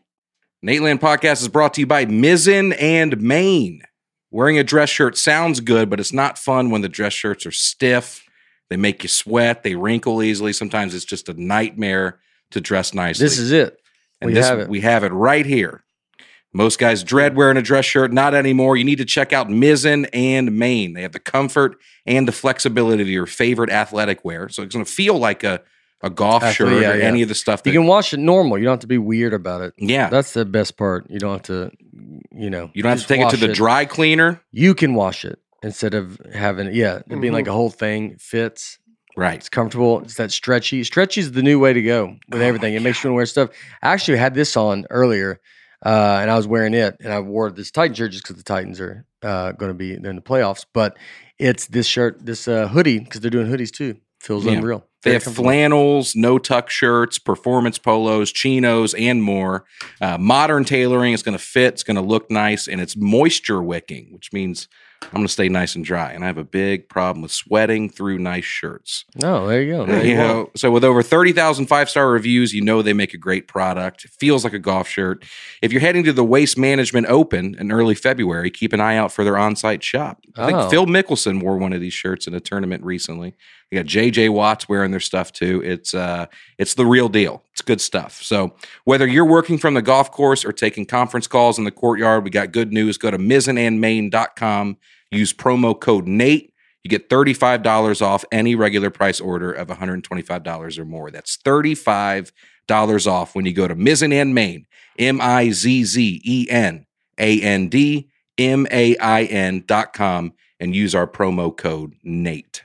[SPEAKER 2] Nateland Podcast is brought to you by Mizzen and Maine. Wearing a dress shirt sounds good, but it's not fun when the dress shirts are stiff. They make you sweat. They wrinkle easily. Sometimes it's just a nightmare to dress nicely.
[SPEAKER 1] This is it.
[SPEAKER 2] And
[SPEAKER 1] we
[SPEAKER 2] this,
[SPEAKER 1] have it.
[SPEAKER 2] We have it right here. Most guys dread wearing a dress shirt. Not anymore. You need to check out Mizzen and Maine. They have the comfort and the flexibility of your favorite athletic wear. So it's going to feel like a, a golf
[SPEAKER 1] Athlete,
[SPEAKER 2] shirt
[SPEAKER 1] yeah,
[SPEAKER 2] or
[SPEAKER 1] yeah.
[SPEAKER 2] any of the stuff that.
[SPEAKER 1] You can wash it normal. You don't have to be weird about it.
[SPEAKER 2] yeah.
[SPEAKER 1] That's the best part. You don't have to, you know,
[SPEAKER 2] you don't have to
[SPEAKER 1] just
[SPEAKER 2] take it to
[SPEAKER 1] wash
[SPEAKER 2] the dry cleaner.
[SPEAKER 1] You can wash it instead of having, yeah, it being like
[SPEAKER 2] Mm-hmm.
[SPEAKER 3] Mhm.
[SPEAKER 1] a whole thing. It fits.
[SPEAKER 2] Right.
[SPEAKER 1] It's comfortable. It's that stretchy. Stretchy is the new way to go with
[SPEAKER 2] Oh
[SPEAKER 1] everything.
[SPEAKER 2] my
[SPEAKER 1] It makes you want to wear stuff. I actually had this on earlier, uh, and I was wearing it, and I wore this Titan shirt just because the Titans are uh, going to be they're in the playoffs. But it's this shirt, this uh, hoodie, because they're doing hoodies too. Feels
[SPEAKER 2] Yeah.
[SPEAKER 1] unreal.
[SPEAKER 2] They
[SPEAKER 1] Very
[SPEAKER 2] have
[SPEAKER 1] comfortable.
[SPEAKER 2] flannels, no tuck shirts, performance polos, chinos, and more. Uh, modern tailoring is going to fit, it's going to look nice, and it's moisture wicking, which means I'm going to stay nice and dry. And I have a big problem with sweating through nice shirts.
[SPEAKER 1] No, there
[SPEAKER 2] [laughs]
[SPEAKER 1] you go. There
[SPEAKER 2] you
[SPEAKER 1] go.
[SPEAKER 2] know, so with over 30,000 five-star reviews, you know they make a great product. It feels like a golf shirt. If you're heading to the Waste Management Open in early February, keep an eye out for their on-site shop. I think
[SPEAKER 1] Oh.
[SPEAKER 2] Phil Mickelson wore one of these shirts in a tournament recently. You got JJ Watts wearing their stuff too. It's uh it's the real deal. It's good stuff. So whether you're working from the golf course or taking conference calls in the courtyard, we got good news. Go to mizzenandmain.com. Use promo code Nate. You get $35 off any regular price order of $125 or more. That's $35 off when you go to Mizzen and Main, M I Z Z E N A N D M A I N dot com, and use our promo code Nate.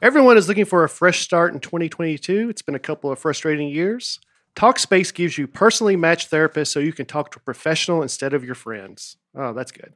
[SPEAKER 3] Everyone is looking for a fresh start in 2022. It's been a couple of frustrating years. Talkspace gives you personally matched therapists so you can talk to a professional instead of your friends. Oh, that's good.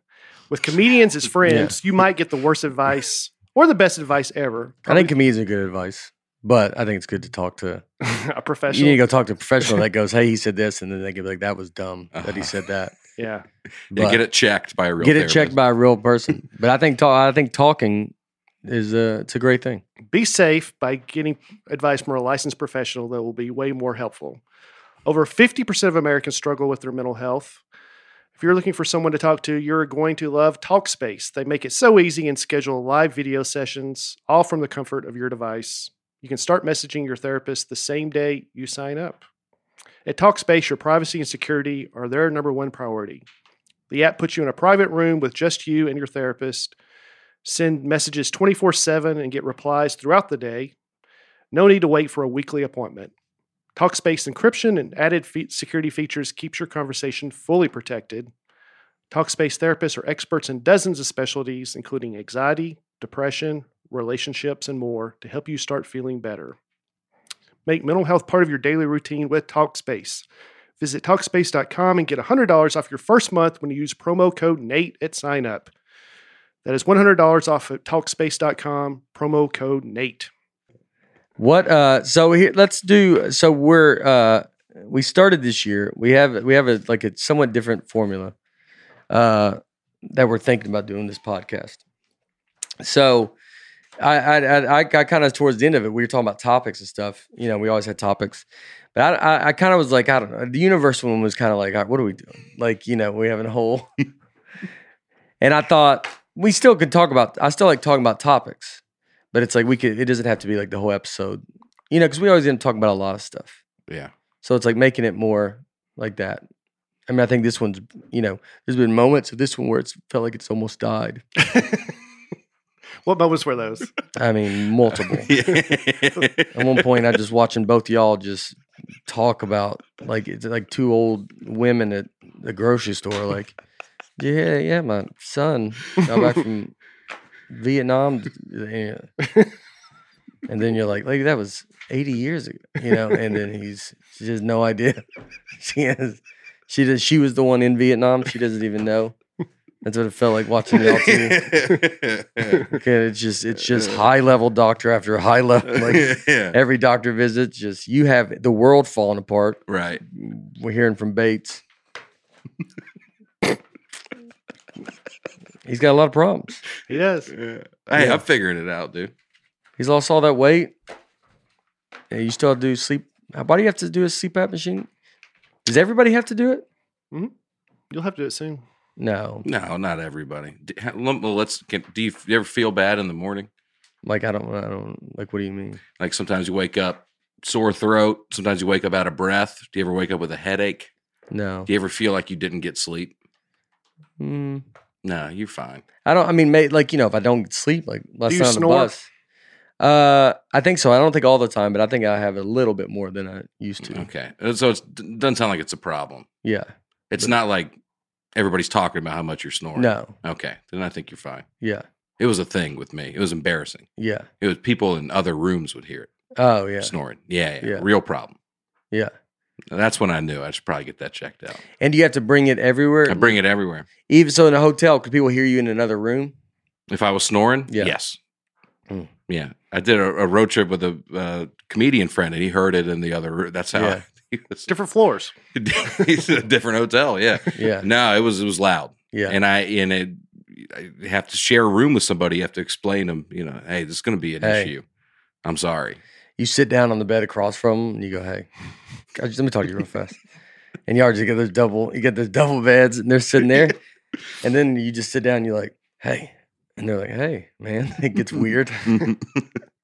[SPEAKER 3] With comedians
[SPEAKER 1] [laughs]
[SPEAKER 3] as friends, you might get the worst advice or the best advice ever.
[SPEAKER 1] I
[SPEAKER 3] [laughs]
[SPEAKER 1] think comedians are good advice, but I think it's good to talk to.
[SPEAKER 3] a
[SPEAKER 1] You
[SPEAKER 3] professional.
[SPEAKER 1] need to go talk to a professional that goes, "Hey, he said this," and then they can be like, "That was
[SPEAKER 2] [laughs]
[SPEAKER 1] dumb that he
[SPEAKER 2] Uh-huh.
[SPEAKER 1] said that."
[SPEAKER 3] yeah.
[SPEAKER 2] You
[SPEAKER 1] But
[SPEAKER 2] get it checked by a real
[SPEAKER 1] get it
[SPEAKER 2] therapist.
[SPEAKER 1] checked by a real person. But I think talk, I think talking is a it's a great thing.
[SPEAKER 3] Be safe by getting advice from a licensed professional that will be way more helpful. Over 50% of Americans struggle with their mental health. If you're looking for someone to talk to, you're going to love TalkSpace. They make it so easy and schedule live video sessions, all from the comfort of your device. You can start messaging your therapist the same day you sign up. At TalkSpace, your privacy and security are their number one priority. The app puts you in a private room with just you and your therapist. Send messages 24 7 and get replies throughout the day. No need to wait for a weekly appointment. TalkSpace encryption and added fe- security features keeps your conversation fully protected. TalkSpace therapists are experts in dozens of specialties, including anxiety, depression, relationships, and more, to help you start feeling better. Make mental health part of your daily routine with TalkSpace. Visit TalkSpace.com and get $100 off your first month when you use promo code NATE at sign up. That is $100 off at TalkSpace.com, promo code NATE.
[SPEAKER 1] What? Uh, so here, let's do. So we're uh, we started this year. We have we have a like a somewhat different formula uh, that we're thinking about doing this podcast. So I I I, I got kind of towards the end of it. We were talking about topics and stuff. You know, we always had topics, but I I, I kind of was like I don't know. The universal one was kind of like, all right, what are we doing? Like you know, we having a whole. [laughs] and I thought we still could talk about. I still like talking about topics but it's like we could it doesn't have to be like the whole episode you know because we always end up talking about a lot of stuff
[SPEAKER 2] Yeah. [laughs]
[SPEAKER 1] so it's like making it more like that i mean i think this one's you know there's been moments of this one where it's felt like it's almost died
[SPEAKER 3] What moments were those?
[SPEAKER 2] [laughs]
[SPEAKER 1] i mean multiple at
[SPEAKER 2] At
[SPEAKER 1] one point i just watching both y'all just talk about like it's like two old women at the grocery store like yeah yeah my son got back from vietnam yeah. and then you're like like that was 80 years ago you know and then he's she has no idea [laughs] she has she does she was the one in vietnam she doesn't even know that's what it felt like watching y'all two
[SPEAKER 2] [laughs]
[SPEAKER 1] okay it's just it's just high level doctor after high level like
[SPEAKER 2] yeah.
[SPEAKER 1] every doctor visit just you have the world falling apart
[SPEAKER 2] [laughs] Right.
[SPEAKER 1] we're hearing from
[SPEAKER 3] [laughs]
[SPEAKER 1] bates he's got a lot of problems
[SPEAKER 3] He does.
[SPEAKER 2] Hey, I'm figuring it out, dude.
[SPEAKER 1] he's lost all that weight yeah, you still do sleep why do you have to do a cpap machine does everybody have to do it
[SPEAKER 3] You'll have to do it soon.
[SPEAKER 1] no
[SPEAKER 2] No, not everybody. D- ha- lem- well, Let's. Can, do you, f- you ever feel bad in the morning?
[SPEAKER 1] like i don't i don't like what do you mean
[SPEAKER 2] Like sometimes you wake up sore throat. Sometimes you wake up out of breath. Do you ever wake up with a headache?
[SPEAKER 1] no
[SPEAKER 2] Do you ever feel like you didn't get sleep?
[SPEAKER 1] mm.
[SPEAKER 2] No, you're fine.
[SPEAKER 1] I don't. I mean, may, like you know, if I don't sleep, like last
[SPEAKER 3] you
[SPEAKER 1] night on the
[SPEAKER 3] snore?
[SPEAKER 1] bus. Uh, I think so. I don't think all the time, but I think I have a little bit more than I used
[SPEAKER 3] Mm-hmm.
[SPEAKER 1] to.
[SPEAKER 2] Okay. Uh, So it doesn't sound like it's a problem.
[SPEAKER 1] Yeah.
[SPEAKER 2] It's
[SPEAKER 1] But-
[SPEAKER 2] not like everybody's talking about how much you're snoring.
[SPEAKER 1] No.
[SPEAKER 2] Okay. Then I think you're fine.
[SPEAKER 1] Yeah.
[SPEAKER 2] It was a thing with me. It was embarrassing.
[SPEAKER 1] Yeah.
[SPEAKER 2] It was people in other rooms would hear it
[SPEAKER 1] Oh yeah.
[SPEAKER 2] snoring. Yeah, yeah,
[SPEAKER 1] Yeah.
[SPEAKER 2] Real problem.
[SPEAKER 1] Yeah.
[SPEAKER 2] And That's when I knew I should probably get that checked out.
[SPEAKER 1] And do you have to bring it everywhere?
[SPEAKER 2] I bring it everywhere.
[SPEAKER 1] Even so, in a hotel, could people hear you in another
[SPEAKER 2] [laughs]
[SPEAKER 1] room?
[SPEAKER 2] If I was snoring,
[SPEAKER 1] Yeah.
[SPEAKER 2] yes.
[SPEAKER 1] Mm.
[SPEAKER 2] Yeah. I did a, a road trip with a uh, comedian friend and he heard it in the other room. That's how
[SPEAKER 1] Yeah.
[SPEAKER 2] [laughs] he was.
[SPEAKER 3] Different floors.
[SPEAKER 1] [laughs]
[SPEAKER 2] he's in a different hotel. Yeah.
[SPEAKER 1] Yeah.
[SPEAKER 2] No, it was, it was loud.
[SPEAKER 1] Yeah.
[SPEAKER 2] and I and it I have to share a room with somebody. You have to explain them. You know, hey, this is going to be an
[SPEAKER 1] Hey.
[SPEAKER 2] issue. I'm
[SPEAKER 1] [laughs]
[SPEAKER 2] sorry.
[SPEAKER 1] You sit down on the bed across from them and you go, hey, God, just let me talk to you real fast. And y'all just get those double, you get those double beds and they're sitting
[SPEAKER 2] [laughs]
[SPEAKER 1] there. And then you just sit down and you're like, hey. And they're like, hey, man, [laughs] it gets weird.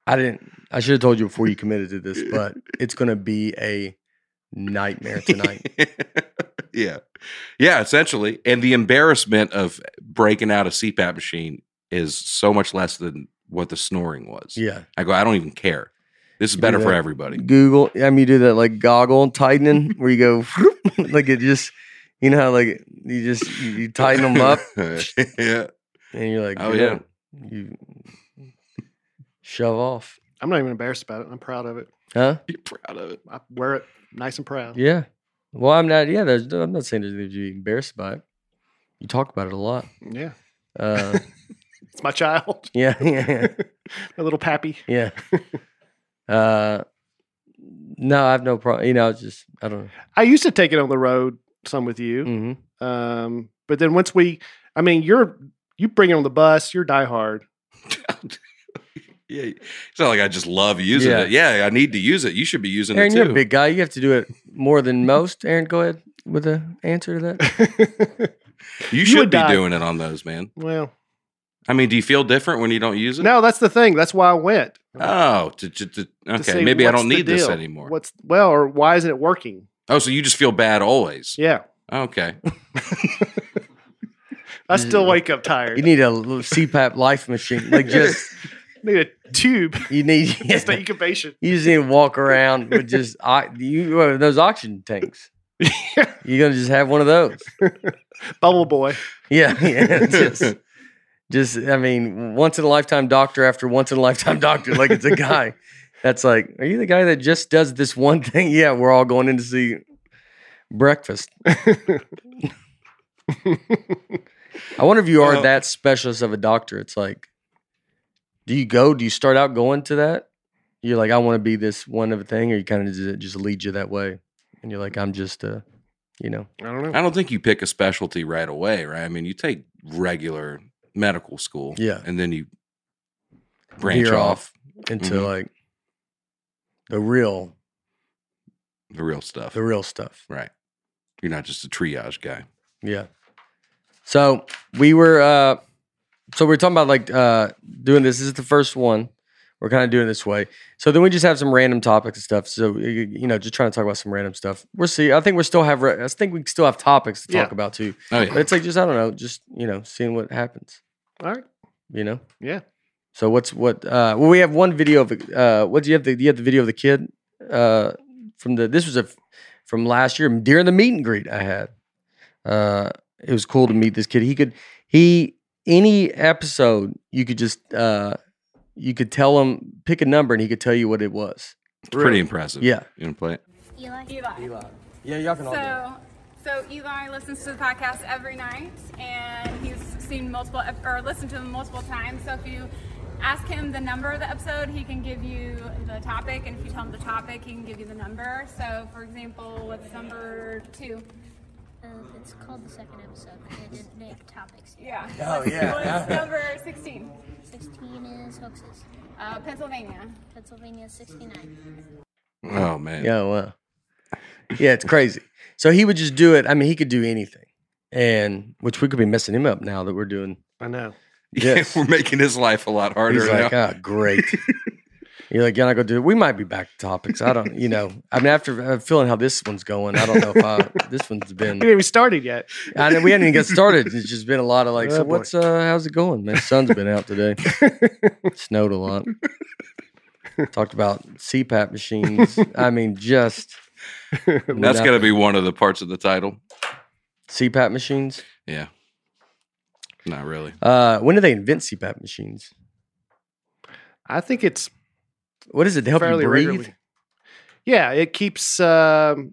[SPEAKER 1] I didn't, I should have told you before you committed to this, but it's going to be a nightmare tonight.
[SPEAKER 2] [laughs] [laughs] yeah, yeah, essentially. And the embarrassment of breaking out a CPAP machine is so much less than what the snoring was.
[SPEAKER 1] Yeah.
[SPEAKER 2] I go, I don't even care. This is
[SPEAKER 1] You do
[SPEAKER 2] better for
[SPEAKER 1] that.
[SPEAKER 2] everybody.
[SPEAKER 1] Google. I mean, you do that like goggle
[SPEAKER 2] [laughs]
[SPEAKER 1] tightening where you go [laughs] like it just, you know how like you just you, you tighten them up
[SPEAKER 2] [laughs] yeah.
[SPEAKER 1] and you're like,
[SPEAKER 2] Oh,
[SPEAKER 1] "Get
[SPEAKER 2] yeah.
[SPEAKER 1] up." you shove off,
[SPEAKER 3] I'm not even embarrassed about it. I'm proud of it.
[SPEAKER 1] huh?
[SPEAKER 2] Be proud of it. [laughs]
[SPEAKER 3] I wear it nice and proud.
[SPEAKER 1] Yeah. Well, I'm not. Yeah, there's, I'm not saying there's anything to be embarrassed by it. You talk about it a lot.
[SPEAKER 3] Yeah.
[SPEAKER 2] [laughs]
[SPEAKER 1] Uh,
[SPEAKER 3] It's my child, [laughs]
[SPEAKER 1] yeah, [laughs] yeah,
[SPEAKER 3] my little pappy.
[SPEAKER 2] [laughs]
[SPEAKER 1] yeah. yeah. Uh, no, I have no problem. You know, it's just I don't. Mm-hmm.
[SPEAKER 3] I used to take it on the road some with you.
[SPEAKER 1] know.
[SPEAKER 2] Mm.
[SPEAKER 3] Um, but then once we, I mean, you're you bring it on the bus.
[SPEAKER 2] [laughs]
[SPEAKER 3] You're diehard.
[SPEAKER 2] Yeah. It's not like I just love using
[SPEAKER 1] Yeah.
[SPEAKER 2] it. Yeah, I need to use it. You should be using
[SPEAKER 1] Aaron,
[SPEAKER 2] it too.
[SPEAKER 1] you're a big guy. You have to do it more
[SPEAKER 2] [laughs]
[SPEAKER 1] than most. Aaron, go ahead with the answer to that.
[SPEAKER 2] you
[SPEAKER 3] you
[SPEAKER 2] should
[SPEAKER 3] would
[SPEAKER 2] be
[SPEAKER 3] die.
[SPEAKER 2] doing it on those, man.
[SPEAKER 3] well,
[SPEAKER 2] I mean, do you feel different when you don't use it?
[SPEAKER 3] no, that's the thing. That's why I went.
[SPEAKER 2] Oh, to, to, to,
[SPEAKER 3] to
[SPEAKER 2] okay.
[SPEAKER 3] say,
[SPEAKER 2] Maybe I
[SPEAKER 3] what's
[SPEAKER 2] don't
[SPEAKER 3] the
[SPEAKER 2] need this
[SPEAKER 3] deal?
[SPEAKER 2] anymore.
[SPEAKER 3] What's well, or why isn't it working?
[SPEAKER 2] Oh, so you just feel bad always?
[SPEAKER 3] Yeah,
[SPEAKER 1] [laughs]
[SPEAKER 2] Okay.
[SPEAKER 3] I still
[SPEAKER 1] Mhm.
[SPEAKER 3] wake up
[SPEAKER 2] [laughs]
[SPEAKER 3] tired.
[SPEAKER 1] You need a little CPAP life machine. Like just
[SPEAKER 3] need a tube. [laughs]
[SPEAKER 1] you need
[SPEAKER 3] It's the incubation.
[SPEAKER 1] you just need to walk around with just I, you uh, those oxygen tanks. You're gonna just have one of those.
[SPEAKER 3] Bubble boy.
[SPEAKER 1] Yeah, [laughs] yeah. Just, just I mean, once in a lifetime doctor after once in a lifetime doctor. Like it's a guy that's like, are you the guy that just does this one thing? Yeah, we're all going in to see breakfast. I wonder if you are
[SPEAKER 2] Well-
[SPEAKER 1] that specialist of a doctor. It's like, do you go? Do you start out going to that? You're like, I want to be this one of a thing, or you kind of just, just lead you that way, and you're like, I'm just a, you know,
[SPEAKER 3] I don't know.
[SPEAKER 2] I don't think you pick a specialty right away, right? I mean, you take regular medical school,
[SPEAKER 1] Yeah.
[SPEAKER 2] and then you branch
[SPEAKER 1] Veer
[SPEAKER 2] off,
[SPEAKER 1] into
[SPEAKER 2] Mhm.
[SPEAKER 1] like the real,
[SPEAKER 2] the real stuff,
[SPEAKER 1] the real stuff.
[SPEAKER 2] right? You're not just a triage guy.
[SPEAKER 1] Yeah. So we were, uh, so we are talking about like uh, doing this. This is the first one. We're kind of doing it this way. So then we just have some random topics and stuff. So you you know, just trying to talk about some random stuff. We'll see. I think we still have. re- I think we still have topics to talk
[SPEAKER 3] Yeah.
[SPEAKER 1] about too.
[SPEAKER 2] Oh
[SPEAKER 1] But
[SPEAKER 2] yeah,
[SPEAKER 1] it's like just I don't know, just you know, seeing what happens.
[SPEAKER 3] All right.
[SPEAKER 1] You know.
[SPEAKER 3] Yeah.
[SPEAKER 1] So what's what? Uh, well, we have one video of uh, what do you have? The you have the video of the kid uh, from the this was a from last year during the meet and greet I had. Uh, it was cool to meet this kid. He could he any episode you could just uh, you could tell him pick a number and he could tell you what it was.
[SPEAKER 2] it's pretty impressive.
[SPEAKER 1] Yeah.
[SPEAKER 2] you gonna play it?
[SPEAKER 5] Eli?
[SPEAKER 6] Eli.
[SPEAKER 1] Yeah, y'all can
[SPEAKER 6] So, so Eli listens to the podcast every night, and he's seen multiple ep- or listened to them multiple times. So if you ask him the number of the episode, he can give you the topic, and if you tell him the topic, he can give you the number. So, for example, what's number two?
[SPEAKER 5] Uh, it's called the second episode because I didn't make topics. yet.
[SPEAKER 6] Yeah.
[SPEAKER 1] Oh yeah.
[SPEAKER 6] [laughs] What's number sixteen?
[SPEAKER 5] 16 is hoaxes.
[SPEAKER 6] Uh, Pennsylvania.
[SPEAKER 5] Pennsylvania is 69.
[SPEAKER 2] Oh man,
[SPEAKER 1] Yeah, wow. Yeah, it's crazy. So he would just do it. I mean, he could do anything, and which we could be messing him up now that we're doing.
[SPEAKER 3] I know.
[SPEAKER 1] Yes.
[SPEAKER 2] [laughs] we're making his life a lot harder
[SPEAKER 1] He's
[SPEAKER 2] now.
[SPEAKER 1] like, ah, great. [laughs] You're like, you're not gonna do it. We might be back to topics. I don't, you know. I mean, after uh, feeling how this one's going, I don't know if I, [laughs] this one's
[SPEAKER 3] We
[SPEAKER 1] been.
[SPEAKER 3] haven't even started yet.
[SPEAKER 1] I know we hadn't even got started. It's just been a lot of like, so
[SPEAKER 3] Oh, boy.
[SPEAKER 1] what's uh, how's it going? Man, sun's been out today. Snowed a lot. Talked about CPAP machines. I mean, just
[SPEAKER 2] That's
[SPEAKER 1] not-
[SPEAKER 2] gonna be one of the parts of the title.
[SPEAKER 1] CPAP machines.
[SPEAKER 2] Yeah, not really.
[SPEAKER 1] Uh, when did they invent CPAP machines?
[SPEAKER 3] I think it's
[SPEAKER 1] What is it to help
[SPEAKER 3] fairly
[SPEAKER 1] you breathe?
[SPEAKER 3] regularly. Yeah, it keeps. Um,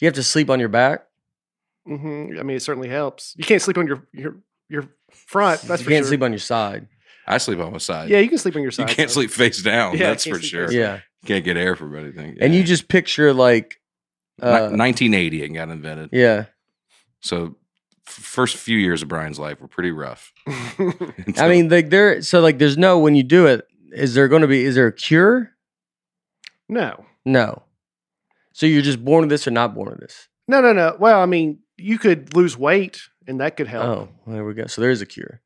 [SPEAKER 1] You have to sleep on your back.
[SPEAKER 3] mhm, I mean, it certainly helps. You can't sleep on your your your front. That's
[SPEAKER 1] you
[SPEAKER 3] for
[SPEAKER 1] can't
[SPEAKER 3] sure.
[SPEAKER 1] sleep on your side.
[SPEAKER 2] I sleep on my side.
[SPEAKER 3] yeah, you can sleep on your
[SPEAKER 2] you
[SPEAKER 3] side.
[SPEAKER 2] can't
[SPEAKER 3] though.
[SPEAKER 2] sleep face down.
[SPEAKER 3] Yeah,
[SPEAKER 2] that's
[SPEAKER 3] can't
[SPEAKER 2] for
[SPEAKER 3] sleep
[SPEAKER 2] sure.
[SPEAKER 3] face
[SPEAKER 1] Yeah,
[SPEAKER 2] Can't get air from anything.
[SPEAKER 1] and
[SPEAKER 2] Yeah.
[SPEAKER 1] you just picture like,
[SPEAKER 2] Ni-
[SPEAKER 1] uh,
[SPEAKER 2] 1980 it got invented.
[SPEAKER 1] yeah,
[SPEAKER 2] So f- first few years of Brian's life were pretty rough. [laughs] And
[SPEAKER 1] I
[SPEAKER 2] so-
[SPEAKER 1] mean, like there. So like, there's no when you do it. Is there going to be? Is there a cure?
[SPEAKER 3] [laughs] no,
[SPEAKER 1] No. So you're just born with this or not born with this?
[SPEAKER 3] no, no, no. Well, I mean, you could lose weight and that could help.
[SPEAKER 1] Oh, well, there we go. So there is a cure.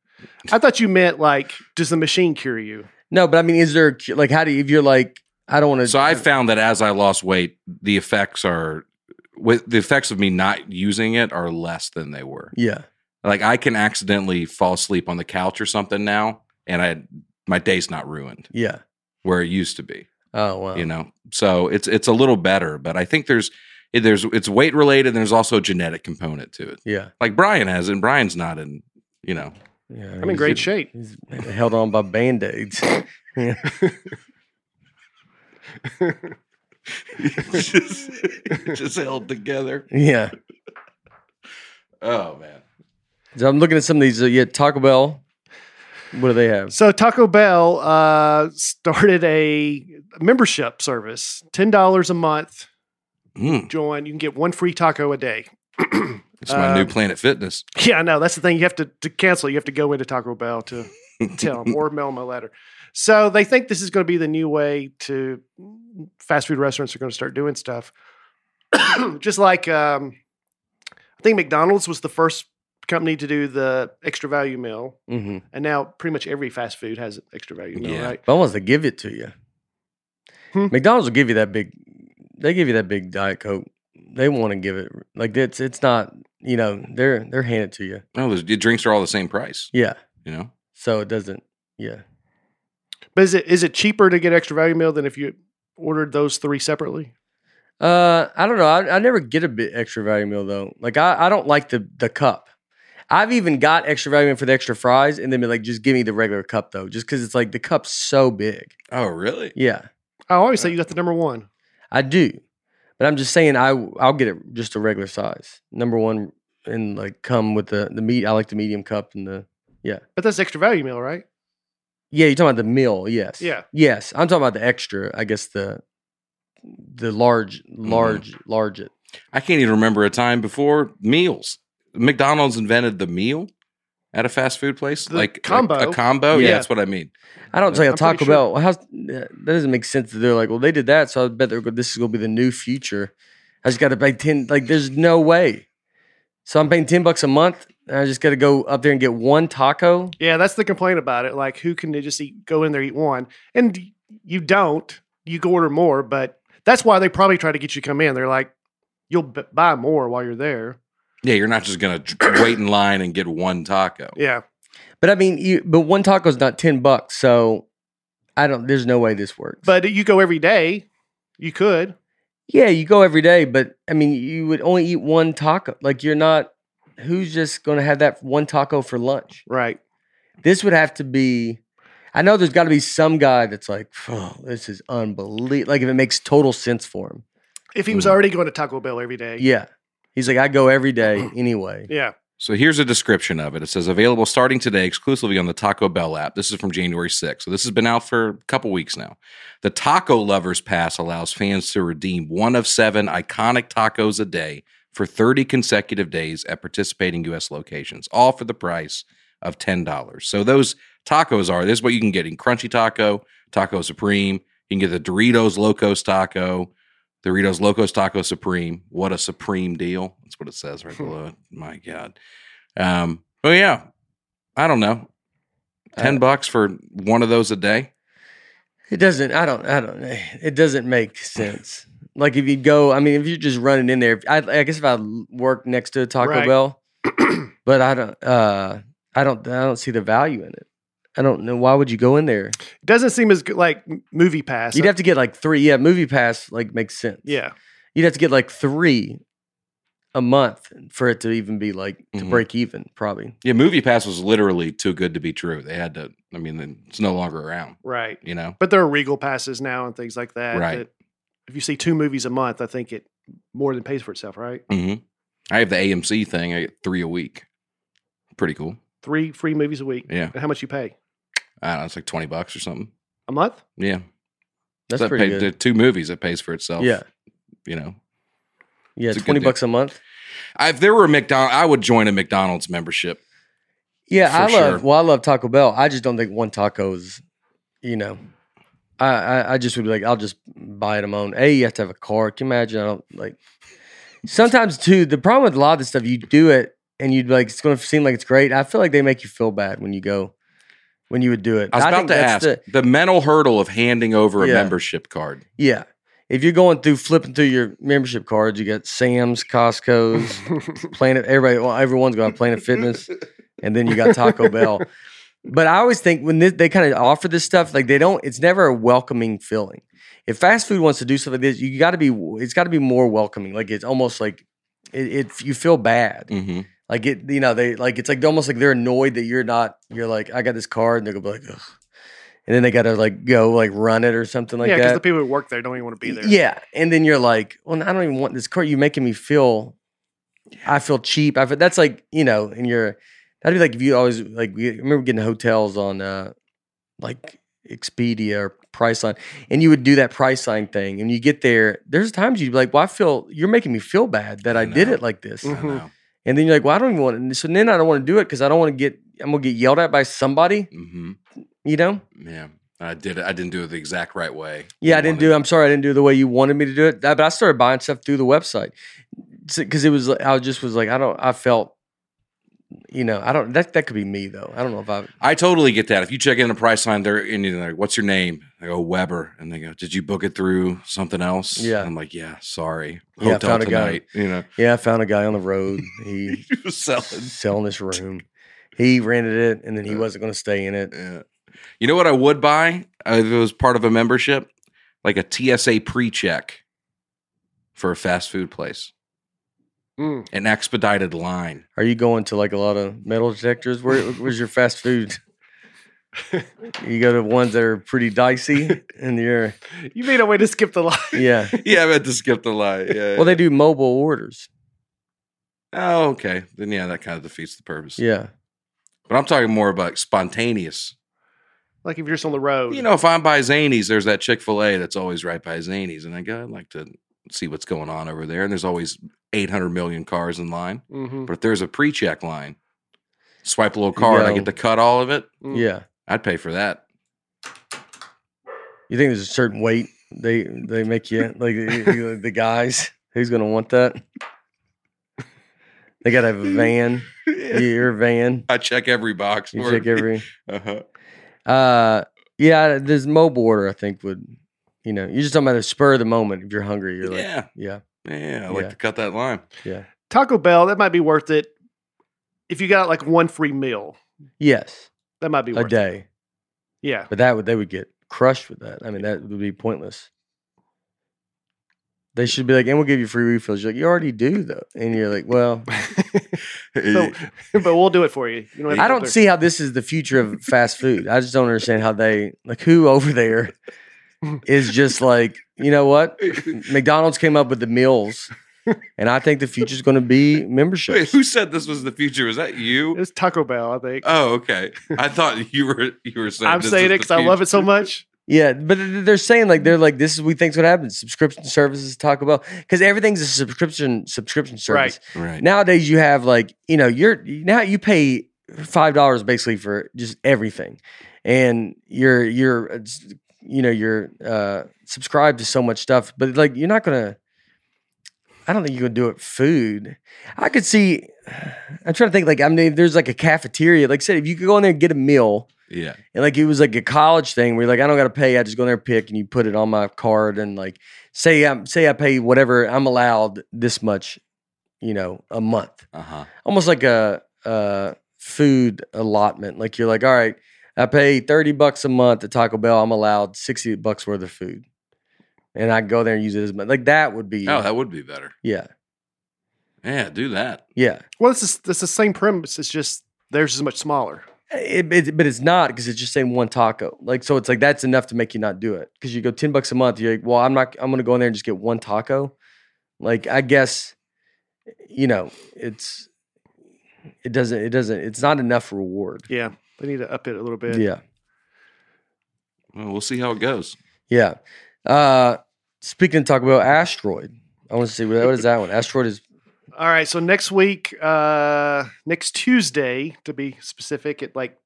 [SPEAKER 3] I thought you meant like, does the machine cure you?
[SPEAKER 1] No, but I mean, is there a cure? like how do you, if you're like I don't want to?
[SPEAKER 2] so I found that as I lost weight, the effects are with the effects of me not using it are less than they were.
[SPEAKER 1] yeah.
[SPEAKER 2] Like I can accidentally fall asleep on the couch or something now, and I my day's not ruined
[SPEAKER 1] Yeah.
[SPEAKER 2] where it used to be.
[SPEAKER 1] Oh wow.
[SPEAKER 2] You know, so it's it's a little better, but I think there's there's it's weight related. and There's also a genetic component to it.
[SPEAKER 1] Yeah.
[SPEAKER 2] Like Brian has, and Brian's not in. You [laughs] know,
[SPEAKER 1] Yeah.
[SPEAKER 3] I'm in
[SPEAKER 1] he's-
[SPEAKER 3] great shape.
[SPEAKER 1] He's held on by band aids.
[SPEAKER 2] just, just held together.
[SPEAKER 1] [laughs] yeah.
[SPEAKER 2] Oh man.
[SPEAKER 1] So I'm looking at some of these. Uh, yeah, Taco Bell. What do they have?
[SPEAKER 3] So Taco Bell uh, started a membership service, ten dollars a month.
[SPEAKER 2] Mm,
[SPEAKER 3] Join, you can get one free taco a day.
[SPEAKER 2] it's my new
[SPEAKER 3] Um,
[SPEAKER 2] Planet Fitness.
[SPEAKER 3] Yeah, I know. That's the thing. You have to, to cancel. You have to go into Taco Bell to tell them or mail them a letter. So they think this is going to be the new way to fast food restaurants are going to start doing stuff. [coughs] Just like um, I think McDonald's was the first company to do the extra value meal,
[SPEAKER 1] Mm-hmm.
[SPEAKER 3] and now pretty much every fast food has an extra value meal,
[SPEAKER 2] Yeah.
[SPEAKER 3] right?
[SPEAKER 1] But wants to give it to you.
[SPEAKER 3] Hmm.
[SPEAKER 1] McDonald's will give you that big. They give you that big Diet Coke. They want to give it like it's it's not you know they're they're handing it to you.
[SPEAKER 2] No, Oh, those the drinks are all the same price.
[SPEAKER 1] Yeah.
[SPEAKER 2] You know,
[SPEAKER 1] So it doesn't. Yeah.
[SPEAKER 3] But is it is it cheaper to get extra value meal than if you ordered those three separately?
[SPEAKER 1] Uh, I don't know. I, I never get a bit extra value meal though. Like I, I don't like the the cup. I've even got extra value meal for the extra fries, and then be like, just give me the regular cup though, just because it's like the cup's so big.
[SPEAKER 2] Oh, really?
[SPEAKER 1] Yeah,
[SPEAKER 3] I always say you got the number one.
[SPEAKER 1] I do, but I'm just saying I I'll get it just a regular size, number one, and like come with the the meat. I like the medium cup and the
[SPEAKER 3] But that's extra value meal, right?
[SPEAKER 1] yeah. You're talking about the meal, yes,
[SPEAKER 3] Yeah.
[SPEAKER 1] yes. I'm talking about the extra. I guess the the large,
[SPEAKER 3] Mm-hmm.
[SPEAKER 1] large, large it.
[SPEAKER 2] I can't even remember a time before meals. McDonald's invented the meal at a fast food place,
[SPEAKER 3] The
[SPEAKER 2] like a- a,
[SPEAKER 3] combo.
[SPEAKER 2] combo. Yeah.
[SPEAKER 3] Yeah.
[SPEAKER 2] that's what I mean.
[SPEAKER 1] I don't say a
[SPEAKER 3] I'm pretty
[SPEAKER 1] Taco
[SPEAKER 3] sure-
[SPEAKER 1] Bell. How's, that doesn't make sense that they're like, well, they did that, so I bet they're go- this is gonna be the new future. I just got to pay ten. Like, there's no way. So I'm paying ten bucks a month, and I just got to go up there and get one taco.
[SPEAKER 3] Yeah, that's the complaint about it. Like, who can just eat, go in there eat one, and you don't. You go order more, but that's why they probably try to get you to come in. They're like, you'll b- buy more while you're there.
[SPEAKER 2] Yeah, you're not just gonna dr- wait in line and get one taco.
[SPEAKER 3] Yeah,
[SPEAKER 1] But I mean, you, but one taco's not ten bucks, so I don't. There's no way this works.
[SPEAKER 3] but you go every day. You could.
[SPEAKER 1] yeah, you go every day, but I mean, you would only eat one taco. Like, you're not. Who's just gonna have that one taco for lunch?
[SPEAKER 3] Right.
[SPEAKER 1] this would have to be i know there's got to be some guy that's like oh, this is unbelievable like if it makes total sense for him
[SPEAKER 3] If he was
[SPEAKER 2] Mm.
[SPEAKER 3] already going to Taco Bell every day.
[SPEAKER 1] Mm-hmm. yeah he's like i go every day anyway
[SPEAKER 3] Yeah.
[SPEAKER 2] So here's a description of it. It says available starting today exclusively on the Taco Bell app. This is from January 6th. So this has been out for a couple weeks now. The Taco Lovers Pass allows fans to redeem one of seven iconic tacos a day for 30 consecutive days at participating U.S. locations, all for the price of $10. So those tacos are this is what you can get in Crunchy Taco, Taco Supreme. You can get the Doritos Locos Taco, Doritos Locos Taco Supreme. What a supreme deal. That's what it says right below it. My God. Um, but yeah, I don't know. Ten
[SPEAKER 1] Uh,
[SPEAKER 2] bucks for one of those a day.
[SPEAKER 1] it doesn't i don't i don't it doesn't make sense like if you go i mean if you're just running in there if- i, I guess if i l- work next to a taco
[SPEAKER 3] Right. [clears throat]
[SPEAKER 1] bell but i don't uh i don't i don't see the value in it i don't know why would you go in there
[SPEAKER 3] Doesn't seem as good, like m- movie pass.
[SPEAKER 1] you'd have to get like three yeah movie pass like makes sense
[SPEAKER 3] yeah.
[SPEAKER 1] you'd have to get like three a month for it to even be like to
[SPEAKER 3] Mm-hmm.
[SPEAKER 2] Mhm.
[SPEAKER 1] break even probably
[SPEAKER 2] Yeah, Movie Pass was literally too good to be true. They had to. I mean, it's no longer around.
[SPEAKER 3] Right.
[SPEAKER 2] You know.
[SPEAKER 3] But there are Regal passes now and things like that.
[SPEAKER 2] Right.
[SPEAKER 3] that if you see two movies a month, I think it more than pays for itself. Right.
[SPEAKER 2] hmm I have the AMC thing. I get three a week. Pretty cool.
[SPEAKER 3] Three free movies a week.
[SPEAKER 2] Yeah,
[SPEAKER 3] And how much you pay
[SPEAKER 2] I don't know. It's like twenty bucks or something.
[SPEAKER 1] [laughs]
[SPEAKER 3] a month?
[SPEAKER 2] Yeah,
[SPEAKER 1] that's
[SPEAKER 2] So that
[SPEAKER 1] pretty
[SPEAKER 2] paid-
[SPEAKER 1] good
[SPEAKER 2] the two movies. It pays for itself.
[SPEAKER 1] yeah
[SPEAKER 2] you know.
[SPEAKER 1] yeah
[SPEAKER 2] It's a good
[SPEAKER 1] 20
[SPEAKER 2] deal.
[SPEAKER 1] bucks a month
[SPEAKER 2] I, if there were a McDonald, I would join a McDonald's membership.
[SPEAKER 1] Yeah, I
[SPEAKER 2] For
[SPEAKER 1] love.
[SPEAKER 2] sure.
[SPEAKER 1] Well, I love Taco Bell. I just don't think one taco is, you know, I, I I just would be like, I'll just buy it on my own. A, you have to have a car. Can you imagine? I don't like. Sometimes too, the problem with a lot of this stuff, you do it and you'd be like, it's going to seem like it's great. I feel like they make you feel bad when you go, when you would do it.
[SPEAKER 2] I was
[SPEAKER 1] think
[SPEAKER 2] about to ask
[SPEAKER 1] that's
[SPEAKER 2] the, mental hurdle of handing over a
[SPEAKER 1] Yeah.
[SPEAKER 2] membership card.
[SPEAKER 1] the- yeah, if you're going through flipping through your membership cards, you got Sam's, Costco's, Planet. Everybody, well, everyone's going to Planet Fitness, and then you got Taco Bell. But I always think when this, they kind of offer this stuff, like they don't. It's never a welcoming feeling. If fast food wants to do something like this, you got to be. It's got to be more welcoming. Like it's almost like it. it you feel bad.
[SPEAKER 2] Mm-hmm.
[SPEAKER 1] Like it. You know they like it's like almost like they're annoyed that you're not. You're like I got this card, and they're gonna be like, Ugh. and then they got to like go like run it or something like
[SPEAKER 3] yeah,
[SPEAKER 1] that.
[SPEAKER 3] because the people who work there don't even want to be there.
[SPEAKER 1] Yeah, and then you're like, well, I don't even want this car. You're making me feel, I feel cheap. I feel, that's like you know, and you're that'd be like if you always like we remember getting hotels on uh like Expedia or Priceline, and you would do that Priceline thing, and you get there. There's times you'd be like, well, I feel you're making me feel bad that I,
[SPEAKER 2] I
[SPEAKER 1] did
[SPEAKER 2] know. Mm-hmm.
[SPEAKER 1] it like this,
[SPEAKER 3] Mhm.
[SPEAKER 1] and then you're like, well, I don't even want. It. So then I don't want to do it because I don't want to get. I'm gonna get yelled at by somebody,
[SPEAKER 2] hmm
[SPEAKER 1] you know.
[SPEAKER 2] Yeah, I did. it. I didn't do it the exact right way.
[SPEAKER 1] Yeah, I
[SPEAKER 2] You
[SPEAKER 1] didn't
[SPEAKER 2] wanted-
[SPEAKER 1] do. I'm sorry, I didn't do it the way you wanted me to do it. That- But I started buying stuff through the website because it was. I just was like, I don't. I felt, you know, I don't. That that could be me though. I don't know if I.
[SPEAKER 2] I totally get that. If you check in the price line, they're and you're like, "What's your name?" I go Weber, and they go, "Did you book it through something else?"
[SPEAKER 1] Yeah.
[SPEAKER 2] I'm like, "Yeah, sorry,
[SPEAKER 1] Yeah, I
[SPEAKER 2] hotel
[SPEAKER 1] found a guy.
[SPEAKER 2] tonight." You know, [laughs]
[SPEAKER 1] Yeah, I found a guy on the road. He [laughs]
[SPEAKER 2] he was selling.
[SPEAKER 1] selling this room. He rented it, and then he wasn't going to stay in it.
[SPEAKER 2] Yeah. You know what I would buy uh, if it was part of a membership? Like a TSA pre check for a fast food place,
[SPEAKER 3] Mm.
[SPEAKER 2] an expedited line. [laughs]
[SPEAKER 1] Are you going to like a lot of metal detectors? Where where's your fast food? [laughs] You go to ones that are pretty dicey, and you're
[SPEAKER 3] You made a way to skip the line.
[SPEAKER 1] [laughs] yeah.
[SPEAKER 2] Yeah, I meant to skip the line. Yeah.
[SPEAKER 1] Well, they do mobile orders.
[SPEAKER 2] oh, okay. Then, yeah, that kind of defeats the purpose.
[SPEAKER 1] Yeah,
[SPEAKER 2] But I'm talking more about spontaneous.
[SPEAKER 3] [laughs] Like if you're just on the road.
[SPEAKER 2] You know, if I'm by Zanies, there's that Chick fil A that's always right by Zanies. And I go, I'd like to see what's going on over there. And there's always 800 million cars in line.
[SPEAKER 3] Mhm.
[SPEAKER 2] But if there's a pre check line, swipe a little card, I
[SPEAKER 1] go.
[SPEAKER 2] get to cut all of it.
[SPEAKER 3] Mm.
[SPEAKER 1] yeah.
[SPEAKER 2] I'd pay for that.
[SPEAKER 1] You think there's a certain weight they they make you like you- you- the guys who's gonna want that? They gotta have a
[SPEAKER 3] [laughs]
[SPEAKER 1] van, your van.
[SPEAKER 2] [laughs] I check every box.
[SPEAKER 1] You
[SPEAKER 2] where-
[SPEAKER 1] check every.
[SPEAKER 2] [laughs] Uh-huh.
[SPEAKER 1] Uh, yeah, this mobile order I think would, you know, you're just talking about a spur of the moment. If you're hungry, you're like, yeah,
[SPEAKER 2] yeah,
[SPEAKER 1] yeah,
[SPEAKER 2] yeah. I like
[SPEAKER 1] Yeah.
[SPEAKER 2] to cut that line.
[SPEAKER 3] Taco Bell, that might be worth it. If you got like one free meal,
[SPEAKER 1] yes,
[SPEAKER 3] that might be
[SPEAKER 1] a
[SPEAKER 3] worth it.
[SPEAKER 1] day.
[SPEAKER 3] Yeah.
[SPEAKER 1] But that would they would get crushed with that. I mean, that would be pointless. They should be like, and we'll give you free refills. You're like, you already do though, and you're like, well,
[SPEAKER 3] So- but we'll do it for you. You have to
[SPEAKER 1] I
[SPEAKER 3] go
[SPEAKER 1] don't
[SPEAKER 3] there.
[SPEAKER 1] see how this is the future of fast food. I just don't understand how they like who over there is just like, you know what? McDonald's came up with the meals, and I think the future is going to be
[SPEAKER 2] [laughs] Wait,
[SPEAKER 1] memberships.
[SPEAKER 2] who said this was the future? Was that you?
[SPEAKER 3] It's Taco Bell, I think.
[SPEAKER 2] Oh, okay. I thought you were you were saying.
[SPEAKER 3] I'm saying it because I love it so much.
[SPEAKER 1] Yeah, but th- they're saying like they're like this is we think's what happens. Subscription services, Taco Bell, because everything's a subscription subscription service.
[SPEAKER 3] Right.
[SPEAKER 2] Right.
[SPEAKER 1] Nowadays, you have like you know you're now you pay five dollars basically for just everything, and you're you're uh, s- you know you're uh, subscribed to so much stuff, but like you're not gonna. I don't think you can do it. Food, I could see. [sighs] I'm trying to think. Like I mean, if there's like a cafeteria. Like I said, if you could go in there and get a meal,
[SPEAKER 2] yeah.
[SPEAKER 1] and like it was like a college thing where you're like, I don't gotta pay. I just go in there and pick, and you put it on my card, and like say I'm say I pay whatever I'm allowed this much, you know, a month
[SPEAKER 2] Uh huh.
[SPEAKER 1] almost like a, a food allotment. Like you're like, all right, I pay 30 bucks a month at Taco Bell. I'm allowed 60 bucks worth of food. And I go there and use it as much. Like that would be.
[SPEAKER 2] Oh, that would be better.
[SPEAKER 1] yeah.
[SPEAKER 2] Yeah, do that.
[SPEAKER 1] Yeah.
[SPEAKER 3] Well, it's, just, it's the same premise. It's just theirs is much smaller.
[SPEAKER 1] It, it- but it's not because it's just saying one taco. Like, so it's like that's enough to make you not do it. Because you go 10 bucks a month. You're like, well, I'm not, I'm going to go in there and just get one taco. Like, I guess, you know, it's, it doesn't, it doesn't, it's not enough reward.
[SPEAKER 3] Yeah. They need to up it a little bit.
[SPEAKER 1] Yeah.
[SPEAKER 2] Well, we'll see how it goes.
[SPEAKER 1] Yeah. Uh, speaking of Taco Bell, asteroid. I want to see what, what is that one. Asteroid is
[SPEAKER 3] All right. So next week, uh, next Tuesday, to be specific, at like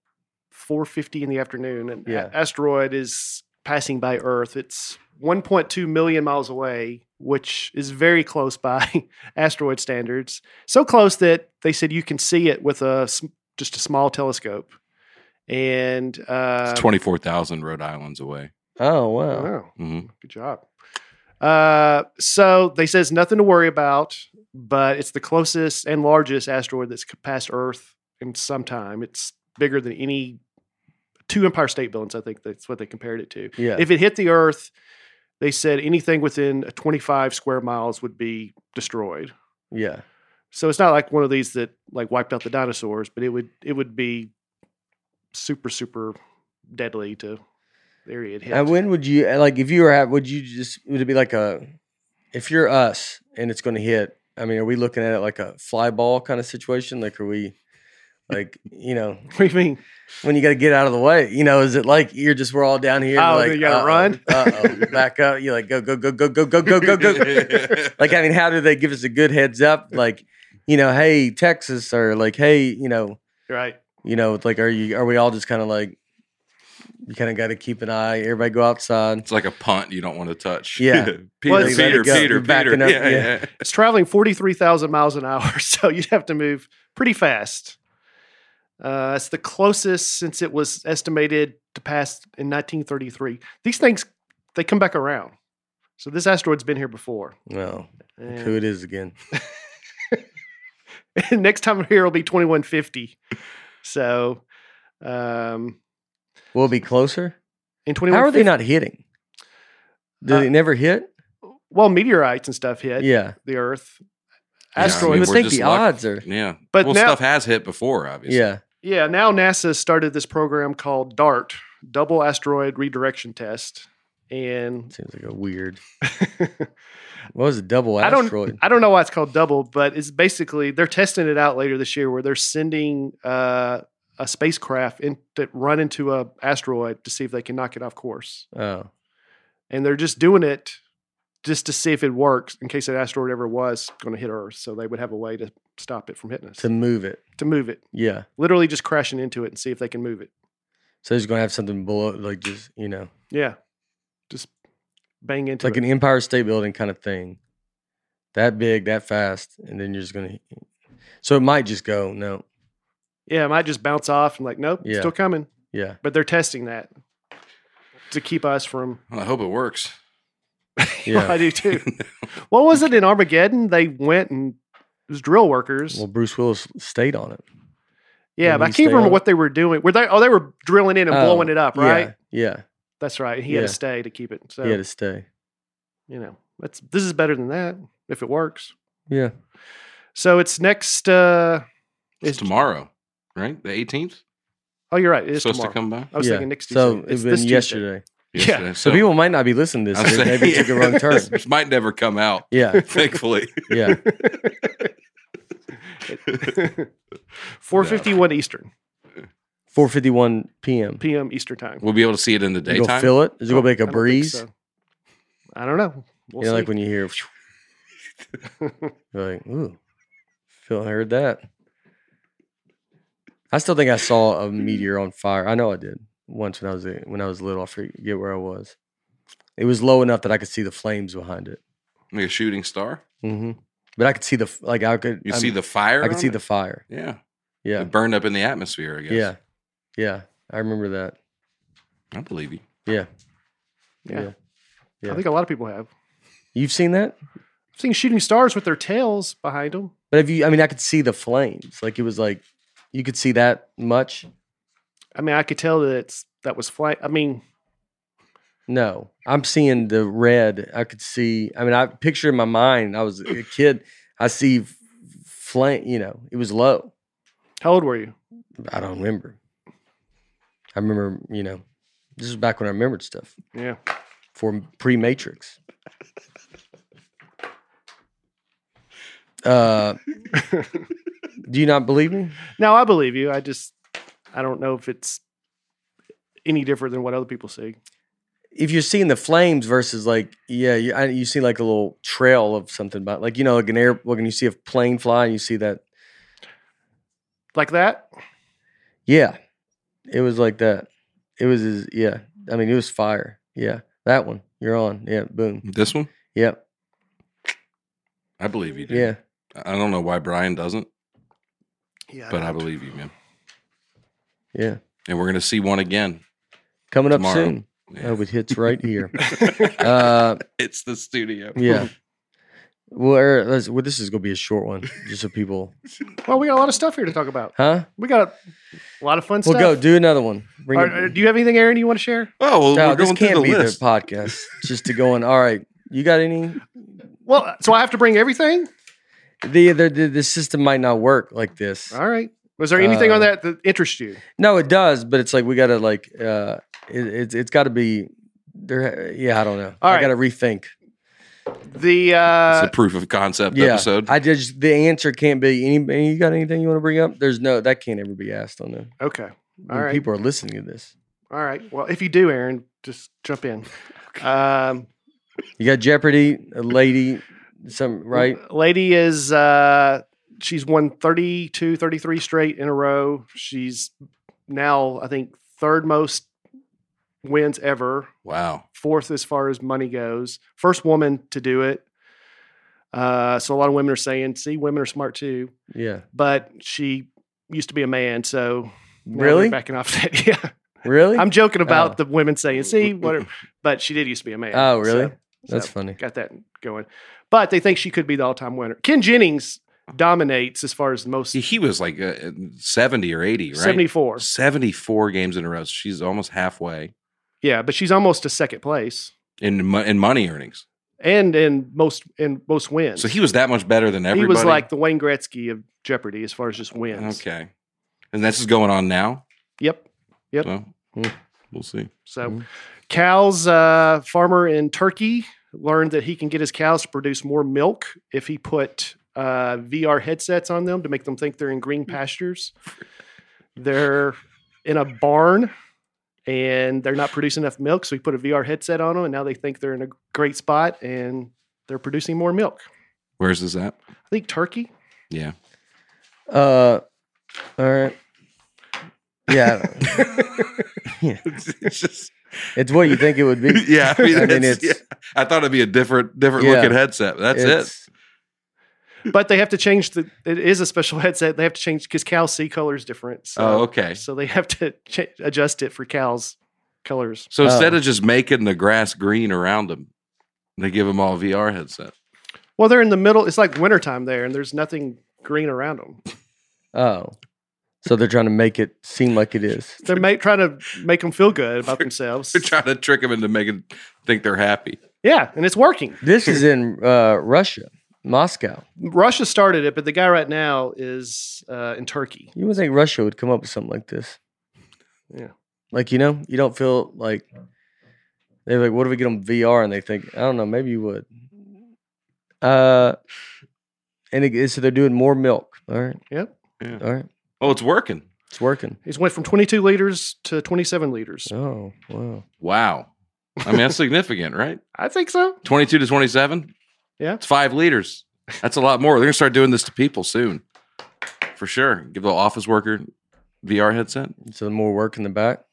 [SPEAKER 3] four fifty in the afternoon, an a-
[SPEAKER 1] Yeah.
[SPEAKER 3] asteroid is passing by Earth. It's one point two million miles away, which is very close by [laughs] asteroid standards. So close that they said you can see it with a s- just a small telescope. And uh,
[SPEAKER 1] Um,
[SPEAKER 2] It's 24,000 Rhode Islands away.
[SPEAKER 1] Oh wow.
[SPEAKER 3] wow.
[SPEAKER 2] hmm
[SPEAKER 3] Good job. Uh, so they says nothing to worry about, but it's the closest and largest asteroid that's c- passed Earth in some time. It's bigger than any two Empire State Buildings. I think that's what they compared it to.
[SPEAKER 1] Yeah.
[SPEAKER 3] If it hit the Earth, they said anything within 25 square miles would be destroyed.
[SPEAKER 1] yeah.
[SPEAKER 3] So it's not like one of these that like wiped out the dinosaurs, but it would it would be super super deadly to the area it hit. [laughs]
[SPEAKER 1] And Uh, when would you like if you were at? Would you just? Would it be like a? If you're us and it's going to hit, I mean, are we looking at it like a fly ball kind of situation? Like, are we, like, you know,
[SPEAKER 3] what do you mean?
[SPEAKER 1] when you got to get out of the way? You know, is it like you're just we're all down here?
[SPEAKER 3] Oh,
[SPEAKER 1] like,
[SPEAKER 3] you gotta run?
[SPEAKER 1] Uh
[SPEAKER 3] [laughs]
[SPEAKER 1] oh, back up. You like go go go go go go go go go. like, I mean, how do they give us a good heads up? Like, you know, hey Texas, or like, hey, you know,
[SPEAKER 3] Right.
[SPEAKER 1] you know, it's like are you are we all just kind of like you kind of got to keep an eye. Everybody go outside.
[SPEAKER 2] [laughs] it's like a punt you don't want to touch.
[SPEAKER 1] Yeah.
[SPEAKER 2] [laughs] Peter,
[SPEAKER 3] Well, it's- Let it
[SPEAKER 2] Peter,
[SPEAKER 1] go. You're
[SPEAKER 2] Peter, Peter.
[SPEAKER 1] backing up,
[SPEAKER 2] Yeah,
[SPEAKER 1] yeah.
[SPEAKER 2] yeah.
[SPEAKER 3] It's traveling 43,000 miles an hour, [laughs] so you'd have to move pretty fast. Uh, it's the closest since it was estimated to pass in 1933. These things, they come back around. So this asteroid's been here before.
[SPEAKER 1] Well, look who
[SPEAKER 3] And
[SPEAKER 1] it is again?
[SPEAKER 3] [laughs] next time we're here will be 2150. So um,
[SPEAKER 1] We'll be closer.
[SPEAKER 3] in
[SPEAKER 1] How are
[SPEAKER 3] 2150,
[SPEAKER 1] they not hitting? Do
[SPEAKER 3] Uh,
[SPEAKER 1] they never hit?
[SPEAKER 3] well, meteorites and stuff hit
[SPEAKER 1] Yeah,
[SPEAKER 3] the Earth.
[SPEAKER 2] Yeah, I
[SPEAKER 1] you
[SPEAKER 2] mean,
[SPEAKER 3] Asteroids.
[SPEAKER 1] would
[SPEAKER 2] we're
[SPEAKER 1] think
[SPEAKER 2] just
[SPEAKER 1] the
[SPEAKER 2] luck-
[SPEAKER 1] odds are.
[SPEAKER 2] Yeah.
[SPEAKER 3] But
[SPEAKER 2] well,
[SPEAKER 3] now-
[SPEAKER 2] stuff has hit before, obviously.
[SPEAKER 1] Yeah,
[SPEAKER 3] Yeah, now NASA started this program called DART, Double Asteroid Redirection Test. And
[SPEAKER 1] seems like a weird. What was a double
[SPEAKER 3] I don't-
[SPEAKER 1] asteroid?
[SPEAKER 3] [laughs] I don't know why it's called double, but it's basically they're testing it out later this year, where they're sending uh, a spacecraft in, to run into a asteroid to see if they can knock it off course,
[SPEAKER 1] Oh,
[SPEAKER 3] and they're just doing it just to see if it works in case that asteroid ever was going to hit Earth, so they would have a way to stop it from hitting us
[SPEAKER 1] to
[SPEAKER 3] to,
[SPEAKER 1] move it.
[SPEAKER 3] move it,
[SPEAKER 1] Yeah,
[SPEAKER 3] literally just crashing into it and see if they can move it.
[SPEAKER 1] so he's gonna have something below, like just you know,
[SPEAKER 3] Yeah, just bang into
[SPEAKER 1] like
[SPEAKER 3] it.
[SPEAKER 1] an e Empire State Building kind of thing. That big, that fast, and then you're just gonna. So it might just go no.
[SPEAKER 3] yeah, it might just bounce off and like, nope, it's
[SPEAKER 1] Yeah.
[SPEAKER 3] still coming. [laughs]
[SPEAKER 1] Yeah,
[SPEAKER 3] But they're testing that to keep us from
[SPEAKER 2] Well, I hope it works.
[SPEAKER 1] [laughs] yeah.
[SPEAKER 3] I do too. what was it in Armageddon? They went and it was drill workers.
[SPEAKER 1] Well, Bruce Willis stayed on it.
[SPEAKER 3] yeah,
[SPEAKER 1] did
[SPEAKER 3] but I
[SPEAKER 1] he
[SPEAKER 3] can't
[SPEAKER 1] stay
[SPEAKER 3] remember
[SPEAKER 1] on?
[SPEAKER 3] what they were doing. Were they? Oh, they were drilling in and
[SPEAKER 1] Oh,
[SPEAKER 3] blowing it up, right?
[SPEAKER 1] Yeah,
[SPEAKER 3] That's right. He had
[SPEAKER 1] Yeah.
[SPEAKER 3] to stay to keep it. So
[SPEAKER 1] yeah, he had to stay.
[SPEAKER 3] you know, that's this is better than that if it works.
[SPEAKER 1] Yeah,
[SPEAKER 3] So it's next. uh
[SPEAKER 2] It's
[SPEAKER 3] It's-
[SPEAKER 2] tomorrow, right? The 18th?
[SPEAKER 3] Oh, you're right. It is
[SPEAKER 2] supposed
[SPEAKER 3] tomorrow.
[SPEAKER 2] to come by?
[SPEAKER 3] I was
[SPEAKER 1] yeah.
[SPEAKER 3] thinking next Tuesday.
[SPEAKER 1] So it's
[SPEAKER 3] It's
[SPEAKER 1] been
[SPEAKER 3] this Tuesday.
[SPEAKER 1] yesterday.
[SPEAKER 3] Yeah.
[SPEAKER 2] Yesterday.
[SPEAKER 1] So, people might not be listening to this.
[SPEAKER 2] I'm
[SPEAKER 1] They
[SPEAKER 2] saying-
[SPEAKER 1] maybe took a
[SPEAKER 2] [laughs]
[SPEAKER 1] wrong turn.
[SPEAKER 2] This might never come out,
[SPEAKER 1] [laughs] Yeah,
[SPEAKER 2] thankfully. [laughs]
[SPEAKER 1] yeah.
[SPEAKER 3] Four fifty one Eastern
[SPEAKER 1] 4:51 p.m.
[SPEAKER 3] p.m. Eastern time. Oh,
[SPEAKER 2] We'll be able to see it in the
[SPEAKER 1] You go
[SPEAKER 2] daytime.
[SPEAKER 1] feel it? Is it gonna make
[SPEAKER 3] I
[SPEAKER 1] a
[SPEAKER 3] don't think
[SPEAKER 1] breeze?
[SPEAKER 3] so. I don't know. We'll
[SPEAKER 1] you know,
[SPEAKER 3] see.
[SPEAKER 1] like when you hear,
[SPEAKER 2] [laughs]
[SPEAKER 1] you're like, ooh, feel I heard that. I still think I saw a meteor on fire. I know I did once when I was a- when I was little. I forget where I was. It was low enough that I could see the flames behind it.
[SPEAKER 2] like a shooting star.
[SPEAKER 1] hmm But I could see the f- like I could.
[SPEAKER 2] You
[SPEAKER 1] I'm-
[SPEAKER 2] see the fire.
[SPEAKER 1] I could
[SPEAKER 2] on
[SPEAKER 1] see
[SPEAKER 2] it?
[SPEAKER 1] the fire.
[SPEAKER 2] Yeah.
[SPEAKER 1] Yeah,
[SPEAKER 2] It burned up in the atmosphere, I guess.
[SPEAKER 1] yeah, yeah. I remember that.
[SPEAKER 2] I believe you.
[SPEAKER 1] Yeah,
[SPEAKER 3] yeah.
[SPEAKER 1] yeah. Yeah.
[SPEAKER 3] I think a lot of people have.
[SPEAKER 1] you've seen that.
[SPEAKER 3] I've seen shooting stars with their tails behind them.
[SPEAKER 1] But if you, I mean, I could see the flames. Like it was like you could see that much.
[SPEAKER 3] I mean, I could tell that it's that was flight. I mean,
[SPEAKER 1] No, I'm seeing the red. I could see. I mean, I picture in my mind. I was a kid. I see f- flame. You know, it was low.
[SPEAKER 3] how old were you?
[SPEAKER 1] I don't remember. I remember. You know, this is back when I remembered stuff
[SPEAKER 3] Yeah.
[SPEAKER 1] for pre Matrix. Uh, do you not believe me?
[SPEAKER 3] Now I believe you. I just I don't know if it's any different than what other people see.
[SPEAKER 1] if you're seeing the flames versus like yeah you, I, you see like a little trail of something but like you know like an air like when you see a plane fly and you see that
[SPEAKER 3] like that.
[SPEAKER 1] yeah it was like that it was his, yeah I mean it was fire yeah that one you're on yeah boom
[SPEAKER 2] This one,
[SPEAKER 1] yep
[SPEAKER 2] I believe you. Did.
[SPEAKER 1] yeah
[SPEAKER 2] I don't know why Brian doesn't,
[SPEAKER 3] Yeah,
[SPEAKER 2] but I believe you, man.
[SPEAKER 1] yeah
[SPEAKER 2] And we're gonna see one again.
[SPEAKER 1] coming up
[SPEAKER 2] Tomorrow.
[SPEAKER 1] soon
[SPEAKER 2] Yeah.
[SPEAKER 1] oh it hits right here uh
[SPEAKER 2] [laughs] it's the studio.
[SPEAKER 1] yeah well er, let's- well, this is gonna be a short one just so people
[SPEAKER 3] Well, we got a lot of stuff here to talk about.
[SPEAKER 1] huh
[SPEAKER 3] We got a lot of fun
[SPEAKER 1] well
[SPEAKER 3] stuff.
[SPEAKER 1] go do another one bring
[SPEAKER 3] All
[SPEAKER 1] it-
[SPEAKER 3] right, uh, do you have anything, Aaron? You want to share?
[SPEAKER 2] [laughs] Oh well,
[SPEAKER 1] No,
[SPEAKER 2] we're
[SPEAKER 1] this
[SPEAKER 2] going through
[SPEAKER 1] can't
[SPEAKER 2] the
[SPEAKER 1] be
[SPEAKER 2] list.
[SPEAKER 1] the podcast. Just to go on. All right, you got any?
[SPEAKER 3] Well, so I have to bring everything.
[SPEAKER 1] The the the, the system might not work like this.
[SPEAKER 3] All right. Was there anything
[SPEAKER 1] Uh,
[SPEAKER 3] on that that interests you?
[SPEAKER 1] No, it does, but it's like we gotta like uh, it, it's it's got to be there. Yeah, I don't know.
[SPEAKER 3] All
[SPEAKER 1] I
[SPEAKER 3] right.
[SPEAKER 1] gotta rethink.
[SPEAKER 3] The
[SPEAKER 2] it's
[SPEAKER 3] uh,
[SPEAKER 2] a proof of concept
[SPEAKER 1] Yeah,
[SPEAKER 2] episode.
[SPEAKER 1] I just the answer can't be any. any- You got anything you want to bring up? There's no that can't ever be asked on there.
[SPEAKER 3] okay.
[SPEAKER 1] When
[SPEAKER 3] All right.
[SPEAKER 1] People are listening to this.
[SPEAKER 3] All right. Well, if you do, Aaron, just
[SPEAKER 1] [laughs]
[SPEAKER 3] jump in. Um,
[SPEAKER 1] You got Jeopardy, a lady, some right?
[SPEAKER 3] Lady is uh, she's won 32, 33 straight in a row. She's now I think third most wins ever.
[SPEAKER 2] wow.
[SPEAKER 3] fourth as far as money goes. First woman to do it. Uh, so a lot of women are saying, "See, women are smart too."
[SPEAKER 1] Yeah,
[SPEAKER 3] But she used to be a man, so now they're
[SPEAKER 1] really,
[SPEAKER 3] backing off [laughs] that. yeah,
[SPEAKER 1] really.
[SPEAKER 3] I'm joking about
[SPEAKER 1] Oh.
[SPEAKER 3] the women saying, "See, whatever." But she did used to be a man.
[SPEAKER 1] Oh, really?
[SPEAKER 3] so-
[SPEAKER 1] That's
[SPEAKER 3] so
[SPEAKER 1] funny.
[SPEAKER 3] got that going. But they think she could be the all-time winner. Ken Jennings dominates as far as the most
[SPEAKER 2] He was like uh, 70 or 80, right?
[SPEAKER 3] 74.
[SPEAKER 2] 74 games in a row. So she's almost halfway
[SPEAKER 3] Yeah, but she's almost to second place
[SPEAKER 2] in mo- in money earnings.
[SPEAKER 3] and in most in most wins.
[SPEAKER 2] So he was that much better than everybody.
[SPEAKER 3] He was like the Wayne Gretzky of Jeopardy as far as just wins.
[SPEAKER 2] okay. And this is going on now.
[SPEAKER 3] Yep. Yep.
[SPEAKER 2] So
[SPEAKER 1] Mm.
[SPEAKER 2] we'll see.
[SPEAKER 3] So
[SPEAKER 2] Mm-hmm.
[SPEAKER 1] Mhm.
[SPEAKER 3] cows, uh, farmer in Turkey learned that he can get his cows to produce more milk if he put uh, VR headsets on them to make them think they're in
[SPEAKER 2] Mm.
[SPEAKER 3] green pastures. They're in a barn and they're not producing enough milk. So he put a VR headset on them and now they think they're in a great spot and they're producing more milk.
[SPEAKER 2] Where's this at?
[SPEAKER 3] I
[SPEAKER 2] [laughs]
[SPEAKER 3] think Turkey.
[SPEAKER 1] [laughs]
[SPEAKER 2] Yeah.
[SPEAKER 1] Uh, all right. Yeah, I don't know.
[SPEAKER 2] it's just,
[SPEAKER 1] It's what you think it would be.
[SPEAKER 2] [laughs] yeah. I mean,
[SPEAKER 1] I mean,
[SPEAKER 2] it's,
[SPEAKER 1] it's-
[SPEAKER 2] yeah. I thought it'd be a different different
[SPEAKER 1] Yeah.
[SPEAKER 2] looking headset. but That's it.
[SPEAKER 1] It's-
[SPEAKER 3] But they have to change the, it is a special headset. They have to change because cows see colors different. So.
[SPEAKER 1] uh,
[SPEAKER 2] Oh, okay.
[SPEAKER 3] So they have to cha- adjust it for cows' colors.
[SPEAKER 2] So instead
[SPEAKER 1] Oh.
[SPEAKER 2] of just making the grass green around them, they give them all VR headset.
[SPEAKER 3] Well, they're in the middle. It's like wintertime there, and there's nothing green around them.
[SPEAKER 1] Oh, so they're trying to make it seem like it is.
[SPEAKER 3] They're ma- trying to make them feel good about themselves.
[SPEAKER 2] [laughs] They're trying to trick them into making think they're happy.
[SPEAKER 3] Yeah, and it's working.
[SPEAKER 1] This is in uh, Russia, Moscow.
[SPEAKER 3] Russia started it, but the guy right now is uh, in Turkey.
[SPEAKER 1] You would think Russia would come up with something like this.
[SPEAKER 3] Yeah.
[SPEAKER 1] Like you know, you don't feel like they're like, "What if we get them VR?" And they think, "I don't know, maybe you would." Uh, and it, so they're doing more milk. All right.
[SPEAKER 3] Yep.
[SPEAKER 2] Yeah.
[SPEAKER 1] All right.
[SPEAKER 2] Oh, it's working.
[SPEAKER 1] It's working.
[SPEAKER 3] He's went from 22 liters to 27 liters.
[SPEAKER 1] Oh wow.
[SPEAKER 2] Wow. I mean, that's [laughs] significant, right?
[SPEAKER 3] I think so.
[SPEAKER 2] 22 to 27.
[SPEAKER 3] Yeah.
[SPEAKER 2] It's five liters. That's a lot more. They're going to start doing this to people soon, for sure. Give the office worker VR headset.
[SPEAKER 1] So more work in the back.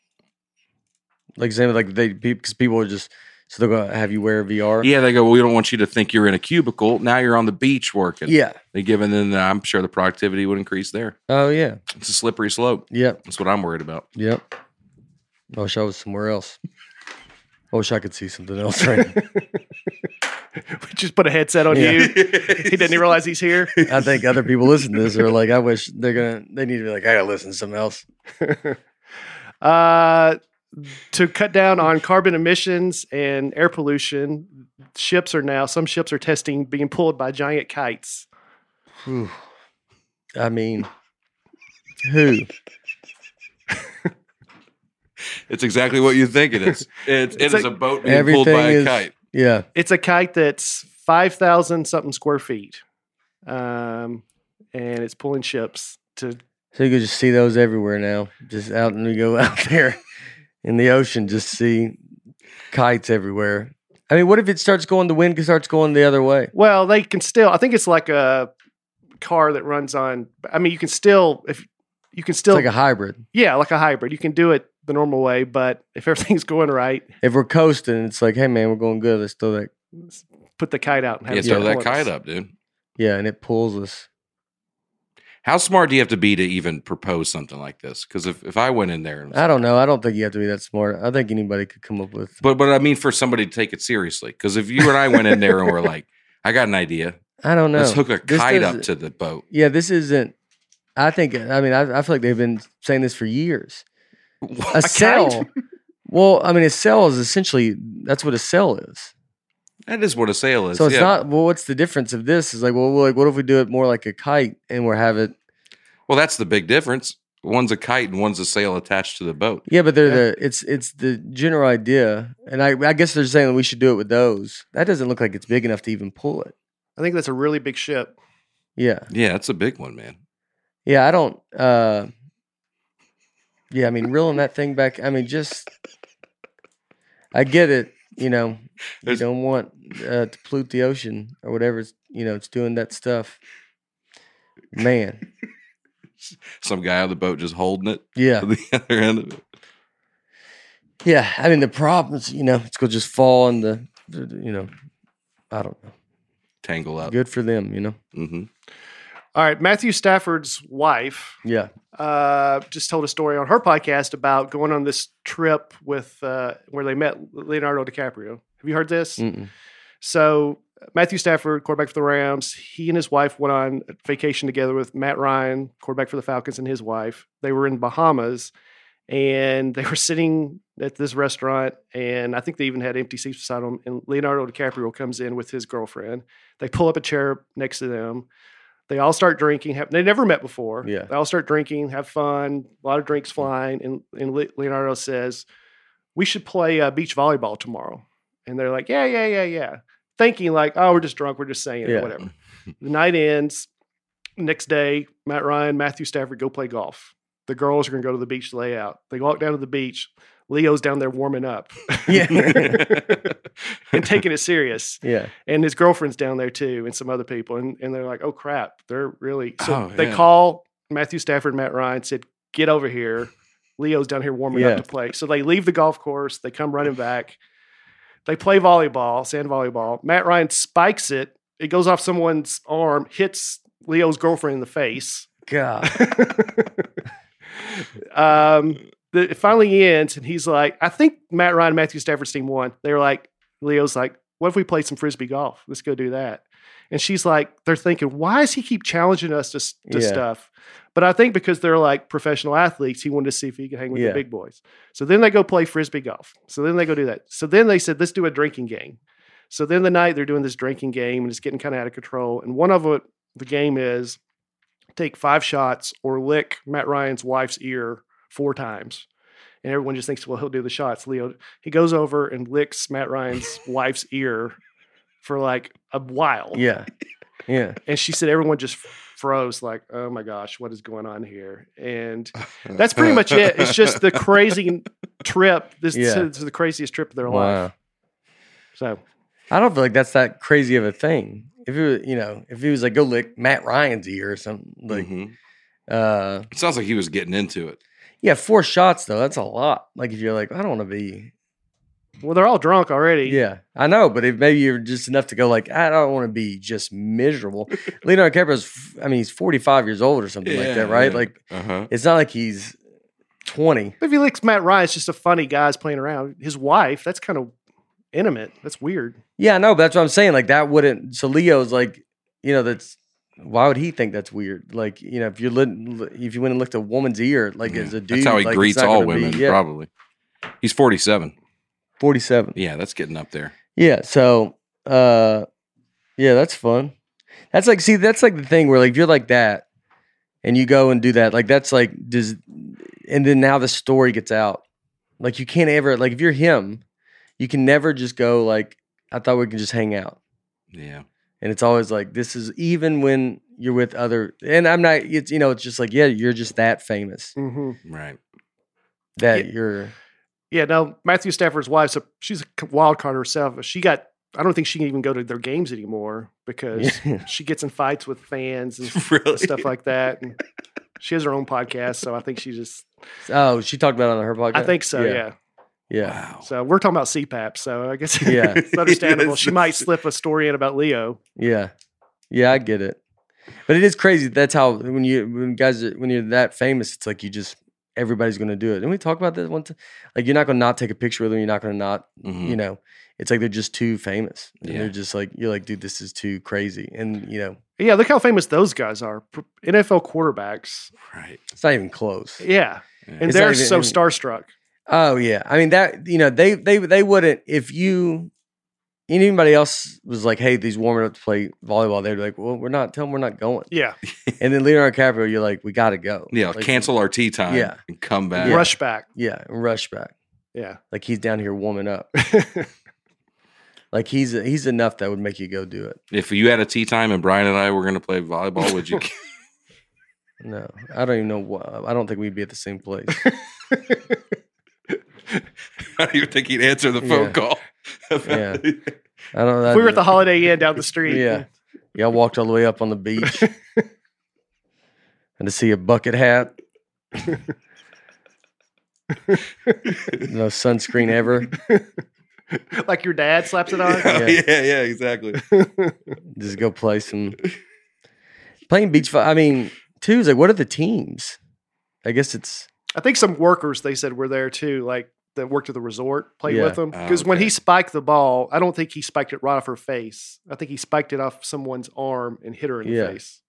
[SPEAKER 1] Like same like they because people are just so they're gonna have you wear VR.
[SPEAKER 2] Yeah, they go, well, we don't want you to think you're in a cubicle. Now you're on the beach working.
[SPEAKER 1] Yeah.
[SPEAKER 2] They give, and then I'm sure the productivity would increase there.
[SPEAKER 1] Oh yeah.
[SPEAKER 2] It's a slippery slope.
[SPEAKER 1] Yep.
[SPEAKER 2] That's what I'm worried about.
[SPEAKER 1] Yep. I wish I was somewhere else. I wish I could see something else right now.
[SPEAKER 3] [laughs] We just put a headset on
[SPEAKER 1] Yeah.
[SPEAKER 3] you. He didn't even realize he's here.
[SPEAKER 1] I think other people listen to this are like, I wish they're gonna they need to be like, I gotta listen to something else.
[SPEAKER 3] Uh, to cut down on carbon emissions and air pollution, ships are now some ships are testing being pulled by giant kites.
[SPEAKER 1] Whew. I mean who?
[SPEAKER 2] It's exactly what you think it is. [laughs] It's, it is
[SPEAKER 3] It's like-
[SPEAKER 2] a boat being pulled
[SPEAKER 1] Everything
[SPEAKER 2] by a
[SPEAKER 1] is-
[SPEAKER 2] kite.
[SPEAKER 1] Yeah.
[SPEAKER 3] It's a kite that's five thousand something square feet, um, and it's pulling ships to.
[SPEAKER 1] So you can just [laughs] see those everywhere now. Just out and you go out there in the ocean, just see kites everywhere. I mean, what if it starts going? The wind starts going the other way.
[SPEAKER 3] Well, they can still. I think it's like a car that runs on. I mean, you can still if you can
[SPEAKER 1] It's
[SPEAKER 3] still
[SPEAKER 1] like a hybrid.
[SPEAKER 3] yeah, like a hybrid. You can do it the normal way, but if [laughs] everything's going right,
[SPEAKER 1] If we're coasting, it's like, hey man, we're going good. Let's throw that.
[SPEAKER 3] put the kite out and have
[SPEAKER 2] Yeah,
[SPEAKER 3] it
[SPEAKER 2] throw that
[SPEAKER 3] pull us.
[SPEAKER 2] kite up, dude.
[SPEAKER 1] Yeah, and it pulls us.
[SPEAKER 2] How smart do you have to be to even propose something like this? Because if, if I went in there, and,
[SPEAKER 1] I don't know. I don't think you have to be that smart. I think anybody could come up with.
[SPEAKER 2] but but I mean for somebody to take it seriously. Because if you and I went in there and were like, I got an idea,
[SPEAKER 1] I don't know.
[SPEAKER 2] let's hook a
[SPEAKER 1] This
[SPEAKER 2] kite up
[SPEAKER 1] doesn't-
[SPEAKER 2] to the boat.
[SPEAKER 1] Yeah, this isn't. I think. I mean, I, I feel like they've been saying this for years. A, cell. Well, I mean, a cell is essentially that's what a cell is.
[SPEAKER 2] That is what a sail is.
[SPEAKER 1] So it's
[SPEAKER 2] yeah.
[SPEAKER 1] not. Well, what's the difference of this? Is like, well, like, what if we do it more like a kite and we're have it?
[SPEAKER 2] Well, that's the big difference. One's a kite and one's a sail attached to the boat.
[SPEAKER 1] Yeah, but they're the. It's it's the general idea, and I I guess they're saying we should do it with those. That doesn't look like it's big enough to even pull it.
[SPEAKER 3] I think that's a really big ship.
[SPEAKER 1] Yeah.
[SPEAKER 2] Yeah, that's a big one, man.
[SPEAKER 1] Yeah, I don't. uh Yeah, I mean, reeling that thing back. I mean, just. I get it. You know, you
[SPEAKER 2] There's-
[SPEAKER 1] don't want uh, to pollute the ocean or whatever. It's, you know, it's doing that stuff. Man,
[SPEAKER 2] Some guy on the boat just holding it
[SPEAKER 1] yeah,
[SPEAKER 2] on the [laughs] other end of it.
[SPEAKER 1] yeah. I mean, the problems. You know, it's gonna just fall in the. You know, I don't know.
[SPEAKER 2] Tangle up.
[SPEAKER 1] Good for them. You know.
[SPEAKER 2] hmm
[SPEAKER 3] All right, Matthew Stafford's wife
[SPEAKER 1] Yeah.
[SPEAKER 3] uh, just told a story on her podcast about going on this trip with uh, where they met Leonardo DiCaprio. Have you heard this?
[SPEAKER 1] Mm-mm.
[SPEAKER 3] So Matthew Stafford, quarterback for the Rams, he and his wife went on vacation together with Matt Ryan, quarterback for the Falcons, and his wife. They were in Bahamas, and they were sitting at this restaurant, and I think they even had empty seats beside them. And Leonardo DiCaprio comes in with his girlfriend. They pull up a chair next to them. They all start drinking. Have, they never met before.
[SPEAKER 1] Yeah.
[SPEAKER 3] They all start drinking, have fun, a lot of drinks flying. And, and Le- Leonardo says, "We should play uh, beach volleyball tomorrow." And they're like, "Yeah, yeah, yeah, yeah." thinking like, oh, we're just drunk, we're just saying it,
[SPEAKER 1] Yeah.
[SPEAKER 3] or whatever. the night ends. Next day, Matt Ryan, Matthew Stafford go play golf. The girls are going to go to the beach to lay out. They walk down to the beach. Leo's down there warming up
[SPEAKER 1] [laughs] Yeah.
[SPEAKER 3] and taking it serious.
[SPEAKER 1] yeah.
[SPEAKER 3] And his girlfriend's down there too, and some other people. And, and they're like, oh crap, they're really. So
[SPEAKER 2] Oh,
[SPEAKER 3] they
[SPEAKER 2] yeah.
[SPEAKER 3] call Matthew Stafford, Matt Ryan, said, get over here. Leo's down here warming
[SPEAKER 1] Yeah.
[SPEAKER 3] up to play. So they leave the golf course. They come running back. They play volleyball, sand volleyball. Matt Ryan spikes it. It goes off someone's arm, hits Leo's girlfriend in the face.
[SPEAKER 1] God.
[SPEAKER 3] um, the, it finally ends, and he's like, I think Matt Ryan, and Matthew Stafford's team won. They were like, Leo's like, what if we play some frisbee golf? Let's go do that. And she's like, they're thinking, why does he keep challenging us to, s- to
[SPEAKER 1] Yeah.
[SPEAKER 3] stuff? But I think because they're like professional athletes, he wanted to see if he could hang with
[SPEAKER 1] Yeah.
[SPEAKER 3] the big boys. So then they go play frisbee golf. So then they go do that. So then they said, let's do a drinking game. So then the night they're doing this drinking game and it's getting kind of out of control. And one of it, the game is take five shots or lick Matt Ryan's wife's ear four times. And everyone just thinks, well, he'll do the shots. Leo, he goes over and licks
[SPEAKER 1] [laughs]
[SPEAKER 3] Matt Ryan's wife's ear for like a while.
[SPEAKER 1] Yeah. Yeah.
[SPEAKER 3] And she said, everyone just froze, like, oh my gosh, what is going on here?
[SPEAKER 1] [laughs]
[SPEAKER 3] And that's pretty much it.
[SPEAKER 2] [laughs]
[SPEAKER 3] It's just the crazy trip. This,
[SPEAKER 1] Yeah.
[SPEAKER 3] is the craziest trip of their
[SPEAKER 1] [laughs]
[SPEAKER 3] life.
[SPEAKER 1] Wow.
[SPEAKER 3] So,
[SPEAKER 1] I don't feel like that's that crazy of a thing. If it was, you know, if he was like, go lick Matt Ryan's ear or something, like,
[SPEAKER 2] Mhm.
[SPEAKER 1] uh,
[SPEAKER 2] It sounds like he was getting into it.
[SPEAKER 1] yeah, four shots though, that's a lot. Like, if you're like, I don't want to be,
[SPEAKER 3] well, they're all drunk already.
[SPEAKER 1] yeah, I know, but if maybe you're just enough to go, like, I don't want to be just miserable. Leonardo DiCaprio's, f- I mean, he's 45 years old or something like
[SPEAKER 2] Yeah,
[SPEAKER 1] that, right?
[SPEAKER 2] yeah.
[SPEAKER 1] Like,
[SPEAKER 2] Uh huh.
[SPEAKER 1] it's not like he's 20.
[SPEAKER 3] But if he licks Matt Ryan, it's just a funny guy's playing around. His wife, that's kind of intimate. That's weird.
[SPEAKER 1] Yeah, I know, but that's what I'm saying. Like, that wouldn't, so Leo's like, you know, that's, why would he think that's weird? Like, you know, if you lit, if you went and licked a woman's ear, like as a dude,
[SPEAKER 2] that's how he
[SPEAKER 1] like, it's
[SPEAKER 2] greets
[SPEAKER 1] not
[SPEAKER 2] all
[SPEAKER 1] gonna be-
[SPEAKER 2] women,
[SPEAKER 1] yeah.
[SPEAKER 2] probably. He's 47.
[SPEAKER 1] 47.
[SPEAKER 2] Yeah, that's getting up there.
[SPEAKER 1] Yeah. So, uh, yeah, that's fun. That's like, see, that's like the thing where like if you're like that, and you go and do that, like that's like does, and then now the story gets out. Like you can't ever like if you're him, you can never just go like I thought we could just hang out,
[SPEAKER 2] Yeah.
[SPEAKER 1] and it's always like this is even when you're with other, and I'm not. It's [laughs] you know, it's just like yeah, you're just that famous
[SPEAKER 3] Mm-hmm.
[SPEAKER 2] Right.
[SPEAKER 1] that
[SPEAKER 3] Yeah.
[SPEAKER 1] you're
[SPEAKER 3] Yeah, now Matthew Stafford's wife, so she's a c- wild card herself. She got, I don't think she can even go to their games anymore because
[SPEAKER 1] Yeah.
[SPEAKER 3] she gets in fights with fans and
[SPEAKER 2] really?
[SPEAKER 3] stuff like that. And she has her own podcast, so I think she just,
[SPEAKER 1] [laughs] Oh, she talked about it on her podcast.
[SPEAKER 3] I think so, yeah.
[SPEAKER 1] Yeah.
[SPEAKER 2] Wow.
[SPEAKER 3] So we're talking about CPAP, so I guess [laughs]
[SPEAKER 1] Yeah.
[SPEAKER 3] it's understandable.
[SPEAKER 1] [laughs]
[SPEAKER 3] she
[SPEAKER 2] Yes.
[SPEAKER 3] might slip a story in about Leo.
[SPEAKER 1] Yeah. Yeah, I get it. But it is crazy. That's how when you when guys are- when you're that famous, it's like you just everybody's gonna do it. And we talk about this one time. Like you're not gonna not take a picture with them, you're not gonna not
[SPEAKER 2] Mhm.
[SPEAKER 1] you
[SPEAKER 3] Mm.
[SPEAKER 1] know, it's like they're just too famous. And
[SPEAKER 2] Yeah.
[SPEAKER 1] they're just like you're like, dude, this is too crazy. And you know,
[SPEAKER 3] Yeah, look how famous those guys are. P- NFL quarterbacks.
[SPEAKER 2] Right.
[SPEAKER 1] it's not even close.
[SPEAKER 3] Yeah.
[SPEAKER 2] Yeah.
[SPEAKER 3] And
[SPEAKER 1] It's not
[SPEAKER 3] they're
[SPEAKER 1] even-
[SPEAKER 3] so starstruck.
[SPEAKER 1] Oh yeah. I mean that you know, they they they wouldn't if you anybody else was like, hey, these warming up to play volleyball, they'd be like, Well, we're not tell them we're not going.
[SPEAKER 3] Yeah.
[SPEAKER 1] And then Leonardo DiCaprio, you're like, we gotta go.
[SPEAKER 2] Yeah.
[SPEAKER 1] Like,
[SPEAKER 2] cancel our tea time.
[SPEAKER 1] Yeah.
[SPEAKER 2] And come back.
[SPEAKER 3] Rush back.
[SPEAKER 1] Yeah, and rush back.
[SPEAKER 3] Yeah.
[SPEAKER 1] Like he's down here warming
[SPEAKER 3] [laughs]
[SPEAKER 1] up. Like he's he's enough that would make you go do it.
[SPEAKER 2] If you had a tea time and Brian and I were going to play volleyball,
[SPEAKER 1] [laughs]
[SPEAKER 2] would you?
[SPEAKER 1] No, I don't even know why. I don't think we'd be at the same place.
[SPEAKER 3] [laughs]
[SPEAKER 2] I don't even think he'd answer the phone
[SPEAKER 1] Yeah.
[SPEAKER 2] call.
[SPEAKER 1] [laughs] Yeah. [laughs] I don't. know.
[SPEAKER 3] we were at the Holiday Inn down the street.
[SPEAKER 1] Uh, [laughs]
[SPEAKER 3] [laughs]
[SPEAKER 1] Yeah, y'all walked all the way up on the beach, and to see a bucket
[SPEAKER 2] [laughs]
[SPEAKER 1] hat, no sunscreen ever.
[SPEAKER 3] like your dad slaps it on.
[SPEAKER 2] yeah,
[SPEAKER 1] Yeah.
[SPEAKER 2] yeah, yeah, exactly.
[SPEAKER 1] Just go play some playing beach. vo- I mean, Tuesday. What are the teams? I guess it's
[SPEAKER 3] I think some workers they said were there too, like that worked at the resort, played
[SPEAKER 1] Yeah. Ah,
[SPEAKER 3] with them.
[SPEAKER 2] Oh,
[SPEAKER 3] Because when
[SPEAKER 2] okay.
[SPEAKER 3] he spiked the ball, I don't think he spiked it right off her face. I think he spiked it off someone's arm and hit her in
[SPEAKER 1] Yeah.
[SPEAKER 3] the face.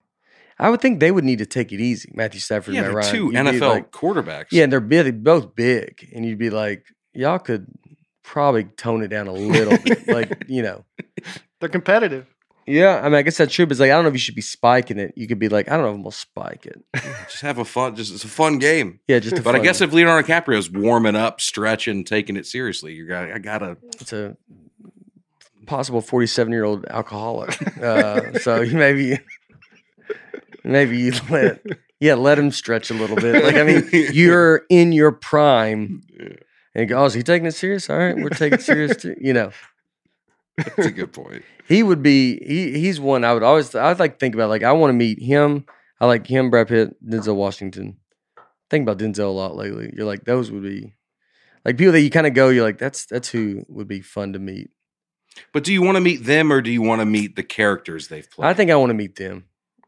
[SPEAKER 3] I
[SPEAKER 1] I would think they would need to take it easy. Matthew Stafford,
[SPEAKER 2] Yeah,
[SPEAKER 1] and Matt
[SPEAKER 2] they're
[SPEAKER 1] Ryan.
[SPEAKER 2] two
[SPEAKER 1] You'd be
[SPEAKER 2] NFL
[SPEAKER 1] like-
[SPEAKER 2] quarterbacks.
[SPEAKER 1] yeah, and they're big, both big, and you'd be like, y'all could probably tone it down a little
[SPEAKER 2] [laughs]
[SPEAKER 1] bit, like you know.
[SPEAKER 3] They're competitive.
[SPEAKER 1] Yeah, I mean, I guess that's true. But it's like, I don't know if you should be spiking it. You could be like, I don't know if I'm gonna spike it.
[SPEAKER 2] just have a fun. Just it's a fun game.
[SPEAKER 1] Yeah, just. A
[SPEAKER 2] [laughs] But I guess if Leonardo DiCaprio's warming up, stretching, taking it seriously, you got. I gotta.
[SPEAKER 1] it's a possible 47 year old alcoholic, uh, so [laughs] you maybe maybe you let yeah let him stretch a little bit. Like I
[SPEAKER 2] [laughs]
[SPEAKER 1] mean, you're in your prime. And go, oh, is he taking it serious? All right, we're taking it serious too. You know,
[SPEAKER 2] That's a good point.
[SPEAKER 1] he would be he he's one I would always I'd like to think about like I want to meet him. I like him, Brad Pitt, Denzel Washington. Think about Denzel a lot lately. You're like those would be like people that you kind of go. You're like that's that's who would be fun to meet.
[SPEAKER 2] But do you want to meet them or do you want to meet the characters they've played?
[SPEAKER 1] I think I want to meet them.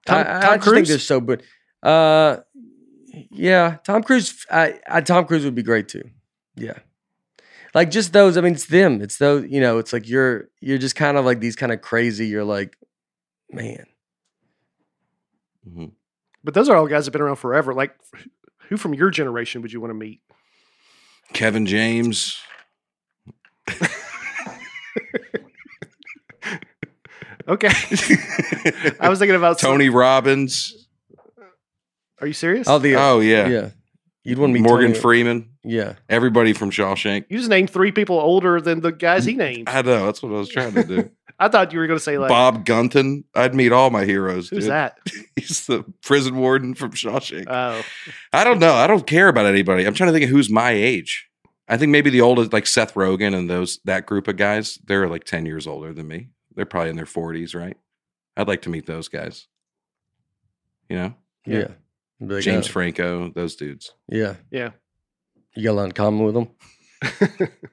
[SPEAKER 3] Tom-
[SPEAKER 1] I, I,
[SPEAKER 3] Tom
[SPEAKER 1] I just think
[SPEAKER 3] Cruise?
[SPEAKER 1] they're so good. Uh, yeah, Tom Cruise. I, I Tom Cruise would be great too. Yeah, like just those. I mean, it's them. It's those. You know, it's like you're you're just kind of like these kind of crazy. You're like, man.
[SPEAKER 2] Mhm.
[SPEAKER 3] But those are all guys that have been around forever. Like who from your generation would you want to meet?
[SPEAKER 2] Kevin James.
[SPEAKER 3] Okay. [laughs] I was thinking about some-
[SPEAKER 2] Tony Robbins.
[SPEAKER 3] Are you serious?
[SPEAKER 1] Oh, the
[SPEAKER 2] Oh yeah,
[SPEAKER 1] yeah. You'd want to meet
[SPEAKER 2] Morgan
[SPEAKER 1] Tony-
[SPEAKER 2] Freeman.
[SPEAKER 1] Yeah,
[SPEAKER 2] Everybody from Shawshank.
[SPEAKER 3] you just named three people older than the guys
[SPEAKER 1] Mm.
[SPEAKER 3] he named.
[SPEAKER 2] I know that's what I was trying to do.
[SPEAKER 3] I thought you were going to say like,
[SPEAKER 2] Bob Gunton. I'd meet all my heroes.
[SPEAKER 3] who's
[SPEAKER 2] dude.
[SPEAKER 1] [laughs]
[SPEAKER 3] that?
[SPEAKER 2] [laughs] He's the prison warden from Shawshank.
[SPEAKER 3] Oh,
[SPEAKER 2] I don't know. I don't care about anybody. I'm trying to think of who's my age. I think maybe the oldest, like Seth Rogen and those that group of guys. They're like ten years older than me. They're probably in their 40s, right? I'd like to meet those guys. You know,
[SPEAKER 1] yeah. You'd be like,
[SPEAKER 2] James
[SPEAKER 1] uh,
[SPEAKER 2] Franco, those dudes.
[SPEAKER 1] yeah,
[SPEAKER 3] yeah.
[SPEAKER 1] you got a lot in common with him.
[SPEAKER 2] [laughs]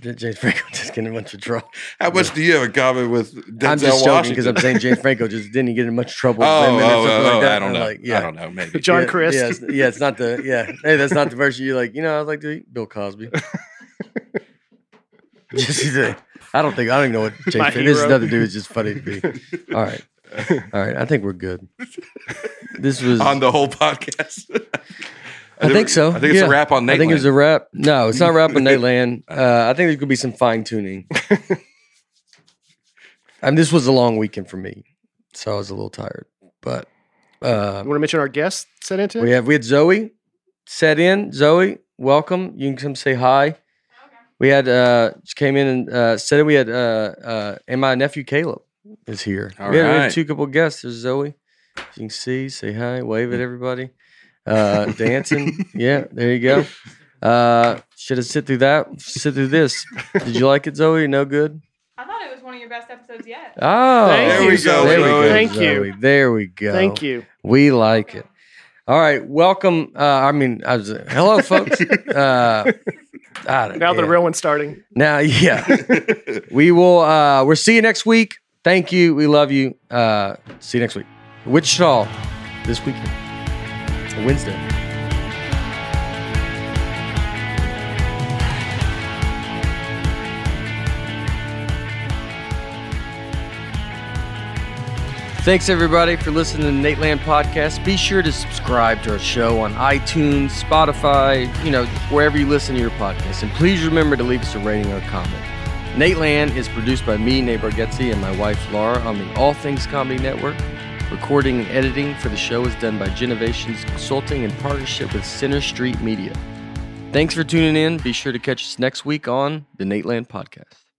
[SPEAKER 1] J- James Franco just getting a bunch of trouble.
[SPEAKER 2] How much do you have in common with Denzel
[SPEAKER 1] I'm just joking because I'm
[SPEAKER 2] Washington?
[SPEAKER 1] saying James Franco just didn't get in much trouble.
[SPEAKER 2] oh,
[SPEAKER 1] with
[SPEAKER 2] [laughs] oh,
[SPEAKER 1] women or
[SPEAKER 2] oh,
[SPEAKER 1] something like
[SPEAKER 2] oh,
[SPEAKER 1] that.
[SPEAKER 2] I don't
[SPEAKER 1] I'm
[SPEAKER 2] know.
[SPEAKER 1] like, yeah.
[SPEAKER 2] I don't know.
[SPEAKER 1] [laughs]
[SPEAKER 2] Maybe.
[SPEAKER 3] John
[SPEAKER 1] Yeah,
[SPEAKER 3] Chris.
[SPEAKER 1] Yeah, it's, yeah, it's not
[SPEAKER 2] [laughs]
[SPEAKER 1] the yeah. Hey, that's not the version you like. You know, I was like, dude, Bill Cosby. [laughs] just, he's a- I don't think I don't even know what James.
[SPEAKER 3] My
[SPEAKER 1] Franco- This is
[SPEAKER 3] hero.
[SPEAKER 1] nothing to do. It's just funny to
[SPEAKER 2] [laughs]
[SPEAKER 1] me. All right, all right. I think we're good. This was.
[SPEAKER 2] on the whole podcast.
[SPEAKER 1] I think so.
[SPEAKER 2] I think it's
[SPEAKER 1] yeah.
[SPEAKER 2] a wrap on Nate.
[SPEAKER 1] I think it's a
[SPEAKER 2] Land.
[SPEAKER 1] wrap. No, it's not a wrap on Nate Land. Uh, I think there's gonna be some fine tuning. and this was a long weekend for me, so I was a little tired. But uh,
[SPEAKER 3] You want to mention our guest sent into?
[SPEAKER 1] We have we had Zoe set in. Zoe, welcome. You can come say hi. We had uh she came in and uh said it. we had uh uh and my nephew Caleb is here.
[SPEAKER 2] All
[SPEAKER 1] we, had, we had
[SPEAKER 2] right.
[SPEAKER 1] two couple guests. There's Zoe. As you can see, say hi, wave at everybody. Uh dancing. yeah, there you go. Uh Should have sit through that. Sit through this. Did you like it, Zoe? No good.
[SPEAKER 6] I thought it was one of your best episodes yet.
[SPEAKER 1] Oh,
[SPEAKER 3] Thank
[SPEAKER 2] There you, we go,
[SPEAKER 1] There we
[SPEAKER 2] Zoe.
[SPEAKER 1] go,
[SPEAKER 3] Thank you.
[SPEAKER 1] Zoe. There we go.
[SPEAKER 3] Thank you.
[SPEAKER 1] We like it. All right, welcome. Uh, I mean, I was, hello, folks. Uh, I don't-
[SPEAKER 3] Now the
[SPEAKER 1] yeah.
[SPEAKER 3] real one's starting.
[SPEAKER 1] Now, yeah, we will. Uh, we'll see you next week. Thank you. We love you. Uh, see you next week. Wichita this weekend, Wednesday. Thanks everybody for listening to the Nate Land podcast. Be sure to subscribe to our show on iTunes, Spotify, you know, wherever you listen to your podcast. And please remember to leave us a rating or a comment. Nate Land is produced by me, Nate Bargatze, and my wife Laura on the All Things Comedy Network. Recording and editing for the show is done by Genovations Consulting in partnership with Center Street Media. Thanks for tuning in. Be sure to catch us next week on the Nate Land podcast.